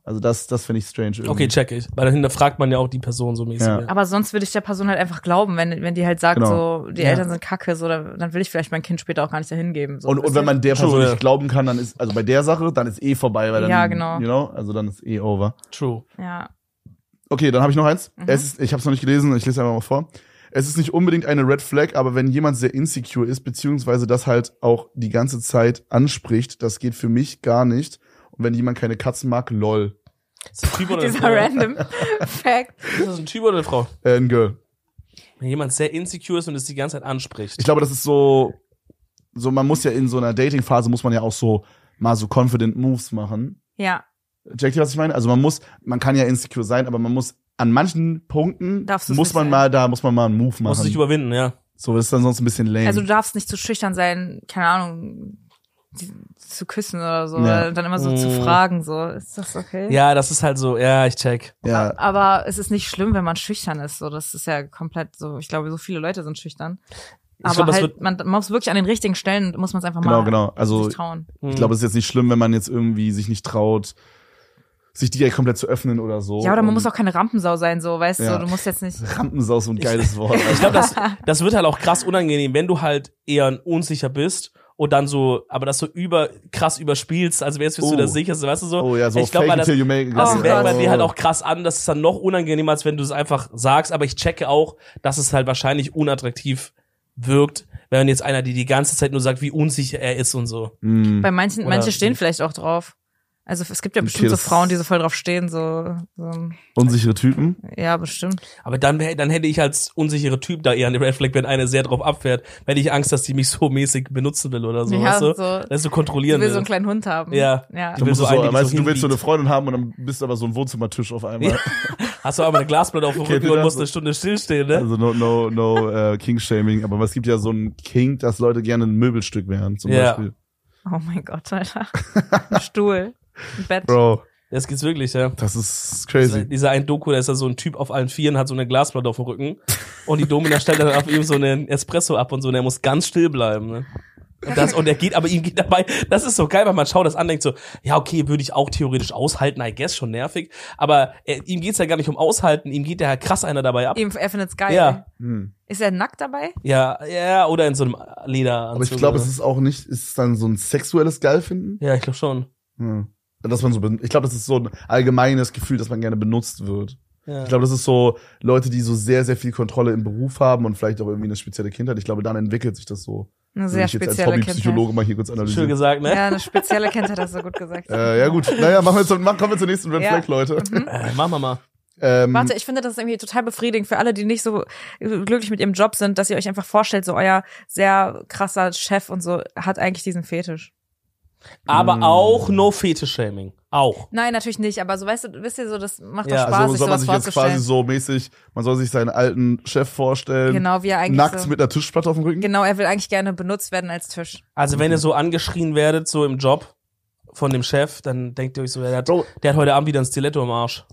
A: Also das, das fände ich strange irgendwie.
B: Okay, check ich. Weil dahinter fragt man ja auch die Person so mäßig. ne?
A: Ja.
B: Ja.
C: Aber sonst würde ich der Person halt einfach glauben, wenn, wenn die halt sagt,
A: Genau.
C: so, die
B: Ja.
C: Eltern sind kacke, so, dann dann will ich vielleicht mein Kind später auch gar nicht dahin geben. So,
A: und, und wenn man der Person
B: Entschuldigung,
A: nicht
B: ja.
A: glauben kann, dann ist, also bei der Sache, dann ist eh vorbei, weil dann,
C: Ja, genau.
A: you know, also dann ist eh over.
B: True.
C: Ja.
A: Okay, dann habe ich noch eins.
C: Mhm.
A: Es ist, ich habe es noch nicht gelesen, ich lese einfach mal vor. es ist nicht unbedingt eine Red Flag, aber wenn jemand sehr insecure ist, beziehungsweise das halt auch die ganze Zeit anspricht, das geht für mich gar nicht. Und wenn jemand keine Katzen mag, lol.
B: Ist das ein Typ oder eine
C: Dieser
A: (laughs)
B: Frau?
C: random Fact.
B: Ist das ein Typ oder eine Frau?
A: Äh, ein Girl.
B: Wenn jemand sehr insecure ist und es die ganze Zeit anspricht.
A: Ich glaube, das ist so, so man muss ja in so einer Dating-Phase muss man ja auch so mal so confident Moves machen.
C: Ja,
A: Checkt ihr, was ich meine? Also man muss, man kann ja insecure sein, aber man muss an manchen Punkten
C: Darfst du's
A: muss
C: nicht
A: man
C: sein.
A: mal da muss man mal einen Move
B: Muss sich
A: machen.
B: überwinden, ja.
A: So das ist dann sonst ein bisschen lame.
C: also du darfst nicht zu schüchtern sein, keine Ahnung, die- zu küssen oder so,
A: Ja. Hm.
C: oder dann immer so zu
B: Mm.
C: fragen, so, ist das okay?
B: Ja, das ist halt so, ja, ich check.
A: ja,
C: Aber es ist nicht schlimm, wenn man schüchtern ist, so, das ist ja komplett so, ich glaube, so viele Leute sind schüchtern. Aber
B: glaub, das
C: halt, man, man muss wirklich an den richtigen Stellen, muss man es einfach
A: genau,
C: mal
A: genau. Also
C: sich trauen.
A: ich glaube,
B: Hm.
A: es ist jetzt nicht schlimm, wenn man jetzt irgendwie sich nicht traut, sich direkt komplett zu öffnen oder so.
C: Ja, oder man
A: Und
C: muss auch keine Rampensau sein, so, weißt
A: Ja.
C: du, du
A: (laughs)
C: musst jetzt nicht,
A: Rampensau ist so ein geiles
B: (laughs)
A: Wort.
B: ich glaube, das, das wird halt auch krass unangenehm, wenn du halt eher ein unsicher bist und dann so, aber das so über krass überspielst, als wärst du
A: Oh.
B: dir das sicherste, weißt du so?
A: Oh ja, so
B: ich glaube,
A: fake
B: man
A: it
B: das,
A: till you make it.
B: das
C: Oh
B: merkt man
C: Gott.
B: dir halt auch krass an, das ist dann noch unangenehmer, als wenn du es einfach sagst, aber ich checke auch, dass es halt wahrscheinlich unattraktiv wirkt, wenn jetzt einer dir die ganze Zeit nur sagt, wie unsicher er ist und so.
A: Mm.
C: bei manchen,
B: Oder-
C: manche stehen vielleicht auch drauf. Also es gibt ja
A: Ein
C: bestimmt so
A: Pierce-
C: Frauen, die so voll drauf stehen, so, so
A: Unsichere Typen.
C: ja, bestimmt.
B: Aber dann, wär- dann hätte ich als unsichere Typ da eher eine Red Flag, wenn einer sehr drauf abfährt, wenn ich Angst, dass die mich so mäßig benutzen will
A: Also,
B: oder so,
C: ja,
B: weißt du?
C: so,
B: Dass du
C: sie
B: kontrollieren
C: will so
B: will.
C: einen kleinen Hund haben.
B: Ja.
C: ja.
B: Du
A: Du, musst
B: willst so
A: so,
B: einen, die
A: weißt,
B: so
A: du, du willst so
B: hinbiegt.
A: eine Freundin haben und dann bist du aber so ein Wohnzimmertisch auf einmal.
B: Ja. Hast du aber eine Glasplatte auf dem
A: Kennt
B: Rücken
A: ihr
B: und
A: das?
B: musst eine Stunde stillstehen, ne?
A: Also no, no, no äh, King-Shaming, aber es gibt ja so einen King, dass Leute gerne ein Möbelstück wären, zum
B: Ja.
A: Beispiel.
C: Oh mein
A: (laughs)
C: Gott, Alter. Ein Stuhl, ein Bett.
A: Bro,
B: Das gibt's wirklich, ja.
A: das ist
B: Dieser,
A: crazy.
B: dieser ein Doku, da ist da so ein Typ auf allen Vieren, hat so eine Glasplatte auf dem Rücken und die Domina stellt dann auf ihm so einen Espresso ab und so und er muss ganz still bleiben, ne? Und, das, und er geht, aber ihm geht dabei, das ist so geil, weil man schaut das an, denkt so, ja, okay, würde ich auch theoretisch aushalten, I guess, schon nervig, aber er, ihm geht's ja gar nicht um aushalten, ihm geht ja krass einer dabei ab.
C: Ihm, er findet's geil.
B: Ja.
A: Hm.
C: Ist er nackt dabei?
B: Ja, ja, oder in so einem Lederanzug.
A: Aber ich glaube,
B: oder
A: es
B: so.
A: ist auch nicht, ist es dann so ein sexuelles Geilfinden?
B: Ja, ich glaube schon.
A: Hm. Dass man so, ben- ich glaube, das ist so ein allgemeines Gefühl, dass man gerne benutzt wird.
B: Ja.
A: Ich glaube, das ist so Leute, die so sehr, sehr viel Kontrolle im Beruf haben und vielleicht auch irgendwie eine spezielle Kindheit. Ich glaube, dann entwickelt sich das so.
C: Eine sehr
A: ich Also jetzt als
C: spezielle Kindheit.
A: Hobbypsychologe mal hier kurz
B: Schön
A: analysieren.
B: gesagt, ne?
C: Ja, eine spezielle Kindheit hast du gut gesagt.
A: Äh, ja gut, naja, machen wir zum, machen, kommen wir zur nächsten Red
C: Ja. Mhm.
A: Flag, Leute.
B: Äh, machen wir mal.
A: (laughs) Ähm,
C: Warte, ich finde das ist irgendwie total befriedigend für alle, die nicht so glücklich mit ihrem Job sind, dass ihr euch einfach vorstellt, so euer sehr krasser Chef und so hat eigentlich diesen Fetisch.
B: Aber
A: Mm.
B: auch no Fetisch-Shaming. Auch.
C: Nein, natürlich nicht, aber so weißt du, wisst ihr so, das macht
B: Ja,
C: doch Spaß,
A: also
C: sich
A: soll man
C: sowas
A: sich jetzt quasi
C: vorzustellen.
A: so mäßig, man soll sich seinen alten Chef vorstellen,
C: genau, wie er eigentlich
A: nackt
C: so,
A: mit einer Tischplatte auf dem Rücken.
C: Genau, er will eigentlich gerne benutzt werden als Tisch.
B: Also wenn ihr so angeschrien werdet, so im Job von dem Chef, dann denkt ihr euch so, der hat,
A: Bro.
B: der hat heute Abend wieder ein Stiletto
A: (laughs)
B: im Arsch.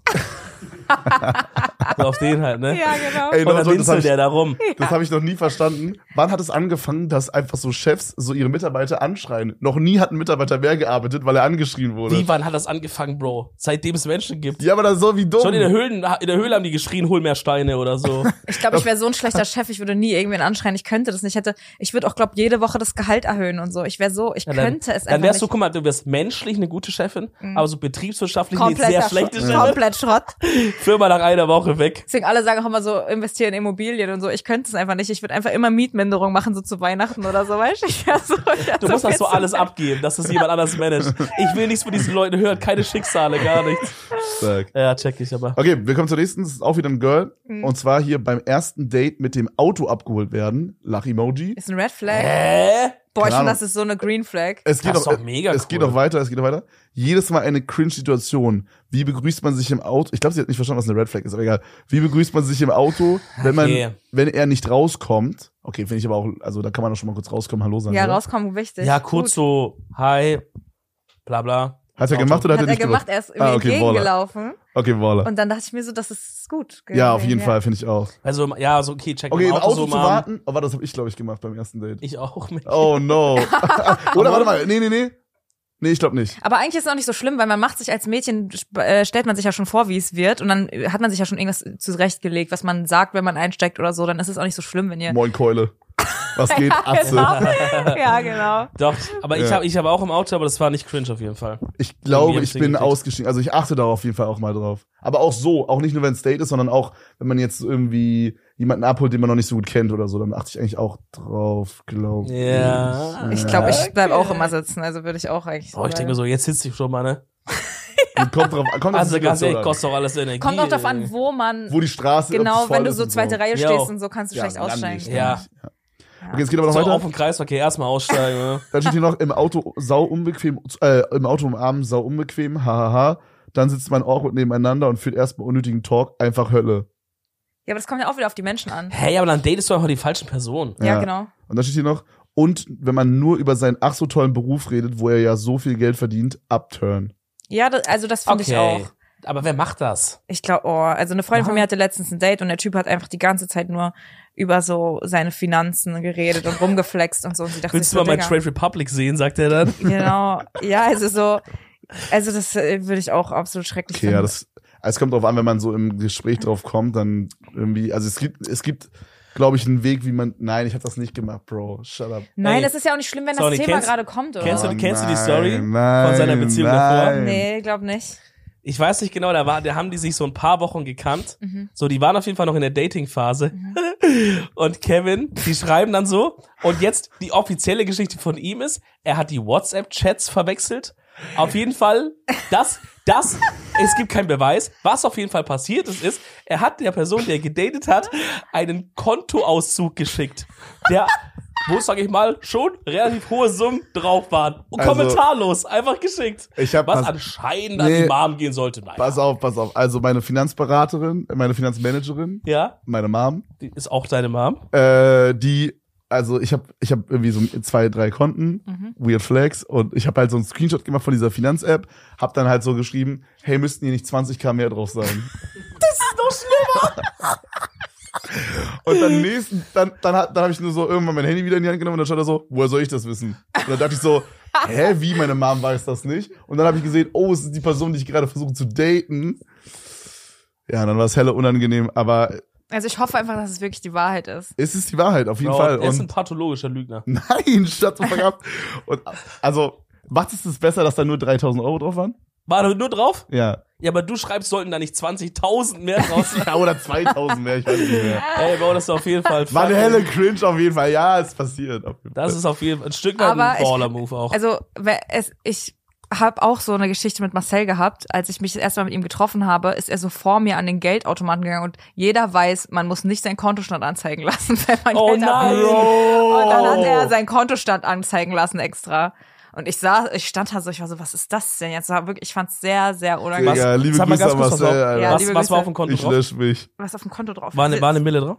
B: so auf den halt, ne?
C: Ja, genau.
A: (laughs) Ey, Leute,
B: Und dann
A: das hab
B: winzelt
A: ich,
B: der da rum.
A: das hab ich noch nie verstanden. Wann hat es angefangen, dass einfach so Chefs so ihre Mitarbeiter anschreien? Noch nie hat ein Mitarbeiter mehr gearbeitet, weil er angeschrien wurde.
B: Wie, wann hat das angefangen, Bro? Seitdem es Menschen gibt.
A: ja, aber das ist so wie dumm.
B: Schon in der, Höhlen, in der Höhle haben die geschrien, hol mehr Steine
A: (laughs)
B: oder so.
C: Ich glaube, ich wäre so ein schlechter Chef, ich würde nie irgendwen anschreien, ich könnte das nicht. Ich hätte, ich würde auch, glaube jede Woche das Gehalt erhöhen und so. Ich wäre so, ich
B: Ja,
C: könnte es
B: Dann
C: einfach
B: wärst du,
C: nicht. Mhm.
B: guck mal, du wärst menschlich eine gute Chefin, aber so betriebswirtschaftlich eine
C: Kompletter
B: sehr schlechte
C: Schrott,
B: Chefin.
C: komplett Schrott.
B: Firma nach einer Woche weg.
C: Deswegen alle sagen auch immer so, investieren in Immobilien und so. Ich könnte es einfach nicht. Ich würde einfach immer Mietminderung machen, so zu Weihnachten oder so, weißt du? (laughs) Ich wär so, ich wär
B: Du musst das so
C: viel zu-
B: alles abgeben, dass das jemand anders managt. Ich will nichts von diesen Leuten hören, keine Schicksale, gar nichts.
A: Zack.
B: Ja, check ich aber.
A: Okay, wir kommen zur nächsten. Das ist auch wieder ein Girl.
C: Mhm.
A: Und zwar hier beim ersten Date mit dem Auto abgeholt werden. Lach-Emoji.
C: Ist ein Red Flag.
B: Hä?
C: Boah, ich
A: Keine
C: finde,
A: Ahnung.
C: das ist so eine Green Flag.
A: Es geht
B: Das ist
A: noch,
B: doch mega
A: Es
B: cool.
A: geht noch weiter, es geht noch weiter. Jedes Mal eine Cringe-Situation. Wie begrüßt man sich im Auto? Ich glaube, sie hat nicht verstanden, was eine Red Flag ist, aber egal. Wie begrüßt man sich im Auto, wenn
B: (laughs)
A: man,
B: Okay.
A: wenn er nicht rauskommt? Okay, finde ich aber auch, also da kann man doch schon mal kurz rauskommen, Hallo sagen.
C: Ja,
A: oder?
C: rauskommen, wichtig.
B: Ja, kurz
C: Gut.
B: so, hi, bla bla.
A: Hat er gemacht oder
C: Hat,
A: hat,
C: er
A: nicht
C: gemacht, er ist mir
A: Ah, okay, Waller.
C: entgegengelaufen.
A: Okay, Waller.
C: Und dann dachte ich mir so, das ist gut.
A: Ja, auf jeden
C: gewesen,
A: Fall, finde ich auch.
B: Also, ja, so, okay, check
A: Okay,
B: im
A: im Auto
B: so
A: zu
B: mal.
A: warten. Oh, warte, das habe ich, glaube ich, gemacht beim ersten Date.
B: Ich auch. Mit.
A: Oh no. (laughs) oder warte mal, nee, nee, nee. Nee, ich glaube nicht.
C: Aber eigentlich ist es auch nicht so schlimm, weil man macht sich als Mädchen, äh, stellt man sich ja schon vor, wie es wird und dann äh, hat man sich ja schon irgendwas zurechtgelegt, was man sagt, wenn man einsteigt oder so, dann ist es auch nicht so schlimm, wenn ihr
A: Moin Keule. Was
C: (laughs)
A: geht, Atze?
C: Genau. ja, genau.
B: Doch, aber ich
A: Ja.
B: habe ich hab auch im Auto, aber das war nicht cringe auf jeden Fall.
A: Ich glaube,
B: Irgendwie
A: ich
B: hab's
A: bin
B: hingekriegt.
A: ausgestiegen. Also ich achte da auf jeden Fall auch mal drauf. Aber auch so, auch nicht nur wenn es Date ist, sondern auch, wenn man jetzt irgendwie jemanden abholt, den man noch nicht so gut kennt oder so, dann achte ich eigentlich auch drauf, glaube
B: Ja.
A: Äh,
C: Ich glaube, ich bleib auch immer sitzen, also würde ich auch eigentlich so
B: Oh, ich denke mir so, jetzt sitzt ich schon mal, ne?
A: Gut, Äh, Kommt drauf an, kommt auf die
B: Also ganz
A: Situation
B: ehrlich,
A: an.
B: kostet doch alles Energie.
C: Kommt auch darauf an, wo man,
A: Wo die Straße ob es
C: genau,
A: voll
C: wenn du
A: ist
C: so
A: und
C: zweite Reihe
B: Ja.
C: stehst und so, kannst du
A: Ja,
C: schlecht
A: dann nicht,
C: aussteigen.
A: dann
B: Ja.
A: nicht, Okay, jetzt geht aber noch
B: So
A: weiter.
B: auf dem Kreisverkehr, erstmal aussteigen,
C: (laughs)
B: ne?
A: Dann steht hier noch im Auto sau unbequem, äh, im Auto umarmen, sau unbequem, hahaha. Dann sitzt man awkward nebeneinander und führt erstmal unnötigen Talk, einfach Hölle.
C: Ja, aber das kommt ja auch wieder auf die Menschen an.
B: Hey, aber dann datest du einfach die falschen Personen.
C: Ja,
A: Ja.
C: genau.
A: Und dann steht hier noch, und wenn man nur über seinen ach so tollen Beruf redet, wo er ja so viel Geld verdient, upturn.
C: Ja, das, also das finde
B: Okay.
C: ich auch.
B: Aber wer macht das?
C: Ich glaube, oh, also eine Freundin von
B: Ja.
C: mir hatte letztens ein Date und der Typ hat einfach die ganze Zeit nur über so seine Finanzen geredet und rumgeflext und so. Und sie dachte
B: Willst
C: sich
B: du mal
C: so,
B: mein
C: Digga,
B: Trade Republic sehen, sagt er dann.
C: Genau. Ja, also so, also das äh, würde ich auch absolut schrecklich
A: Okay,
C: finden.
A: ja, das, es kommt drauf an, wenn man so im Gespräch drauf kommt, dann irgendwie, also es gibt, es gibt, glaube ich, einen Weg, wie man, nein, ich habe das nicht gemacht, Bro, shut up. Oh
C: Nein,
B: Ey,
C: das ist ja auch nicht schlimm, wenn
B: sorry,
C: das Thema
B: kennst-
C: gerade kommt, oder?
B: kennst du- kennst die Story von
A: nein,
B: seiner Beziehung
A: nein.
C: Nee, glaub nicht.
B: Ich weiß nicht genau, da, war, da haben die sich so ein paar Wochen gekannt. So, die waren auf jeden Fall noch in der Dating-Phase. (laughs) Und Kevin, die schreiben dann so. Und jetzt die offizielle Geschichte von ihm ist, er hat die WhatsApp-Chats verwechselt. Auf jeden Fall, das, das, es gibt keinen Beweis. Was auf jeden Fall passiert ist, ist, er hat der Person, die er gedatet hat, einen Kontoauszug geschickt. Der, wo, sag ich mal, schon relativ hohe Summen drauf waren. Und
A: Also-
B: kommentarlos, einfach geschickt.
A: Ich hab
B: was
A: was-
B: anscheinend an
A: Nee.
B: die Mom gehen sollte. Naja.
A: Pass auf, pass auf. Also meine Finanzberaterin, meine Finanzmanagerin,
B: Ja,
A: meine Mom,
B: die ist auch deine Mom.
A: äh, die, also ich habe ich hab irgendwie so zwei, drei Konten, Weird Flags, und ich habe halt so einen Screenshot gemacht von dieser Finanz-App, hab dann halt so geschrieben, hey, müssten hier nicht 20k mehr drauf sein.
B: Das ist doch schlimm.
A: Und dann nächsten, dann, dann, hat- dann habe ich nur so irgendwann mein Handy wieder in die Hand genommen und dann stand er so, woher soll ich das wissen? Und dann dachte ich so, hä, wie, meine Mom weiß das nicht? Und dann habe ich gesehen, oh, es ist die Person, die ich gerade versuche zu daten. Ja, dann war es helle unangenehm, aber
C: Also ich hoffe einfach, dass es wirklich die Wahrheit ist.
A: es ist die Wahrheit, auf jeden Fall.
B: Er Genau. ist ein
A: Und
B: pathologischer Lügner.
A: (laughs) nein, statt ab. Und also, macht es das besser, dass da nur 3000 Euro drauf waren?
B: War da nur drauf?
A: Ja.
B: Ja, aber du schreibst, sollten da nicht 20.000 mehr drauf
C: (laughs)
B: sein.
A: ja oder 2000 mehr, ich weiß nicht mehr.
B: Ey, Bro, das ist auf jeden Fall.
A: War eine helle Cringe auf jeden Fall. Ja, es passiert. Auf jeden
B: Das
A: Fall.
B: ist auf jeden Fall ein Stück weit
C: Aber
B: ein
C: ich-
B: Baller-Move auch.
C: Also wer- es, ich habe auch so eine Geschichte mit Marcel gehabt. Als ich mich das erste Mal mit ihm getroffen habe, ist er so vor mir an den Geldautomaten gegangen und jeder weiß, man muss nicht seinen Kontostand anzeigen lassen, (laughs) wenn man
B: Oh
C: Geld
B: nein! Oh.
C: abhebt. Und Oh, dann hat er seinen Kontostand anzeigen lassen extra. Und ich sah, ich stand da so, ich war so, was ist das denn jetzt? War wirklich, ich fand's sehr, sehr unangenehm.
A: Digga, liebe
B: Sag mal
A: Grüße
B: ganz
A: an
B: kurz, was,
A: Marcel,
B: war-
A: Alter.
C: Ja,
B: was,
C: liebe
B: was war
C: Grüße.
B: auf dem Konto
A: Ich
B: drauf?
A: lösche mich.
C: Was auf dem Konto drauf
B: War eine, war eine
C: sitzt.
B: Mille drauf?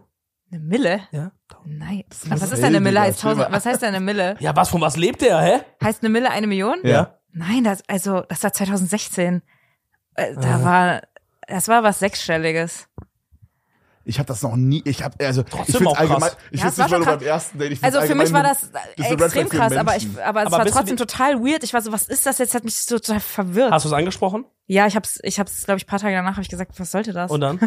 C: Eine Mille?
B: Ja.
C: Nein. Was
A: ist
C: ist denn eine
A: hell,
C: Mille?
A: Digga.
C: Heißt tausend, was heißt denn eine Mille?
B: Ja, was, von was lebt der, hä?
C: Heißt eine Mille eine Million?
A: Ja.
C: Nein, das, also, das war 2016. Äh, da war, das war was Sechsstelliges.
A: Ich habe das noch nie. Ich habe also ich
B: Trotzdem
A: find's
B: auch krass.
A: allgemein. Ich
C: Ja,
A: find's
C: es war
A: nicht mal
C: schon
A: nur beim
C: krass.
A: ersten Date. Ich find's
C: Also für mich war
A: allgemein
C: das
A: eine
C: äh,
A: Red Flag
C: extrem
A: für
C: krass, aber ich,
A: Menschen.
C: aber es
B: Aber
C: war
B: bist du
C: trotzdem
B: die-
C: total weird. Ich war so, was ist das jetzt? Hat mich so total verwirrt.
B: Hast du es angesprochen?
C: Ja, ich hab's, ich hab's, glaube ich, paar Tage danach habe ich gesagt, was sollte das?
B: Und dann?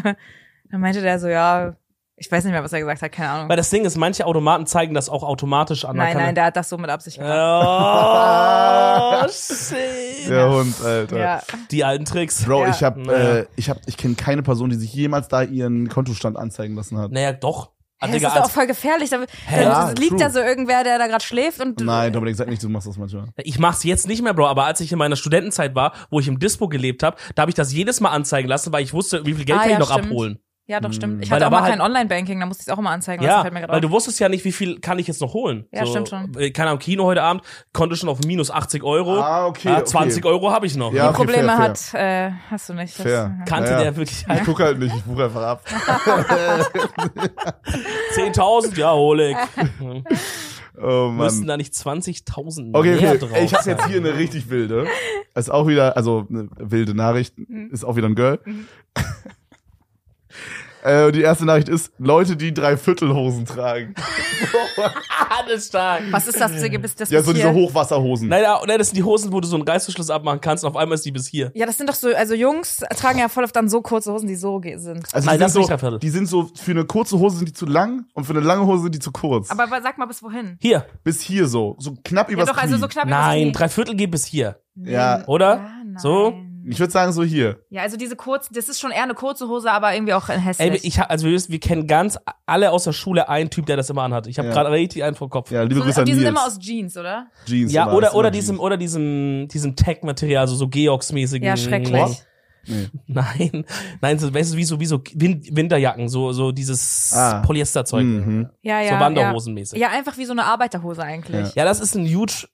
C: Dann meinte der so, ja, ich weiß nicht mehr, was er gesagt hat, keine Ahnung.
B: Weil das Ding ist, manche Automaten zeigen das auch automatisch an. Da
C: Nein,
B: kann
C: nein, der hat das so mit Absicht
A: (laughs)
C: gemacht.
B: er- Oh, shit.
A: Der Hund, Alter.
C: Ja.
B: Die alten Tricks.
A: Bro,
C: Ja.
A: ich habe,
B: Naja.
A: äh, ich habe, ich kenne keine Person, die sich jemals da ihren Kontostand anzeigen lassen hat.
B: Naja, doch. Ah,
C: Hä,
B: Digga,
C: das ist doch auch
B: als,
C: voll gefährlich. Da,
A: Ja,
C: da
A: true.
C: liegt
A: Oh
C: da so irgendwer, der da gerade schläft und
A: Nein, Dominik, sag nicht, du machst das manchmal.
B: ich mach's jetzt nicht mehr, Bro, aber als ich in meiner Studentenzeit war, wo ich im Dispo gelebt habe, da habe ich das jedes Mal anzeigen lassen, weil ich wusste, wie viel Geld
C: Ah,
B: kann
C: ja,
B: ich noch
C: stimmt.
B: abholen.
C: Ja, doch, stimmt. Ich
B: Weil
C: hatte
B: da
C: auch mal
B: war halt
C: kein Online-Banking, da musste ich es auch immer anzeigen. lassen,
B: Ja,
C: fällt mir gerade
B: weil
C: auf.
B: du wusstest ja nicht, wie viel kann ich jetzt noch holen.
C: Ja,
B: so,
C: stimmt schon.
B: äh, Keine Ahnung, Kino heute Abend konnte schon auf minus 80 Euro.
A: Ah, okay,
B: Ah,
A: okay.
B: 20 Euro habe ich noch.
A: Ja, okay,
C: Probleme
A: fair,
C: hat, äh, hast du nicht. Das-
A: Fair.
B: Kannte
A: Naja.
B: der wirklich (laughs)
A: Ich guck halt nicht, ich buche einfach ab.
C: (laughs)
B: 10.000? Ja, hole
C: (laughs)
B: ich.
A: Oh
B: Müssten
A: Mann.
B: da nicht 20.000
A: Okay,
B: mehr
A: okay.
B: drauf
A: Ey, ich habe
B: sein?
A: jetzt hier eine richtig wilde. Ist auch
C: Mhm.
A: wieder, also eine wilde Nachricht. Ist auch wieder ein Girl. (laughs) Äh, die erste Nachricht ist, Leute, die Dreiviertelhosen tragen.
B: (laughs) Alles stark.
C: Was ist das? Bis das
A: Ja,
C: bis
A: so diese
C: hier?
A: Hochwasserhosen.
B: Nein, ah, nein, das sind die Hosen, wo du so einen Reißverschluss abmachen kannst und auf einmal ist die bis hier.
C: Ja, das sind doch so, also Jungs tragen ja voll oft dann so kurze Hosen, die so ge- sind.
A: Also
B: Nein,
A: die,
B: das ist
A: sind
B: nicht
A: so,
B: Dreiviertel.
A: die sind so, für eine kurze Hose sind die zu lang und für eine lange Hose sind die zu kurz.
C: Aber wa- sag mal, bis wohin?
B: Hier.
A: Bis hier so, so knapp
C: Ja,
A: übers
C: doch, also
A: Knie.
C: so knapp übers Knie.
B: Nein, drei Viertel geht bis hier.
A: Ja.
B: Oder?
C: Ja, nein.
B: So?
C: Mhm.
A: ich würde sagen so hier.
C: Ja, also diese kurze, das ist schon eher eine kurze Hose, aber irgendwie auch hässlich.
B: Ey, ich, hab- also wir, wissen, wir kennen ganz alle aus der Schule einen Typ, der das immer anhat. Ich habe
A: Ja.
B: gerade richtig einen vor Kopf. Ja,
A: Ja, liebe
C: so,
A: Grüße an
C: die
A: Nils.
C: sind immer aus Jeans, oder?
A: Jeans. immer, ist
B: oder,
A: immer
B: oder
A: Jeans.
B: diesem, oder diesem, diesem Tag-Material, also so Georgs-mäßigen.
C: Ja, schrecklich.
A: Nee.
B: Nein, nein, so, weißt du, wie so, wie so Win Winterjacken, so, so dieses
A: Ah.
B: Polyesterzeug.
A: Mhm.
C: Ja, ja.
B: so Wanderhosenmäßig.
C: Ja. ja, einfach wie so eine Arbeiterhose eigentlich.
A: Ja.
B: Ja, das ist ein huge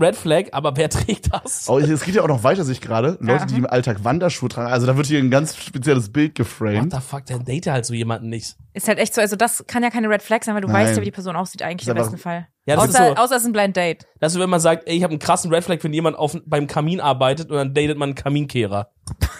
B: Red Flag, aber wer trägt das?
A: Oh, es geht ja auch noch weiter, sich gerade. Leute, die
C: aha.
A: im Alltag Wanderschuhe tragen. Also da wird hier ein ganz spezielles Bild
B: What
A: geframed.
B: the fuck, dann date halt so jemanden nicht.
C: Ist halt echt so, also das kann ja keine Red Flag sein, weil du
A: Nein.
C: weißt ja, wie die Person aussieht eigentlich
A: Ist Also einfach-
C: im besten Fall.
B: Ja, das ist
C: außer,
B: so.
C: außer es ist ein Blind Date.
B: Das ist, wenn man sagt, ey, ich habe einen krassen Red Flag, wenn jemand auf, beim Kamin arbeitet und dann datet man einen Kaminkehrer.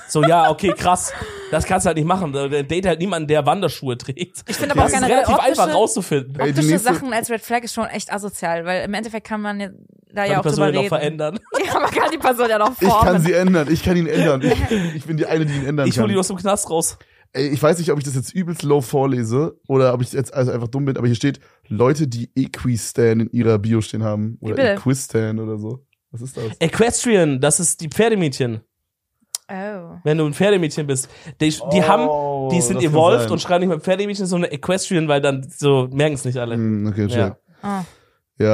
B: So, ja, okay, krass. Das kannst du halt nicht machen. Da datet halt niemanden, der Wanderschuhe trägt.
C: Ich finde aber
B: Das
C: auch
B: ist
C: generell
B: relativ
C: optische,
B: einfach rauszufinden.
A: Ey, die
C: optische
A: nächste-
C: Sachen als Red Flag ist schon echt asozial, weil im Endeffekt kann man ja, da
B: Kann
C: ja
B: die
C: auch drüber
B: Person
C: reden.
B: noch verändern.
C: (laughs) Ja, man kann die Person ja noch
A: Ich
C: formen.
A: kann sie ändern, ich kann ihn ändern. Ich, ich bin die eine, die ihn ändern
B: Ich hole
A: kann.
B: die aus dem Knast raus.
A: Ey, ich weiß nicht, ob ich das jetzt übelst low vorlese oder ob ich jetzt also einfach dumm bin, aber hier steht Leute, die Equistan in ihrer Bio stehen haben.
C: Wie
A: Oder
C: bitte?
A: Equistan oder so. Was ist das?
B: Equestrian, das ist die Pferdemädchen.
C: oh.
B: Wenn du ein Pferdemädchen bist. Die, die haben,
A: Oh,
B: die sind evolved und schreiben nicht mehr Pferdemädchen, sondern Equestrian, weil dann so merken es nicht alle.
A: Hm, okay, chill.
B: Ja.
A: Ja.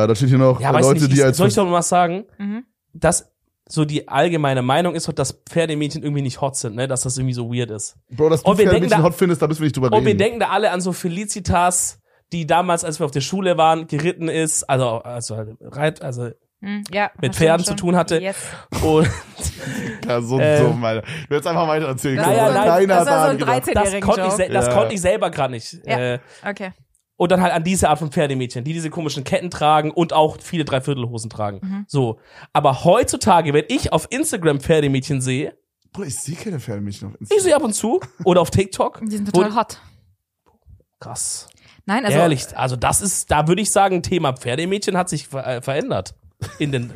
C: Ah.
A: da steht hier noch
B: Ja,
A: äh,
B: weiß
A: Leute,
B: nicht,
A: die
B: ich,
A: als
B: soll ich doch mal was sagen?
C: Mhm.
B: dass so die allgemeine Meinung ist doch, dass Pferdemädchen irgendwie nicht hot sind, ne? dass das irgendwie so weird ist.
A: Bro, dass du
B: Und Oh, wir
A: Pferde
B: denken
A: Mädchen
B: da-
A: hot findest, da müssen wir nicht drüber
B: Und wir
A: reden.
B: denken da alle an so Felicitas, die damals, als wir auf der Schule waren, geritten ist, also, also, reit, also
C: Mhm. Ja,
B: Mit
C: verstehe
B: Pferden
C: schon.
B: zu tun hatte.
C: Yes.
B: und
A: ja, so,
B: Äh,
A: so, meine. Ich will jetzt einfach weiter erzählen.
C: Das,
B: Ja,
C: ist
B: ja,
C: so ein,
B: nein,
A: Keiner
C: das war so
A: daran
C: ein
A: gedacht.
C: 13-jähriger
B: das, konnte ich,
C: Joke.
B: sel- das
A: Ja.
B: konnte ich selber gerade nicht.
C: Ja.
B: Äh,
C: Okay.
B: und dann halt an diese Art von Pferdemädchen, die diese komischen Ketten tragen und auch viele Dreiviertelhosen tragen. So. Aber heutzutage, wenn ich auf Instagram Pferdemädchen sehe,
A: Bro, ich sehe keine Pferdemädchen auf
B: ich
A: Instagram.
B: sehe ab und zu, oder auf TikTok,
C: Die sind total
B: Und-
C: hot.
B: krass.
C: Nein, also
B: Ehrlich, also das ist, da würde ich sagen, Thema Pferdemädchen hat sich ver äh, verändert. In
C: (laughs)
B: den,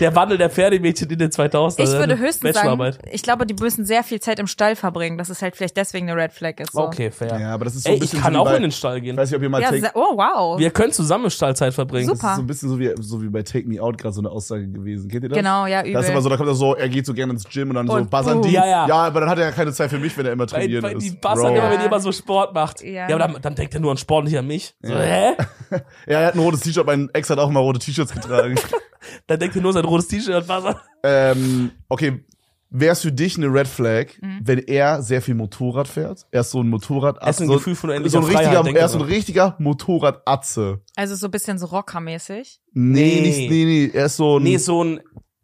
B: der Wandel der Pferdemädchen in den 2000ern.
C: ich würde höchstens sagen,
B: also Bachelorarbeit.
C: ich glaube, die müssen sehr viel Zeit im Stall verbringen, dass es halt vielleicht deswegen eine Red Flag ist. So.
B: Okay, fair.
A: Ja, aber das ist so ein
B: Ey, ich
A: bisschen
B: kann
A: so wie
B: auch
A: bei,
B: in den Stall
A: Ich
B: gehen.
A: weiß nicht, ob ihr mal
C: Ja,
A: Take,
C: sehr- oh wow.
B: Wir können zusammen Stallzeit verbringen.
A: das ist
C: Super.
A: so ein bisschen so wie, so wie bei Take Me Out gerade so eine Aussage gewesen. Kennt ihr das?
C: Genau, ja, übel.
A: Das ist immer so, da kommt er so, er geht so gerne ins Gym und dann so
C: Und
A: buzzern
C: boom.
A: die.
B: Ja, ja.
A: aber dann hat er ja keine Zeit für mich, wenn er immer
B: Weil,
A: trainieren
B: weil die
A: ist.
B: Bastard
A: Bro.
B: immer, wenn
C: Ja.
B: jemand so Sport macht.
C: Ja.
B: Ja, aber dann, dann denkt er nur an Sport, nicht an mich. So,
A: Ja.
B: hä?
A: Ja, er hat ein rotes T-Shirt, mein Ex hat auch immer rote T-Shirts
B: (laughs)
A: getragen.
B: Dann denkt er nur sein rotes T-Shirt und Wasser.
A: ähm, okay, wäre es für dich eine Red Flag, wenn er sehr viel Motorrad fährt? Er ist so ein motorrad
B: Mhm. Er ist ein
A: so,
B: Gefühl von
A: so
B: endlicher
A: ein
B: Freiheit,
A: richtiger,
B: denkt
A: Er ist so ein
B: er.
A: richtiger Motorrad-Atze.
C: also so ein bisschen so Rocker-mäßig.
A: Nee,
B: Nee.
A: Nicht, nee, nee, er ist so ein...
B: Nee, so ein,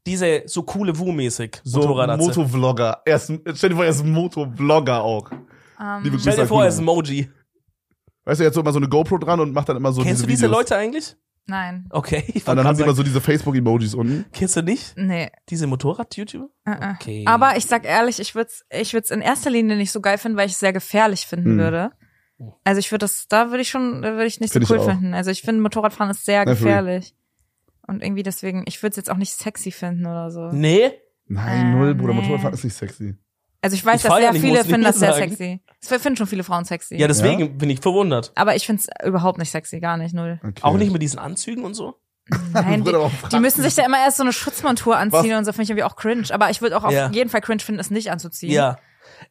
B: diese, so coole Wu-mäßig.
A: so
B: Motorradatze.
A: Motovlogger. Er ist, ein- stell dir vor, er ist ein Motovlogger auch.
C: Ähm,
A: Liebe
B: Stell dir vor, er ist ein Moji.
A: Weißt du, er hat so immer so eine GoPro dran und macht dann immer so
B: Kennst
A: diese
B: du diese
A: Videos.
B: Leute eigentlich?
C: nein.
B: Okay. ich
A: Und
B: wollte
A: dann haben
B: gerade
A: sie immer
B: sagen,
A: so diese Facebook-Emojis unten.
B: Kennst du nicht?
C: Nee.
B: Diese Motorrad-YouTuber?
C: äh, äh.
B: Okay.
C: Aber ich sag ehrlich, ich würde es ich würd's in erster Linie nicht so geil finden, weil ich es sehr gefährlich finden
A: Mhm.
C: würde.
B: Oh.
C: Also ich würde das, da würde ich schon, da würde ich nicht so
A: Find ich
C: cool
A: auch.
C: finden. Also ich finde Motorradfahren ist sehr
A: Na, für
C: gefährlich. Und irgendwie deswegen, ich würde es jetzt auch nicht sexy finden oder so.
A: Hm.
B: Nee?
A: Nein,
C: Äh,
A: null, Bruder,
C: nee.
A: Motorradfahren ist nicht sexy.
C: Also ich weiß,
B: Ich
C: dass
B: fahr ja
C: sehr
B: nicht,
C: viele
B: muss ich
C: finden das sehr
B: sagen.
C: sexy. Es finden schon viele Frauen sexy.
B: Ja, deswegen bin ich verwundert.
C: aber ich finde es überhaupt nicht sexy, gar
A: (laughs)
C: nicht, null.
A: Okay.
B: Auch nicht mit diesen Anzügen und so?
C: Nein,
A: Bruder,
C: die,
A: warum fragst
C: die müssen sich da immer erst so eine Schutzmontur anziehen
A: Was?
C: und so finde ich irgendwie auch cringe. Aber ich würde auch auf
B: Ja.
C: jeden Fall cringe finden, es nicht anzuziehen.
B: Ja.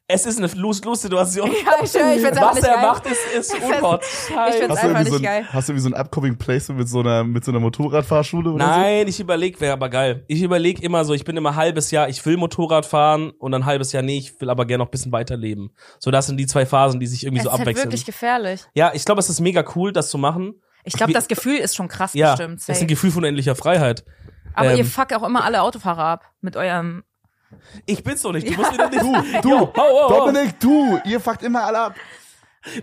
B: Es ist eine Lose-Lose-Situation.
C: Ja, ich schwör, ich
B: (laughs)
C: find's einfach
B: Was
C: nicht
B: er
C: geil.
B: macht, ist, ist Unport.
C: ich find's-
A: Hast du,
C: einfach
A: irgendwie so
C: nicht
A: ein,
C: geil.
A: hast du irgendwie so ein upcoming Placement mit so einer, mit so einer Motorradfahrschule oder
B: Nein, ich überlege, wäre aber geil. Ich überlege immer so, ich bin immer halbes Jahr, ich will Motorrad fahren und dann halbes Jahr, nee, ich will aber gerne noch ein bisschen weiterleben. So, das sind die zwei Phasen, die sich irgendwie
C: Es
B: so
C: ist halt
B: abwechseln.
C: wirklich gefährlich.
B: ja, ich glaube, es ist mega cool, das zu machen.
C: Ich glaube,
B: Wie-
C: das Gefühl ist schon krass
B: Ja,
C: bestimmt.
B: das ist
C: safe.
B: ein Gefühl von endlicher Freiheit.
C: Aber ihr
B: ähm,
C: fuckt auch immer alle Autofahrer ab mit eurem.
B: Ich bin's doch nicht, du musst wieder nicht. Du, (laughs)
A: du,
B: ho, ho,
A: so?
B: ho,
A: Dominik, du, ihr fuckt immer alle ab.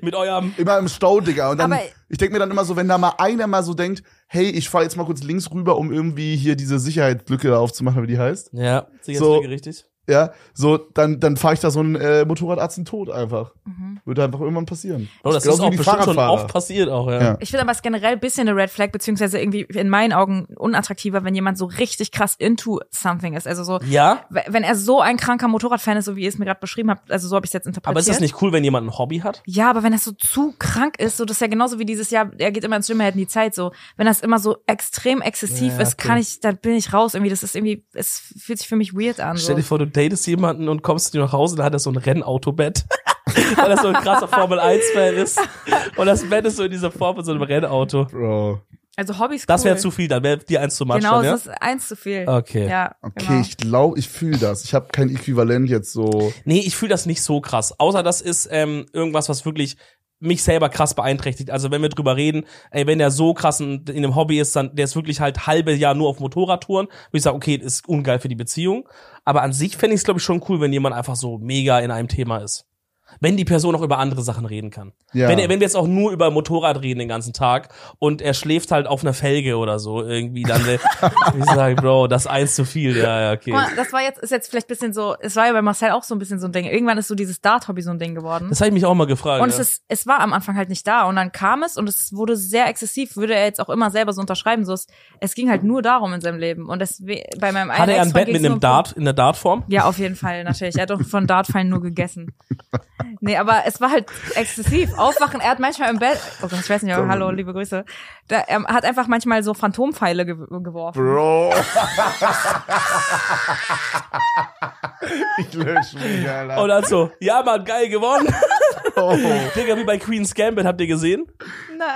B: mit eurem
A: Immer im Stau, Digga. Und dann,
C: Aber-
A: ich denke mir dann immer so, wenn da mal einer mal so denkt, hey, ich fahr jetzt mal kurz links rüber, um irgendwie hier diese Sicherheitslücke aufzumachen, wie die heißt.
B: Ja, sicher
A: So.
B: richtig.
A: ja, so, dann, dann fahre ich da so ein äh, Motorradarzt in den Tod einfach.
C: Mhm.
A: Würde einfach irgendwann passieren.
B: Oh, das
A: Genauso
B: ist
A: genau wie
B: auch
A: die
B: bestimmt schon
A: Fahrradfahrer.
B: oft passiert auch, ja.
A: Ja.
C: Ich finde aber es generell ein bisschen eine Red Flag, beziehungsweise irgendwie in meinen Augen unattraktiver, wenn jemand so richtig krass into something ist. Also so,
B: Ja,
C: w- wenn er so ein kranker Motorradfan ist, so wie ihr es mir gerade beschrieben habt, also so habe ich es jetzt interpretiert.
B: aber ist das nicht cool, wenn jemand ein Hobby hat?
C: Ja, aber wenn das so zu krank ist, so das ist ja genauso wie dieses Jahr, er geht immer ins Gym, er hat nie Zeit, so. Wenn das immer so extrem exzessiv
B: Ja,
C: ist,
B: okay.
C: kann ich, dann bin ich raus. Irgendwie, das ist irgendwie, es fühlt sich für mich weird an.
B: Stell
C: So.
B: dir vor, du datest jemanden und kommst zu dir nach Hause, dann hat er so ein Rennautobett. (laughs) Weil das so ein krasser Formel-1-Fan ist. Und das Bett ist so in dieser Form von so einem Rennauto.
A: Bro.
C: Also Hobbys
B: Das
C: cool.
B: wäre zu viel, dann wäre dir eins zu much
C: Genau,
B: dann, ja?
C: es ist eins zu viel.
B: Okay.
C: Ja,
A: Okay,
C: genau.
A: ich glaube, ich fühle das. Ich habe kein Äquivalent jetzt so.
B: Nee, ich fühle das nicht so krass. Außer das ist ähm, irgendwas, was wirklich mich selber krass beeinträchtigt. Also wenn wir drüber reden, ey, wenn der so krass in, in einem Hobby ist, dann der ist wirklich halt halbe Jahr nur auf Motorradtouren, würde ich sagen, okay, ist ungeil für die Beziehung. Aber an sich fände ich es, glaube ich, schon cool, wenn jemand einfach so mega in einem Thema ist. Wenn die Person auch über andere Sachen reden kann.
A: Ja.
B: Wenn, er- wenn wir jetzt auch nur über Motorrad reden den ganzen Tag und er schläft halt auf einer Felge oder so irgendwie, dann äh, ich sage, Bro, das ist eins zu viel. Ja, ja, okay.
C: Guck mal, das war jetzt, ist jetzt vielleicht ein bisschen so, es war ja bei Marcel auch so ein bisschen so ein Ding. Irgendwann ist so dieses Dart-Hobby so ein Ding geworden.
B: Das habe ich mich auch mal gefragt.
C: und
B: ja.
C: es ist, es war am Anfang halt nicht da und dann kam es und es wurde sehr exzessiv, würde er jetzt auch immer selber so unterschreiben, so es, es ging halt nur darum in seinem Leben und das we- bei meinem einen
B: Hatte er ein
C: Ex-Freund
B: Bett mit einem
C: ging's nur um-
B: Dart, in der Dartform?
C: Ja, auf jeden Fall, natürlich. Er hat doch von Dartfallen nur gegessen. Nee, aber es war halt exzessiv. Aufwachen, er hat manchmal im Bett, oh Gott, ich weiß nicht, aber hallo, liebe Grüße. Da, er hat einfach manchmal so Phantompfeile ge geworfen.
B: (laughs)
A: Bro. ich lösche mich, Alter.
B: Und dann so, ja Mann, geil gewonnen.
A: oh.
B: (laughs) Digga, wie bei Queen's Gambit, habt ihr gesehen?
C: Nein,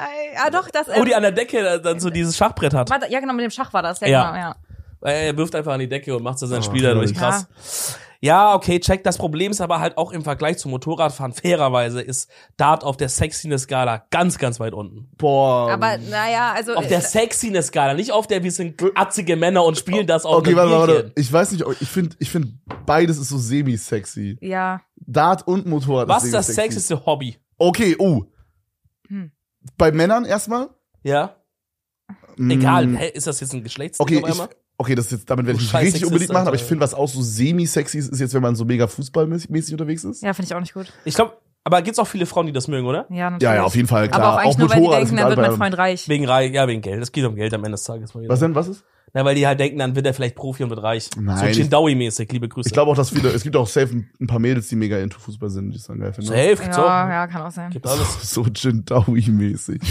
C: ah doch, das.
B: Wo Oh, die an der Decke da- dann so dieses Schachbrett hat.
C: Warte, ja, genau, mit dem Schach war das. Ja,
B: Ja.
C: genau, ja.
B: Äh, Er wirft einfach an die Decke und macht so sein
A: Oh,
B: Spiel dadurch.
A: cool.
B: Krass. Ja, okay, check. Das Problem ist aber halt auch im Vergleich zum Motorradfahren, fairerweise ist Dart auf der Sexiness-Skala ganz, ganz weit unten.
A: Boah.
C: Aber naja, also.
B: Auf der Sexiness-Skala, nicht auf der, wir sind atzige Männer und spielen das auf
A: okay,
B: okay,
A: warte,
B: einem
A: warte,
B: Bierchen.
A: warte. Ich weiß nicht, ich finde, ich find, beides ist so semi-sexy.
C: ja.
A: Dart und Motorrad
B: Was ist
A: ist
B: das
A: semi-sexy.
B: sexiste Hobby?
A: Okay, oh.
C: Hm.
A: Bei Männern erstmal?
B: Ja?
A: Mm,
B: Egal, hä, ist das jetzt ein Geschlechtsding
A: Okay,
B: auf
A: ich,
B: einmal? Oh,
A: okay, das ist jetzt, damit werde ich
B: Du
A: nicht
B: scheiß
A: richtig unbedingt
B: Sexist,
A: machen, aber ich
B: Alter.
A: finde, was auch so semi-sexy ist, ist jetzt, wenn man so mega fußballmäßig mäßig unterwegs ist.
C: Ja, finde ich auch nicht gut.
B: Ich glaube, aber gibt's auch viele Frauen, die das mögen, oder?
C: Ja, natürlich.
A: Ja, ja, auf jeden Fall, klar.
C: Aber auch eigentlich nur, weil die
A: Motorrad
C: denken,
A: sind
C: dann wird
A: alle
C: mein
A: bei-
C: Freund reich.
B: Wegen Reich, ja, wegen Geld. Es geht um Geld am Ende des Tages mal wieder.
A: Was denn, was ist?
B: Na, weil die halt denken, dann wird er vielleicht Profi und wird reich. so
A: Nein,
B: Chindawi-mäßig, liebe Grüße.
A: Ich glaube auch, dass viele, es gibt auch safe ein- ein paar Mädels, die mega into Fußball sind, die es dann geil finden.
B: Safe, so.
C: Ja, ja, kann auch sein.
B: Gibt alles.
A: (laughs) So Jindawi-mäßig.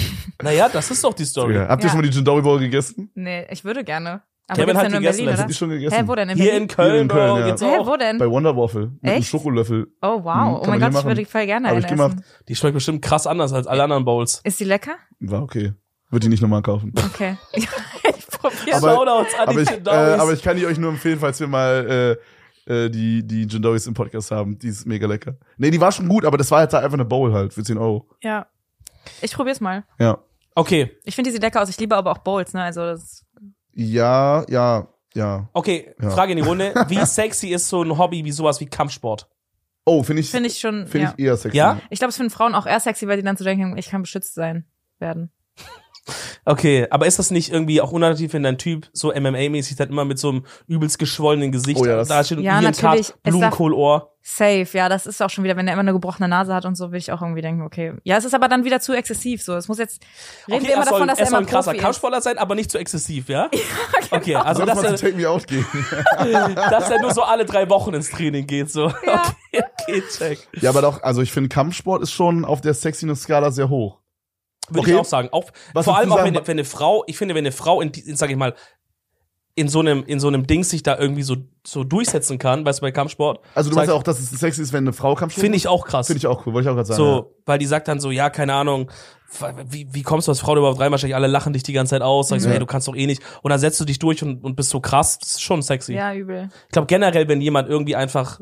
B: Naja, das ist doch die Story.
A: Ja. Habt ihr
C: Ja.
A: schon mal die Jindawi-Bowl gegessen?
C: Nee, ich würde gerne. Aber
B: Kevin
C: gibt's
B: hat
C: ja nur in
B: gegessen,
C: Berlin,
B: das
C: oder?
A: Habt ihr schon gegessen?
C: Hä, wo denn? In
B: Hier
C: Berlin?
B: in Köln,
A: in Köln,
B: Bro,
A: ja.
B: geht's
C: Hä,
B: auch.
C: wo denn?
A: Bei Wonderwaffel. Mit einem
C: Hm? Echt?
A: Schokolaffel.
C: Oh,
A: Hm,
C: wow. oh
A: kann
C: mein
A: man
C: Gott,
A: hier
C: ich würde
A: machen.
C: voll gerne
A: Hab
C: eine
A: ich gemacht.
C: essen.
B: Die schmeckt bestimmt krass anders als alle anderen Bowls.
C: Ist die lecker?
A: War okay. Würde ich nicht nochmal kaufen.
C: Okay. (laughs) ich probiere
A: Aber-
B: Shoutouts an
A: Aber
B: die
A: ich, äh,
B: Chindawis.
A: aber ich kann die euch nur empfehlen, falls wir mal äh, äh, die, die Jindawis im Podcast haben. Die ist mega lecker. Nee, die war schon gut, aber das war jetzt halt einfach eine Bowl halt für 10 Euro.
C: Ja. Ich probier's mal.
A: Ja.
B: okay,
C: Ich finde, die sieht lecker aus. Ich liebe aber auch Bowls, ne? Also das
A: Ja, ja, ja.
B: okay,
A: Ja.
B: Frage in die Runde.
A: (laughs)
B: Wie sexy ist so ein Hobby wie sowas wie Kampfsport?
A: Oh, finde ich,
C: finde ich schon.
A: find
C: ja.
A: ich eher sexy.
B: Ja?
C: Ich glaube, es finden Frauen auch eher sexy, weil die dann so denken, ich kann beschützt sein werden.
B: Okay, aber ist das nicht irgendwie auch unattraktiv, wenn dein Typ so MMA-mäßig dann immer mit so einem übelst geschwollenen Gesicht
A: Oh ja, das-
B: da steht und
C: Ja,
B: hier ein
C: natürlich.
B: Kart,
C: Es darf-
B: Blumenkohlohr?
C: Safe, ja, das ist auch schon wieder, wenn er immer eine gebrochene Nase hat und so, will ich auch irgendwie denken, okay. Ja, es ist aber dann wieder zu exzessiv so. Es muss jetzt reden wir
B: er
C: immer
B: soll,
C: davon, dass er,
B: soll ein
C: immer
B: krasser
C: Profi ist. genau.
B: Kampfsportler sein, aber nicht zu exzessiv,
C: (laughs)
B: ja? Okay, also
A: Also
B: dass
A: das mal
B: er,
A: zu Take Me Out
B: (laughs)
A: gehen.
B: dass er nur so alle drei Wochen ins Training geht, so.
C: Ja.
B: Okay, okay, check.
A: ja, aber doch, also ich finde Kampfsport ist schon auf der Sexiness-Skala sehr hoch.
B: Würde
A: Okay.
B: ich auch sagen. Auch,
A: Was
B: vor
A: würdest
B: allem
A: du
B: auch,
A: sagen?
B: wenn, wenn eine Frau, ich finde, wenn eine Frau in, die- in sag ich mal, in so einem, in so einem Ding sich da irgendwie so, so durchsetzen kann, weißt du, bei Kampfsport,
A: Also du
B: Sag-
A: meinst ja auch, dass es sexy ist, wenn eine Frau Kampfsport
B: finde ich auch krass.
A: Finde ich auch cool, wollte ich auch gerade sagen. ja.
B: so, weil die sagt dann so, ja, keine Ahnung, wie, wie kommst du als Frau da überhaupt rein? Wahrscheinlich alle lachen dich die ganze Zeit aus, sagst
A: Mhm.
B: so, hey, du kannst doch eh nicht. Und dann setzt du dich durch und, und bist so krass, das ist schon sexy.
C: Ja, übel.
B: Ich glaube generell, wenn jemand irgendwie einfach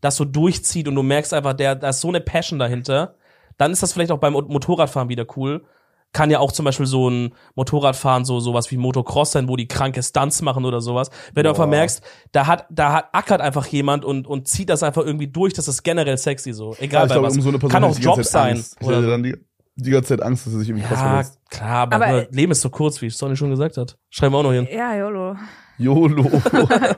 B: das so durchzieht und du merkst einfach, der, da ist so eine Passion dahinter, dann ist das vielleicht auch beim Mot- Motorradfahren wieder cool. Kann ja auch zum Beispiel so ein Motorradfahren, so sowas wie Motocross sein, wo die kranke Stunts machen oder sowas. Wenn
A: Boah.
B: du einfach merkst, da hat, da hat ackert einfach jemand und, und zieht das einfach irgendwie durch, das ist generell sexy so.
A: Ja,
B: Egal
A: ich
B: bei
A: glaube,
B: was.
A: um so eine Person
B: Kann
A: hätte
B: auch
A: ich die ganze
B: Job
A: Zeit
B: sein.
A: Angst. Ich
B: Oder
A: hätte
B: so.
A: dann die, die ganze Zeit Angst, dass er sich irgendwie krass
B: Ja,
A: verletzt.
B: klar, aber,
C: Aber- Äh,
B: Leben ist so kurz, wie Sonny schon gesagt hat. Schreiben wir auch noch hin.
C: Ja, YOLO.
A: YOLO.
B: (laughs)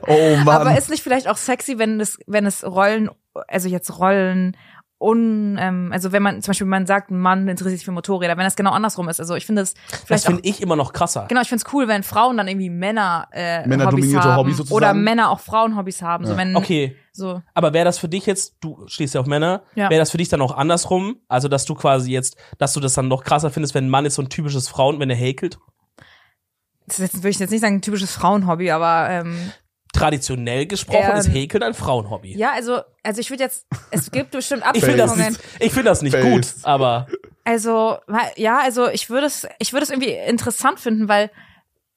A: Oh Mann.
B: Ähm.
C: Aber ist nicht vielleicht auch sexy, wenn es, wenn es Rollen, also jetzt Rollen un, ähm, also wenn man zum Beispiel man sagt, ein Mann interessiert sich für Motorräder, wenn das genau andersrum ist. Also ich finde es
B: Das
C: vielleicht auch,
B: finde ich immer noch krasser.
C: genau, ich finde es cool, wenn Frauen dann irgendwie Männer, äh, Hobbys
A: Männerdominierte
C: haben
A: Hobbys sozusagen.
C: oder Männer auch Frauenhobbys haben. So
A: Ja.
C: wenn
B: Okay,
C: so
B: aber wäre das für dich jetzt, du stehst ja auf Männer,
C: Ja.
B: wäre das für dich dann auch andersrum? Also, dass du quasi jetzt, dass du das dann noch krasser findest, wenn ein Mann ist so ein typisches Frauen, wenn er häkelt?
C: das ist jetzt, würde ich jetzt nicht sagen, ein typisches Frauenhobby, aber ähm,
B: Traditionell gesprochen
C: Ähm,
B: ist Häkeln ein Frauenhobby.
C: ja, also, also ich würde jetzt,
B: (laughs)
C: es gibt bestimmt
B: Ich finde das
C: Abstufungen.
B: nicht, ich find das nicht
A: Face.
B: gut, aber
C: Also, wa- ja, also ich würde es, ich würde es irgendwie interessant finden, weil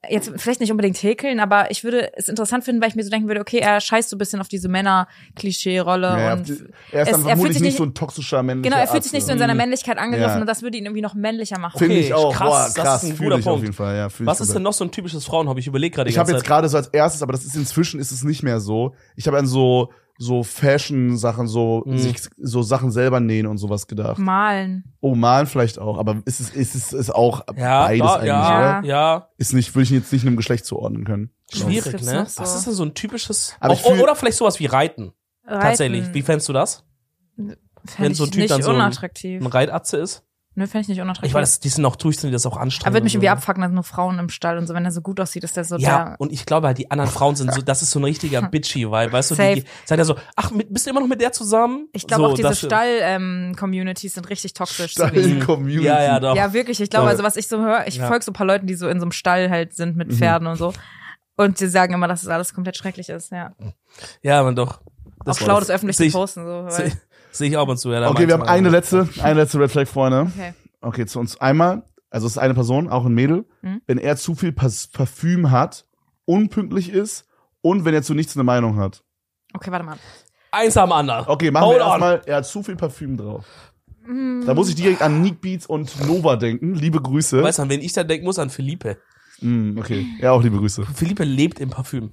C: jetzt vielleicht nicht unbedingt häkeln, aber ich würde es interessant finden, weil ich mir so denken würde, okay, er scheißt so ein bisschen auf diese Männer-Klischee-Rolle
A: Ja,
C: und
A: er ist dann
C: es- er fühlt
A: vermutlich
C: sich
A: nicht
C: nicht-
A: so ein toxischer Mensch.
C: genau, er fühlt sich nicht so in seiner Männlichkeit angegriffen
A: Ja.
C: und das würde ihn irgendwie noch männlicher machen.
A: Finde
B: Okay,
A: ich auch.
B: krass, das ist
A: Boah, krass,
B: ein
A: fühle
B: guter
A: ich auf
B: Punkt.
A: jeden Fall. Ja, fühl ich
B: was ist
A: komplett.
B: denn noch so ein typisches Frauenhobby? Ich überlege gerade die
A: Ich habe
B: ganze
A: jetzt
B: Zeit.
A: gerade so als erstes, aber das ist inzwischen ist es nicht mehr so. Ich habe an so so Fashion Sachen, so
B: Mhm.
A: sich, so Sachen selber nähen und sowas gedacht.
C: Malen.
A: Oh, malen vielleicht auch, aber ist es ist es ist auch
B: Ja,
A: beides
B: da,
A: eigentlich,
B: ja,
A: oder?
B: ja.
A: Ist nicht würde ich jetzt nicht einem Geschlecht zuordnen können.
C: Was
B: Schwierig,
C: gibt's
B: ne?
C: noch so?
B: Was ist denn so ein typisches.
A: Aber
B: auch,
A: ich fühl-
B: oder vielleicht sowas wie Reiten,
C: Reiten
B: tatsächlich. Wie fändst du das?
C: fänd
B: wenn
C: ich
B: so ein Typ
C: nicht
B: dann so ein-
C: unattraktiv.
B: Ein Reitatze ist?
C: Nö, fände ich nicht unattraktiv.
B: Ich weiß, die sind auch durch, die das auch anstrengend.
C: er wird mich
B: und
C: irgendwie
B: so. ne?
C: abfacken, dass nur Frauen im Stall und so, wenn er so gut aussieht, ist der so
B: Ja,
C: der.
B: und ich glaube halt, die anderen Frauen sind so, das ist so ein
C: (laughs)
B: richtiger bitchy weil weißt du, die
C: Safe.
B: seid ja so, ach, mit, bist du immer noch mit der zusammen?
C: Ich glaube
B: so,
C: auch diese
B: das-
C: Stall-Communities sind richtig toxisch. so wie-
A: Style Community.
B: Ja, ja, doch.
C: Ja, wirklich. Ich glaube,
B: Voll.
C: also was ich so höre, ich
B: Ja.
C: folge so ein paar Leuten, die so in so einem Stall halt sind
A: Mhm.
C: mit Pferden und so. Und die sagen immer, dass das alles komplett schrecklich ist, ja.
B: ja, man doch.
C: auch schlau, das öffentlich zu
B: öffentliche Post.
C: posten, so. Weil,
B: (laughs) Sehe seh ich auch mal zu, ja. da
A: Okay, wir haben
B: meinst du,
A: eine
B: ja.
A: letzte, eine letzte Red Flag, Freunde.
C: okay.
A: Okay, zu uns einmal, also es ist eine Person, auch ein Mädel,
C: Mhm.
A: wenn er zu viel Pas Parfüm hat, unpünktlich ist und wenn er zu nichts eine Meinung hat.
C: okay, warte mal.
B: Eins am anderen.
A: Okay, machen
B: Hold
A: wir
B: on.
A: erstmal, er hat zu viel Parfüm drauf.
C: Mm.
A: Da muss ich direkt an Nick Beats und Nova denken. Liebe Grüße.
B: Weißt du, an wen ich da denken muss? An Felipe.
A: Mm, okay, ja, auch liebe Grüße.
B: Felipe lebt im Parfüm.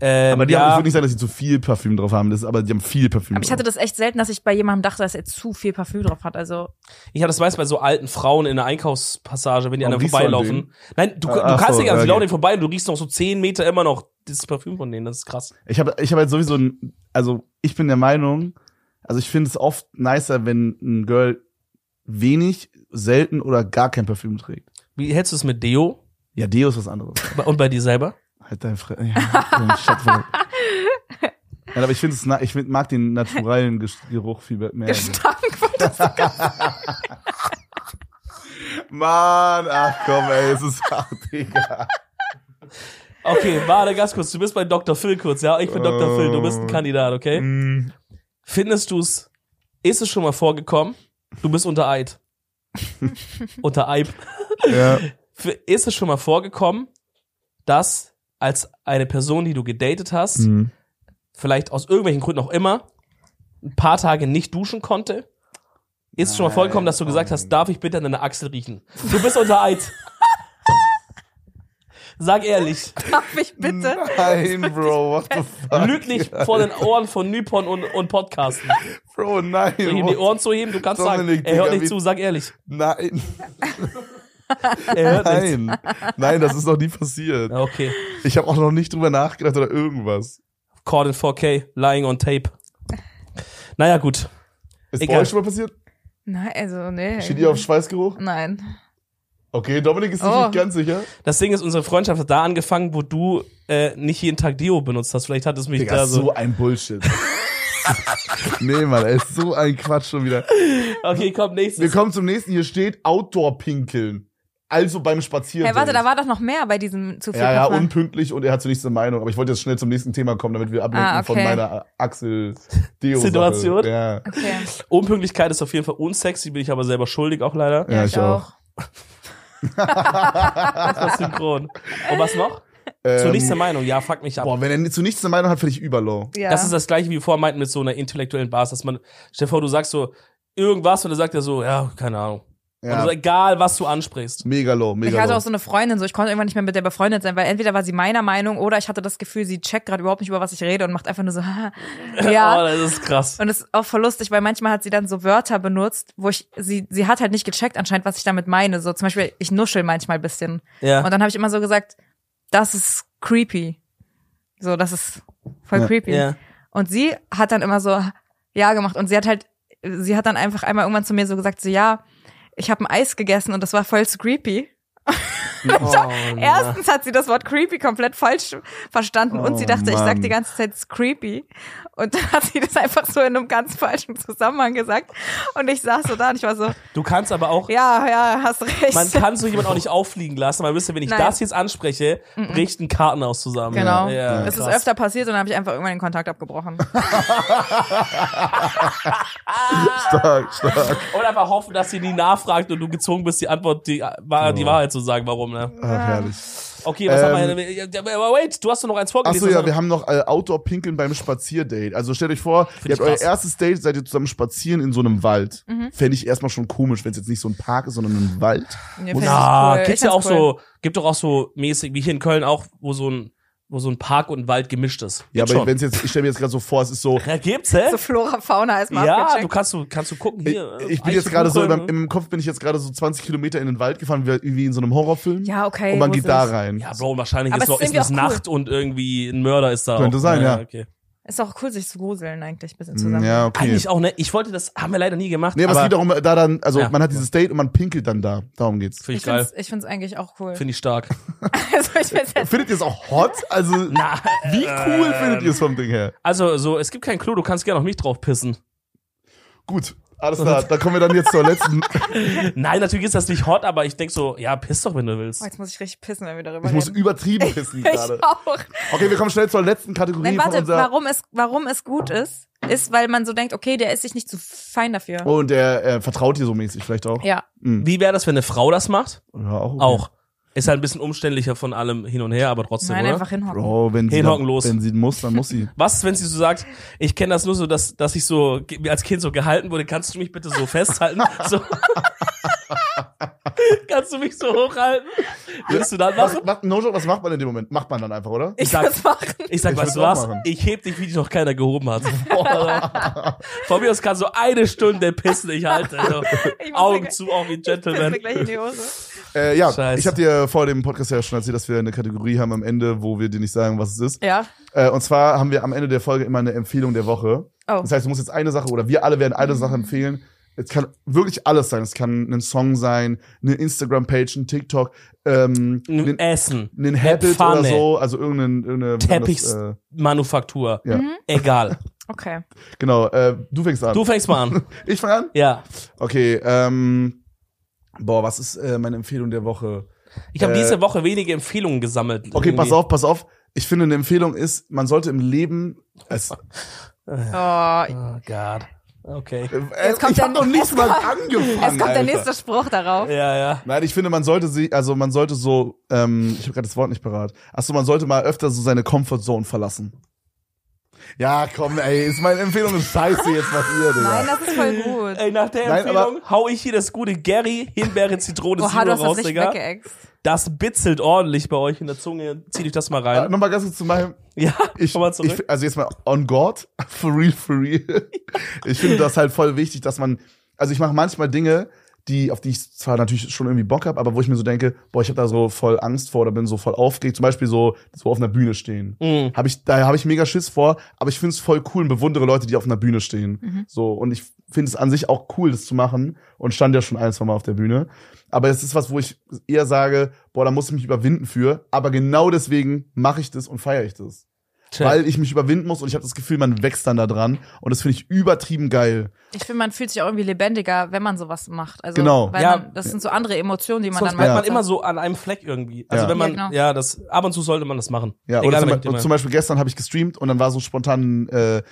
B: Ähm,
A: Aber die
B: ja,
A: haben, es wird nicht sein, dass sie zu viel Parfüm drauf haben, das, aber die haben viel Parfüm
C: Aber ich
A: drauf.
C: hatte das echt selten, dass ich bei jemandem dachte, dass er zu viel Parfüm drauf hat. Also,
B: Ich habe das meist bei so alten Frauen in der Einkaufspassage, wenn die an
A: Warum
B: einem
A: riechst du an
B: vorbeilaufen. Nein, du,
A: Ah,
B: du
A: ach
B: kannst
A: so,
B: nicht an sie
A: okay.
B: laufen vorbei und du riechst noch so zehn Meter immer noch dieses Parfüm von denen. Das ist krass.
A: Ich habe ich hab halt sowieso, ein, also ich bin der Meinung, also ich finde es oft nicer, wenn ein Girl wenig, selten oder gar kein Parfüm trägt.
B: Wie hältst du es mit Deo?
A: Ja, Deo ist was anderes.
B: (laughs) Und bei dir selber?
A: Halt dein Fre ja, so ein Schöpfer. Nein, aber ich finde es, na- ich find, mag den naturalen Ges- Geruch viel mehr.
C: Gestank.
A: Mann, ach komm, ey, es ist hart,
B: (laughs)
A: Digga.
B: Okay, warte ganz kurz. Du bist bei Dr. Phil kurz, ja? Ich bin Dr. Phil, du bist ein Kandidat, okay?
A: Mm,
B: Findest du es, ist es schon mal vorgekommen? Du bist unter Eid. unter Eib.
A: ja.
B: F- Ist es schon mal vorgekommen, dass als eine Person, die du gedatet hast,
A: Mm.
B: vielleicht aus irgendwelchen Gründen auch immer, ein paar Tage nicht duschen konnte? Ist es schon mal
A: Nein.
B: vorgekommen, dass du gesagt hast, darf ich bitte an deiner Achsel riechen? Du bist unter Eid. Sag ehrlich.
C: (laughs) Darf
A: (laughs)
C: ich bitte?
A: Nein, Bro, what the fuck?
B: Lüg nicht vor den Ohren von Nypon und,
A: (laughs)
B: und Podcasten.
A: Bro, nein.
B: Soll ich ihm die
A: what-
B: Ohren zuheben? Du kannst
A: Dominik,
B: sagen, er hört
A: Digga,
B: nicht
A: wie-
B: zu, sag ehrlich.
A: Nein,
B: Er hört nicht.
A: nein. Nein, das ist noch nie passiert.
B: Okay.
A: Ich habe auch noch nicht drüber nachgedacht oder irgendwas.
B: Caught in 4K, lying on tape. Naja, gut.
A: Ist
B: Egal.
A: bei euch schon mal passiert?
C: Nein, also, nee.
A: Steht ihr auf Schweißgeruch?
C: Nein.
A: Okay, Dominik ist sich
C: Oh.
A: nicht ganz sicher.
B: Das Ding ist, unsere Freundschaft hat da angefangen, wo du äh, nicht jeden Tag Deo benutzt hast. Vielleicht hat es mich
A: Digga,
B: da so.
A: so ein
B: (laughs)
A: Bullshit. nee, Mann, ey, ist so ein Quatsch schon wieder.
B: Okay, komm,
A: Wir
B: nächstes.
A: kommen zum nächsten. Hier steht Outdoor-Pinkeln. Also beim Spazieren.
C: Hey, warte, da war doch noch mehr bei diesem zu viel
A: Ja, ja,
C: Parfüm.
A: unpünktlich und er hat zunächst eine Meinung. Aber ich wollte jetzt schnell zum nächsten Thema kommen, damit wir ablenken
C: Ah,
A: von
C: okay.
A: meiner Axel-Deo.
B: Situation?
A: Ja.
C: Okay.
B: Unpünktlichkeit ist auf jeden Fall unsexy, bin ich aber selber schuldig
A: (laughs)
B: auch leider.
A: Ja, ich auch.
B: Das war synchron. Und was noch? Zur
A: Ähm,
B: nächsten Meinung. Ja, fuck mich ab.
A: boah, wenn er zu nichts eine Meinung hat, finde ich überlow.
C: Ja.
B: Das ist das gleiche, wie wir vorher meinten mit so einer intellektuellen Basis, dass man, stell dir vor, du sagst so irgendwas und dann sagt er so, ja, keine Ahnung. Und
A: Ja.
B: so, egal, was du ansprichst.
A: Mega low, mega
C: Ich hatte
A: low.
C: auch so eine Freundin, so ich konnte irgendwann nicht mehr mit der befreundet sein, weil entweder war sie meiner Meinung oder ich hatte das Gefühl, sie checkt gerade überhaupt nicht, über was ich rede und macht einfach nur so, (laughs)
B: Oh,
C: ja.
B: das ist krass.
C: Und es ist auch voll lustig, weil manchmal hat sie dann so Wörter benutzt, wo ich, sie, sie hat halt nicht gecheckt anscheinend, was ich damit meine. So zum Beispiel, ich nuschel manchmal ein bisschen.
B: Ja.
C: Und dann habe ich immer so gesagt, das ist creepy. So, das ist voll
A: Ja.
C: creepy. (laughs)
B: Ja.
C: Und sie hat dann immer so ja gemacht und sie hat halt sie hat dann einfach einmal irgendwann zu mir so gesagt, so ja, ich habe ein Eis gegessen und das war voll zu creepy.
B: Oh,
C: Erstens hat sie das Wort creepy komplett falsch verstanden und
A: Oh,
C: sie dachte, ich sag
A: Mann.
C: die ganze Zeit es ist creepy. Und dann hat sie das einfach so in einem ganz falschen Zusammenhang gesagt. Und ich saß so da und ich war so,
B: Du kannst aber auch,
C: ja, ja, hast recht.
B: man kann so jemanden auch nicht auffliegen lassen, weil wisst ihr, wenn ich
C: Nein.
B: das jetzt anspreche, bricht ein Kartenhaus zusammen.
C: (laughs) Genau.
B: Ja,
C: es ist
B: krass.
C: öfter passiert und dann habe ich einfach irgendwann den
A: (laughs)
C: Kontakt abgebrochen.
A: (laughs) Stark, stark.
B: Und einfach hoffen, dass sie nie nachfragt und du gezwungen bist, die Antwort, die, war, die Wahrheit zu sagen, warum,
C: Ah.
B: ne?
A: Ach, herrlich.
B: Okay, was
A: Ähm,
B: haben wir denn? Ja, Aber wait, du hast doch noch eins vorgelesen.
A: Achso, ja,
B: was
A: wir haben noch äh, Outdoor-Pinkeln beim Spazierdate. Also stellt euch vor, ihr
B: ich
A: habt euer
B: krass. Mhm.
A: erstes Date, seid ihr zusammen spazieren in so einem Wald. Fände ich erstmal schon komisch, wenn es jetzt nicht so ein Park ist, sondern ein Wald.
C: Nee,
A: Und-
C: fänd ich
B: Na,
C: cool. Ich
B: gibt's ja auch
C: fand's cool.
B: so, gibt doch auch so mäßig, wie hier in Köln auch, wo so ein, wo so ein Park und Wald gemischt ist.
A: Ja,
B: Gibt's
A: aber
B: schon.
A: wenn's jetzt, ich stelle mir jetzt gerade so vor, es ist so.
B: Ja, gibt's, hä?
C: So Flora, Fauna erstmal
B: Ja, du
C: abgecheckt.
B: kannst, du kannst du gucken
A: Ich,
B: hier. äh,
A: ich bin jetzt gerade so,
B: Eichenkuchen.
A: im, im Kopf bin ich jetzt gerade so 20 Kilometer in den Wald gefahren, wie, wie in so einem Horrorfilm.
C: Ja, okay,
A: Und man
C: gruselig.
A: geht da rein.
B: Ja, Bro, und wahrscheinlich
C: Aber
B: ist
C: es
B: noch
C: ist
B: ist
C: irgendwie
B: es
C: auch cool.
B: Nacht und irgendwie ein Mörder ist da.
A: Könnte
B: auch.
A: sein, ja.
B: Okay.
C: Ist auch cool, sich zu gruseln eigentlich ein bisschen zusammen.
A: Hm, ja okay.
B: Eigentlich auch, ne? Ich wollte das, haben wir leider nie gemacht.
A: nee, aber, es geht darum, da dann, also
B: Ja.
A: man hat dieses Date und man pinkelt dann da. Darum geht's.
B: Finde
C: Ich
B: ich geil.
C: find's, ich find's eigentlich auch cool.
B: Finde ich stark.
C: (laughs) Also ich find's jetzt,
A: Findet ihr es auch hot? Also,
B: Na,
A: wie cool findet ihr es vom Ding her?
B: Also, so, es gibt kein Klo, du kannst gerne auf mich drauf pissen.
A: Gut, alles klar. Da kommen wir dann jetzt zur
B: (laughs)
A: letzten.
B: Nein, natürlich ist das nicht hot, aber ich denk so, ja, piss doch, wenn du
C: oh,
B: willst.
C: jetzt muss ich richtig pissen, wenn wir darüber
A: Ich muss
C: reden.
A: übertrieben pissen gerade.
C: (laughs) ich auch.
A: Okay, wir kommen schnell zur letzten Kategorie
C: Nein,
A: von
C: warte,
A: unserer.
C: warum es, warum es gut ist, ist, weil man so denkt, okay, der ist sich nicht zu fein dafür.
A: Oh, und der äh, vertraut dir so mäßig vielleicht auch.
C: Ja.
A: Hm.
B: Wie wäre das, wenn eine Frau das macht?
A: Ja, auch. okay.
B: Auch. Ist halt ein bisschen umständlicher von allem hin und her, aber trotzdem,
C: Nein,
B: oder?
C: einfach hinhocken.
B: Oh.
A: Bro, Oh, wenn sie,
B: Hinhocken
A: dann,
B: los.
A: wenn sie muss, dann muss
B: (laughs)
A: sie.
B: Was, wenn sie so sagt, ich kenne das nur so, dass, dass ich so ge- als Kind so gehalten wurde, kannst du mich bitte so
C: (laughs)
B: festhalten? so. kannst du mich so hochhalten? Willst du dann
A: Was,
B: machen?
A: was, no joke, was macht man in dem Moment? Macht man dann einfach, oder?
C: Ich
B: sag-
C: muss machen.
B: Ich sag,
A: Ich
B: weißt du
A: würd's auch
B: was?
A: machen.
B: Ich heb dich, wie dich noch keiner gehoben hat. (laughs) Boah. Von mir aus kann so eine Stunde pissen, ich halte. Also,
C: Ich muss
B: Augen
C: mir-
B: zu, auch wie ein
C: Piss
B: Gentleman.
C: mir gleich in die Hose.
A: Äh, ja,
B: Scheiße.
A: ich habe dir vor dem Podcast ja schon erzählt, dass wir eine Kategorie haben am Ende, wo wir dir nicht sagen, was es ist.
C: Ja.
A: Äh, und zwar haben wir am Ende der Folge immer eine Empfehlung der Woche.
C: Oh.
A: Das heißt, du musst jetzt eine Sache oder wir alle werden eine Sache empfehlen. Es kann wirklich alles sein. Es kann ein Song sein, eine Instagram-Page, ein TikTok, ähm, einen,
B: Essen,
A: einen Habit
B: Pfanne.
A: oder so, also irgendeinen irgendeine wie nennt man das, äh,
B: Teppichmanufaktur.
A: ja.
C: Mhm.
B: Egal.
C: Okay.
A: Genau, äh, du fängst an.
B: Du fängst
A: (laughs)
B: mal an.
A: Ich fange an?
B: Ja.
A: Okay, ähm, boah, was ist äh, meine Empfehlung der Woche?
B: Ich habe
A: Äh,
B: diese Woche wenige Empfehlungen gesammelt.
A: Okay, pass
B: irgendwie.
A: auf, pass auf. Ich finde, eine Empfehlung ist, man sollte im Leben. Es, äh,
C: Oh,
B: Oh Gott. Okay.
A: äh,
C: (laughs) Jetzt kommt
A: ich habe
C: der-
A: noch nicht
C: (laughs) es
A: mal
C: kommt-
A: angefangen.
C: es kommt
A: Alter.
C: der nächste Spruch darauf.
B: Ja, ja.
A: Nein, ich finde, man sollte sie, also man sollte so, ähm, ich habe gerade das Wort nicht parat. Achso, man sollte mal öfter so seine Comfortzone verlassen. Ja, komm, ey, ist meine Empfehlung ist scheiße jetzt, was ihr, Digga.
C: Nein, das ist voll gut.
B: Ey, nach der
A: Nein,
B: Empfehlung hau ich hier das gute Gary, Himbeere, Zitrone,
C: Oha, du
B: Zero
C: hast das
B: raus,
C: richtig
B: Digga.
C: weggeext.
B: Das bitzelt ordentlich bei euch in der Zunge. Zieh dich das mal
A: Äh,
B: rein.
A: Nochmal ganz kurz zu meinem.
B: ja,
A: Ich,
B: komm mal zurück.
A: ich, also jetzt mal on God, (laughs) for real, for real. Ich finde das halt voll wichtig, dass man, also ich mache manchmal Dinge, die, auf die ich zwar natürlich schon irgendwie Bock habe, aber wo ich mir so denke, boah, ich habe da so voll Angst vor oder bin so voll aufgeregt. Zum Beispiel so, so auf einer Bühne stehen.
B: Mhm.
A: Hab ich, da habe ich mega Schiss vor, aber ich finde es voll cool und bewundere Leute, die auf einer Bühne stehen. So, und ich finde es an sich auch cool, das zu machen und stand ja schon ein, zwei Mal auf der Bühne. Aber es ist was, wo ich eher sage, boah, da muss ich mich überwinden für, aber genau deswegen mache ich das und feiere ich das
B: Check.
A: weil ich mich überwinden muss und ich habe das Gefühl, man wächst dann da dran und das finde ich übertrieben geil.
C: Ich finde, man fühlt sich auch irgendwie lebendiger, wenn man sowas macht. Also,
A: Genau.
C: Weil
B: Ja.
C: man, das sind so andere Emotionen, die man
B: Sonst
C: dann mal
B: bleibt man
C: hat.
B: immer so an einem Fleck irgendwie. Also
A: Ja.
B: wenn man, ja,
C: Ja, genau.
B: das, ab und zu sollte man das machen.
A: Ja,
B: Egal,
A: oder
B: mit
A: zum,
B: dem-
A: Be zum Beispiel gestern habe ich gestreamt und dann war so spontan, äh,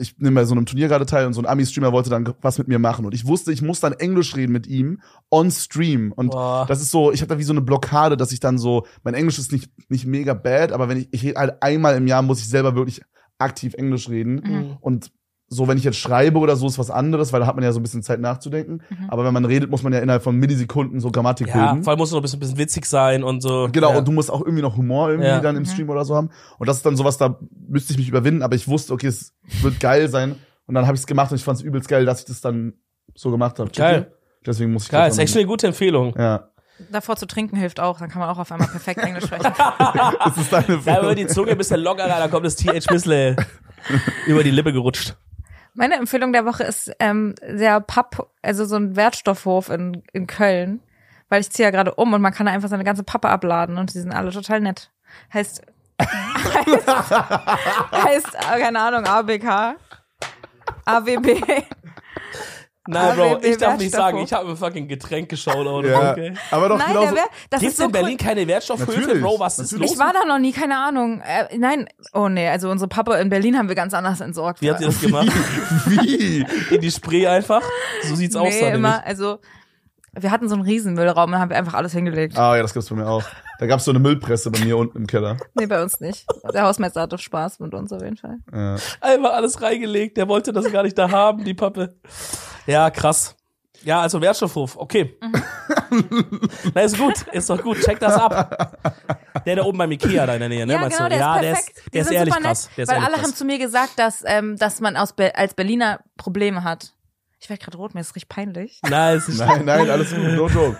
A: ich nehme bei so einem Turnier gerade teil und so ein Ami-Streamer wollte dann was mit mir machen und ich wusste, ich muss dann Englisch reden mit ihm on Stream und
B: Boah.
A: das ist so, ich habe da wie so eine Blockade, dass ich dann so, mein Englisch ist nicht nicht mega bad, aber wenn ich ich rede halt einmal im Jahr muss ich selber wirklich aktiv Englisch reden
B: mm.
C: Mhm.
A: und so, wenn ich jetzt schreibe oder so, ist was anderes, weil da hat man ja so ein bisschen Zeit nachzudenken. Aber wenn man redet, muss man ja innerhalb von Millisekunden so Grammatik
B: ja,
A: bilden.
B: vor allem musst du noch ein bisschen, bisschen witzig sein und so.
A: Genau,
B: ja.
A: und du musst auch irgendwie noch Humor irgendwie
B: Ja.
A: dann im Stream oder so haben. Und das ist dann sowas, da müsste ich mich überwinden, aber ich wusste, okay, es wird geil sein. Und dann habe ich es gemacht und ich fand es übelst geil, dass ich das dann so gemacht habe.
B: Geil.
A: Deswegen muss ich
B: Geil,
A: das
B: ist
A: dann-
B: echt eine gute Empfehlung.
A: Ja.
C: davor zu trinken hilft auch, dann kann man auch auf
B: (laughs)
C: einmal perfekt Englisch sprechen.
A: Das ist deine
B: Ah, Da über die Zunge ein bisschen lockerer, da kommt das TH Bissle über die Lippe gerutscht.
C: Meine Empfehlung der Woche ist ähm, der Papp, also so ein Wertstoffhof in, in Köln, weil ich ziehe ja gerade um und man kann da einfach seine ganze Pappe abladen und die sind alle total nett. Heißt, (laughs) heißt, heißt äh, keine Ahnung, ABK, AWB.
B: Nein,
C: Aber
B: Bro,
C: Ah, wir- wir
B: ich darf nicht
C: Wertstoffe.
B: sagen, ich habe ein fucking Getränk geschaut.
A: ja.
B: Okay.
A: Aber doch
C: Nein,
A: genau
C: der wär, das
B: Gibt's
C: ist so
B: in Berlin keine Wertstoffhöfe,
A: Natürlich,
B: Bro? Was ist
A: natürlich.
B: los?
C: Ich war da noch nie, keine Ahnung. Äh, nein, oh nee, also unsere Pappe in Berlin haben wir ganz anders entsorgt.
B: Wie habt
A: (laughs)
B: ihr das (laughs) gemacht?
A: Wie?
B: In die Spree einfach? So sieht's aus da
C: nee,
B: nämlich.
C: immer, also wir hatten so einen riesen Müllraum, da haben wir einfach alles hingelegt.
A: Ah ja, das gibt's bei mir auch. Da gab's so eine Müllpresse bei mir unten im Keller.
C: Nee, bei uns nicht. Der Hausmeister hatte Spaß mit uns auf jeden Fall.
A: Ja.
B: Einfach alles reingelegt. Der wollte das gar nicht da haben, die Pappe. Ja, krass. Ja, also Wertstoffhof, okay.
A: Mhm.
B: (laughs) Na, ist gut, ist doch gut, check das ab. Der da oben beim Ikea da in der Nähe, ne?
C: Ja,
B: meinst
C: genau,
B: du?
C: der
B: ja,
C: ist
B: der
C: perfekt.
B: ist,
C: Die
B: der ist
C: sind
B: ehrlich
C: super nett,
B: krass. Der ist
C: weil
B: ehrlich
C: alle
B: krass.
C: haben zu mir gesagt, dass, ähm, dass man aus Be als Berliner Probleme hat. Ich werde gerade rot, mir ist richtig peinlich.
B: Nein, es ist
A: Nein, nein, alles gut, no joke.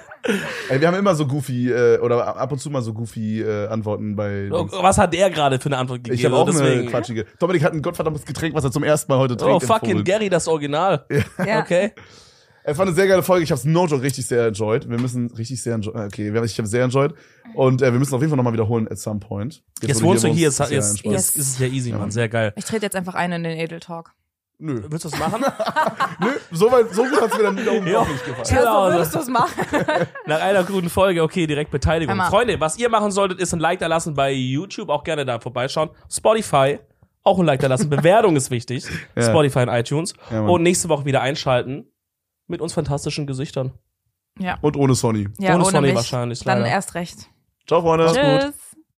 A: Ey, wir haben immer so goofy, äh, oder ab und zu mal so goofy äh, Antworten bei.
B: Oh, Was hat der gerade für eine Antwort gegeben?
A: Ich habe auch
B: Deswegen.
A: eine quatschige. Dominik hat ein gottverdammtes Getränk, was er zum ersten Mal heute trinkt.
B: Oh,
A: im
B: fucking
A: Vorbild.
B: Gary, das Original.
C: (laughs) Ja.
B: Okay.
A: Es war eine sehr geile Folge. Ich habe es no joke richtig sehr enjoyed. Wir müssen richtig sehr enjoyed. Okay, wir haben, ich habe sehr enjoyed. Und äh, wir müssen auf jeden Fall nochmal wiederholen at some point.
B: Jetzt
A: wo
B: wohnst du hier,
A: wohnst,
B: ist,
A: ist ja
B: jetzt,
A: entspannt.
B: jetzt ist es ja easy, Mann. Sehr geil.
C: Ich trete jetzt einfach ein in den Edel Talk.
A: Nö.
B: Willst du
A: (laughs)
B: es machen?
A: Nö, so, weit, so gut hat's mir dann wiederum
B: Ja.
A: doch nicht gefallen.
C: Ja,
B: Genau.
C: so Also würdest du es machen.
B: Nach einer guten Folge, okay, direkt Beteiligung.
C: Hammer.
B: Freunde, was ihr machen solltet, ist ein Like da lassen bei YouTube, auch gerne da vorbeischauen. Spotify, auch ein Like da lassen. Bewertung ist wichtig.
A: (laughs) Ja.
B: Spotify und iTunes.
A: Ja, Mann.
B: und nächste Woche wieder einschalten mit uns fantastischen Gesichtern.
C: Ja,
A: Und ohne Sony.
C: ja
B: Ohne
C: ohne,
B: Sonny
C: mich.
B: wahrscheinlich,
C: Dann
B: leider.
C: erst recht.
A: Ciao, Freunde.
B: gut.
C: Tschüss.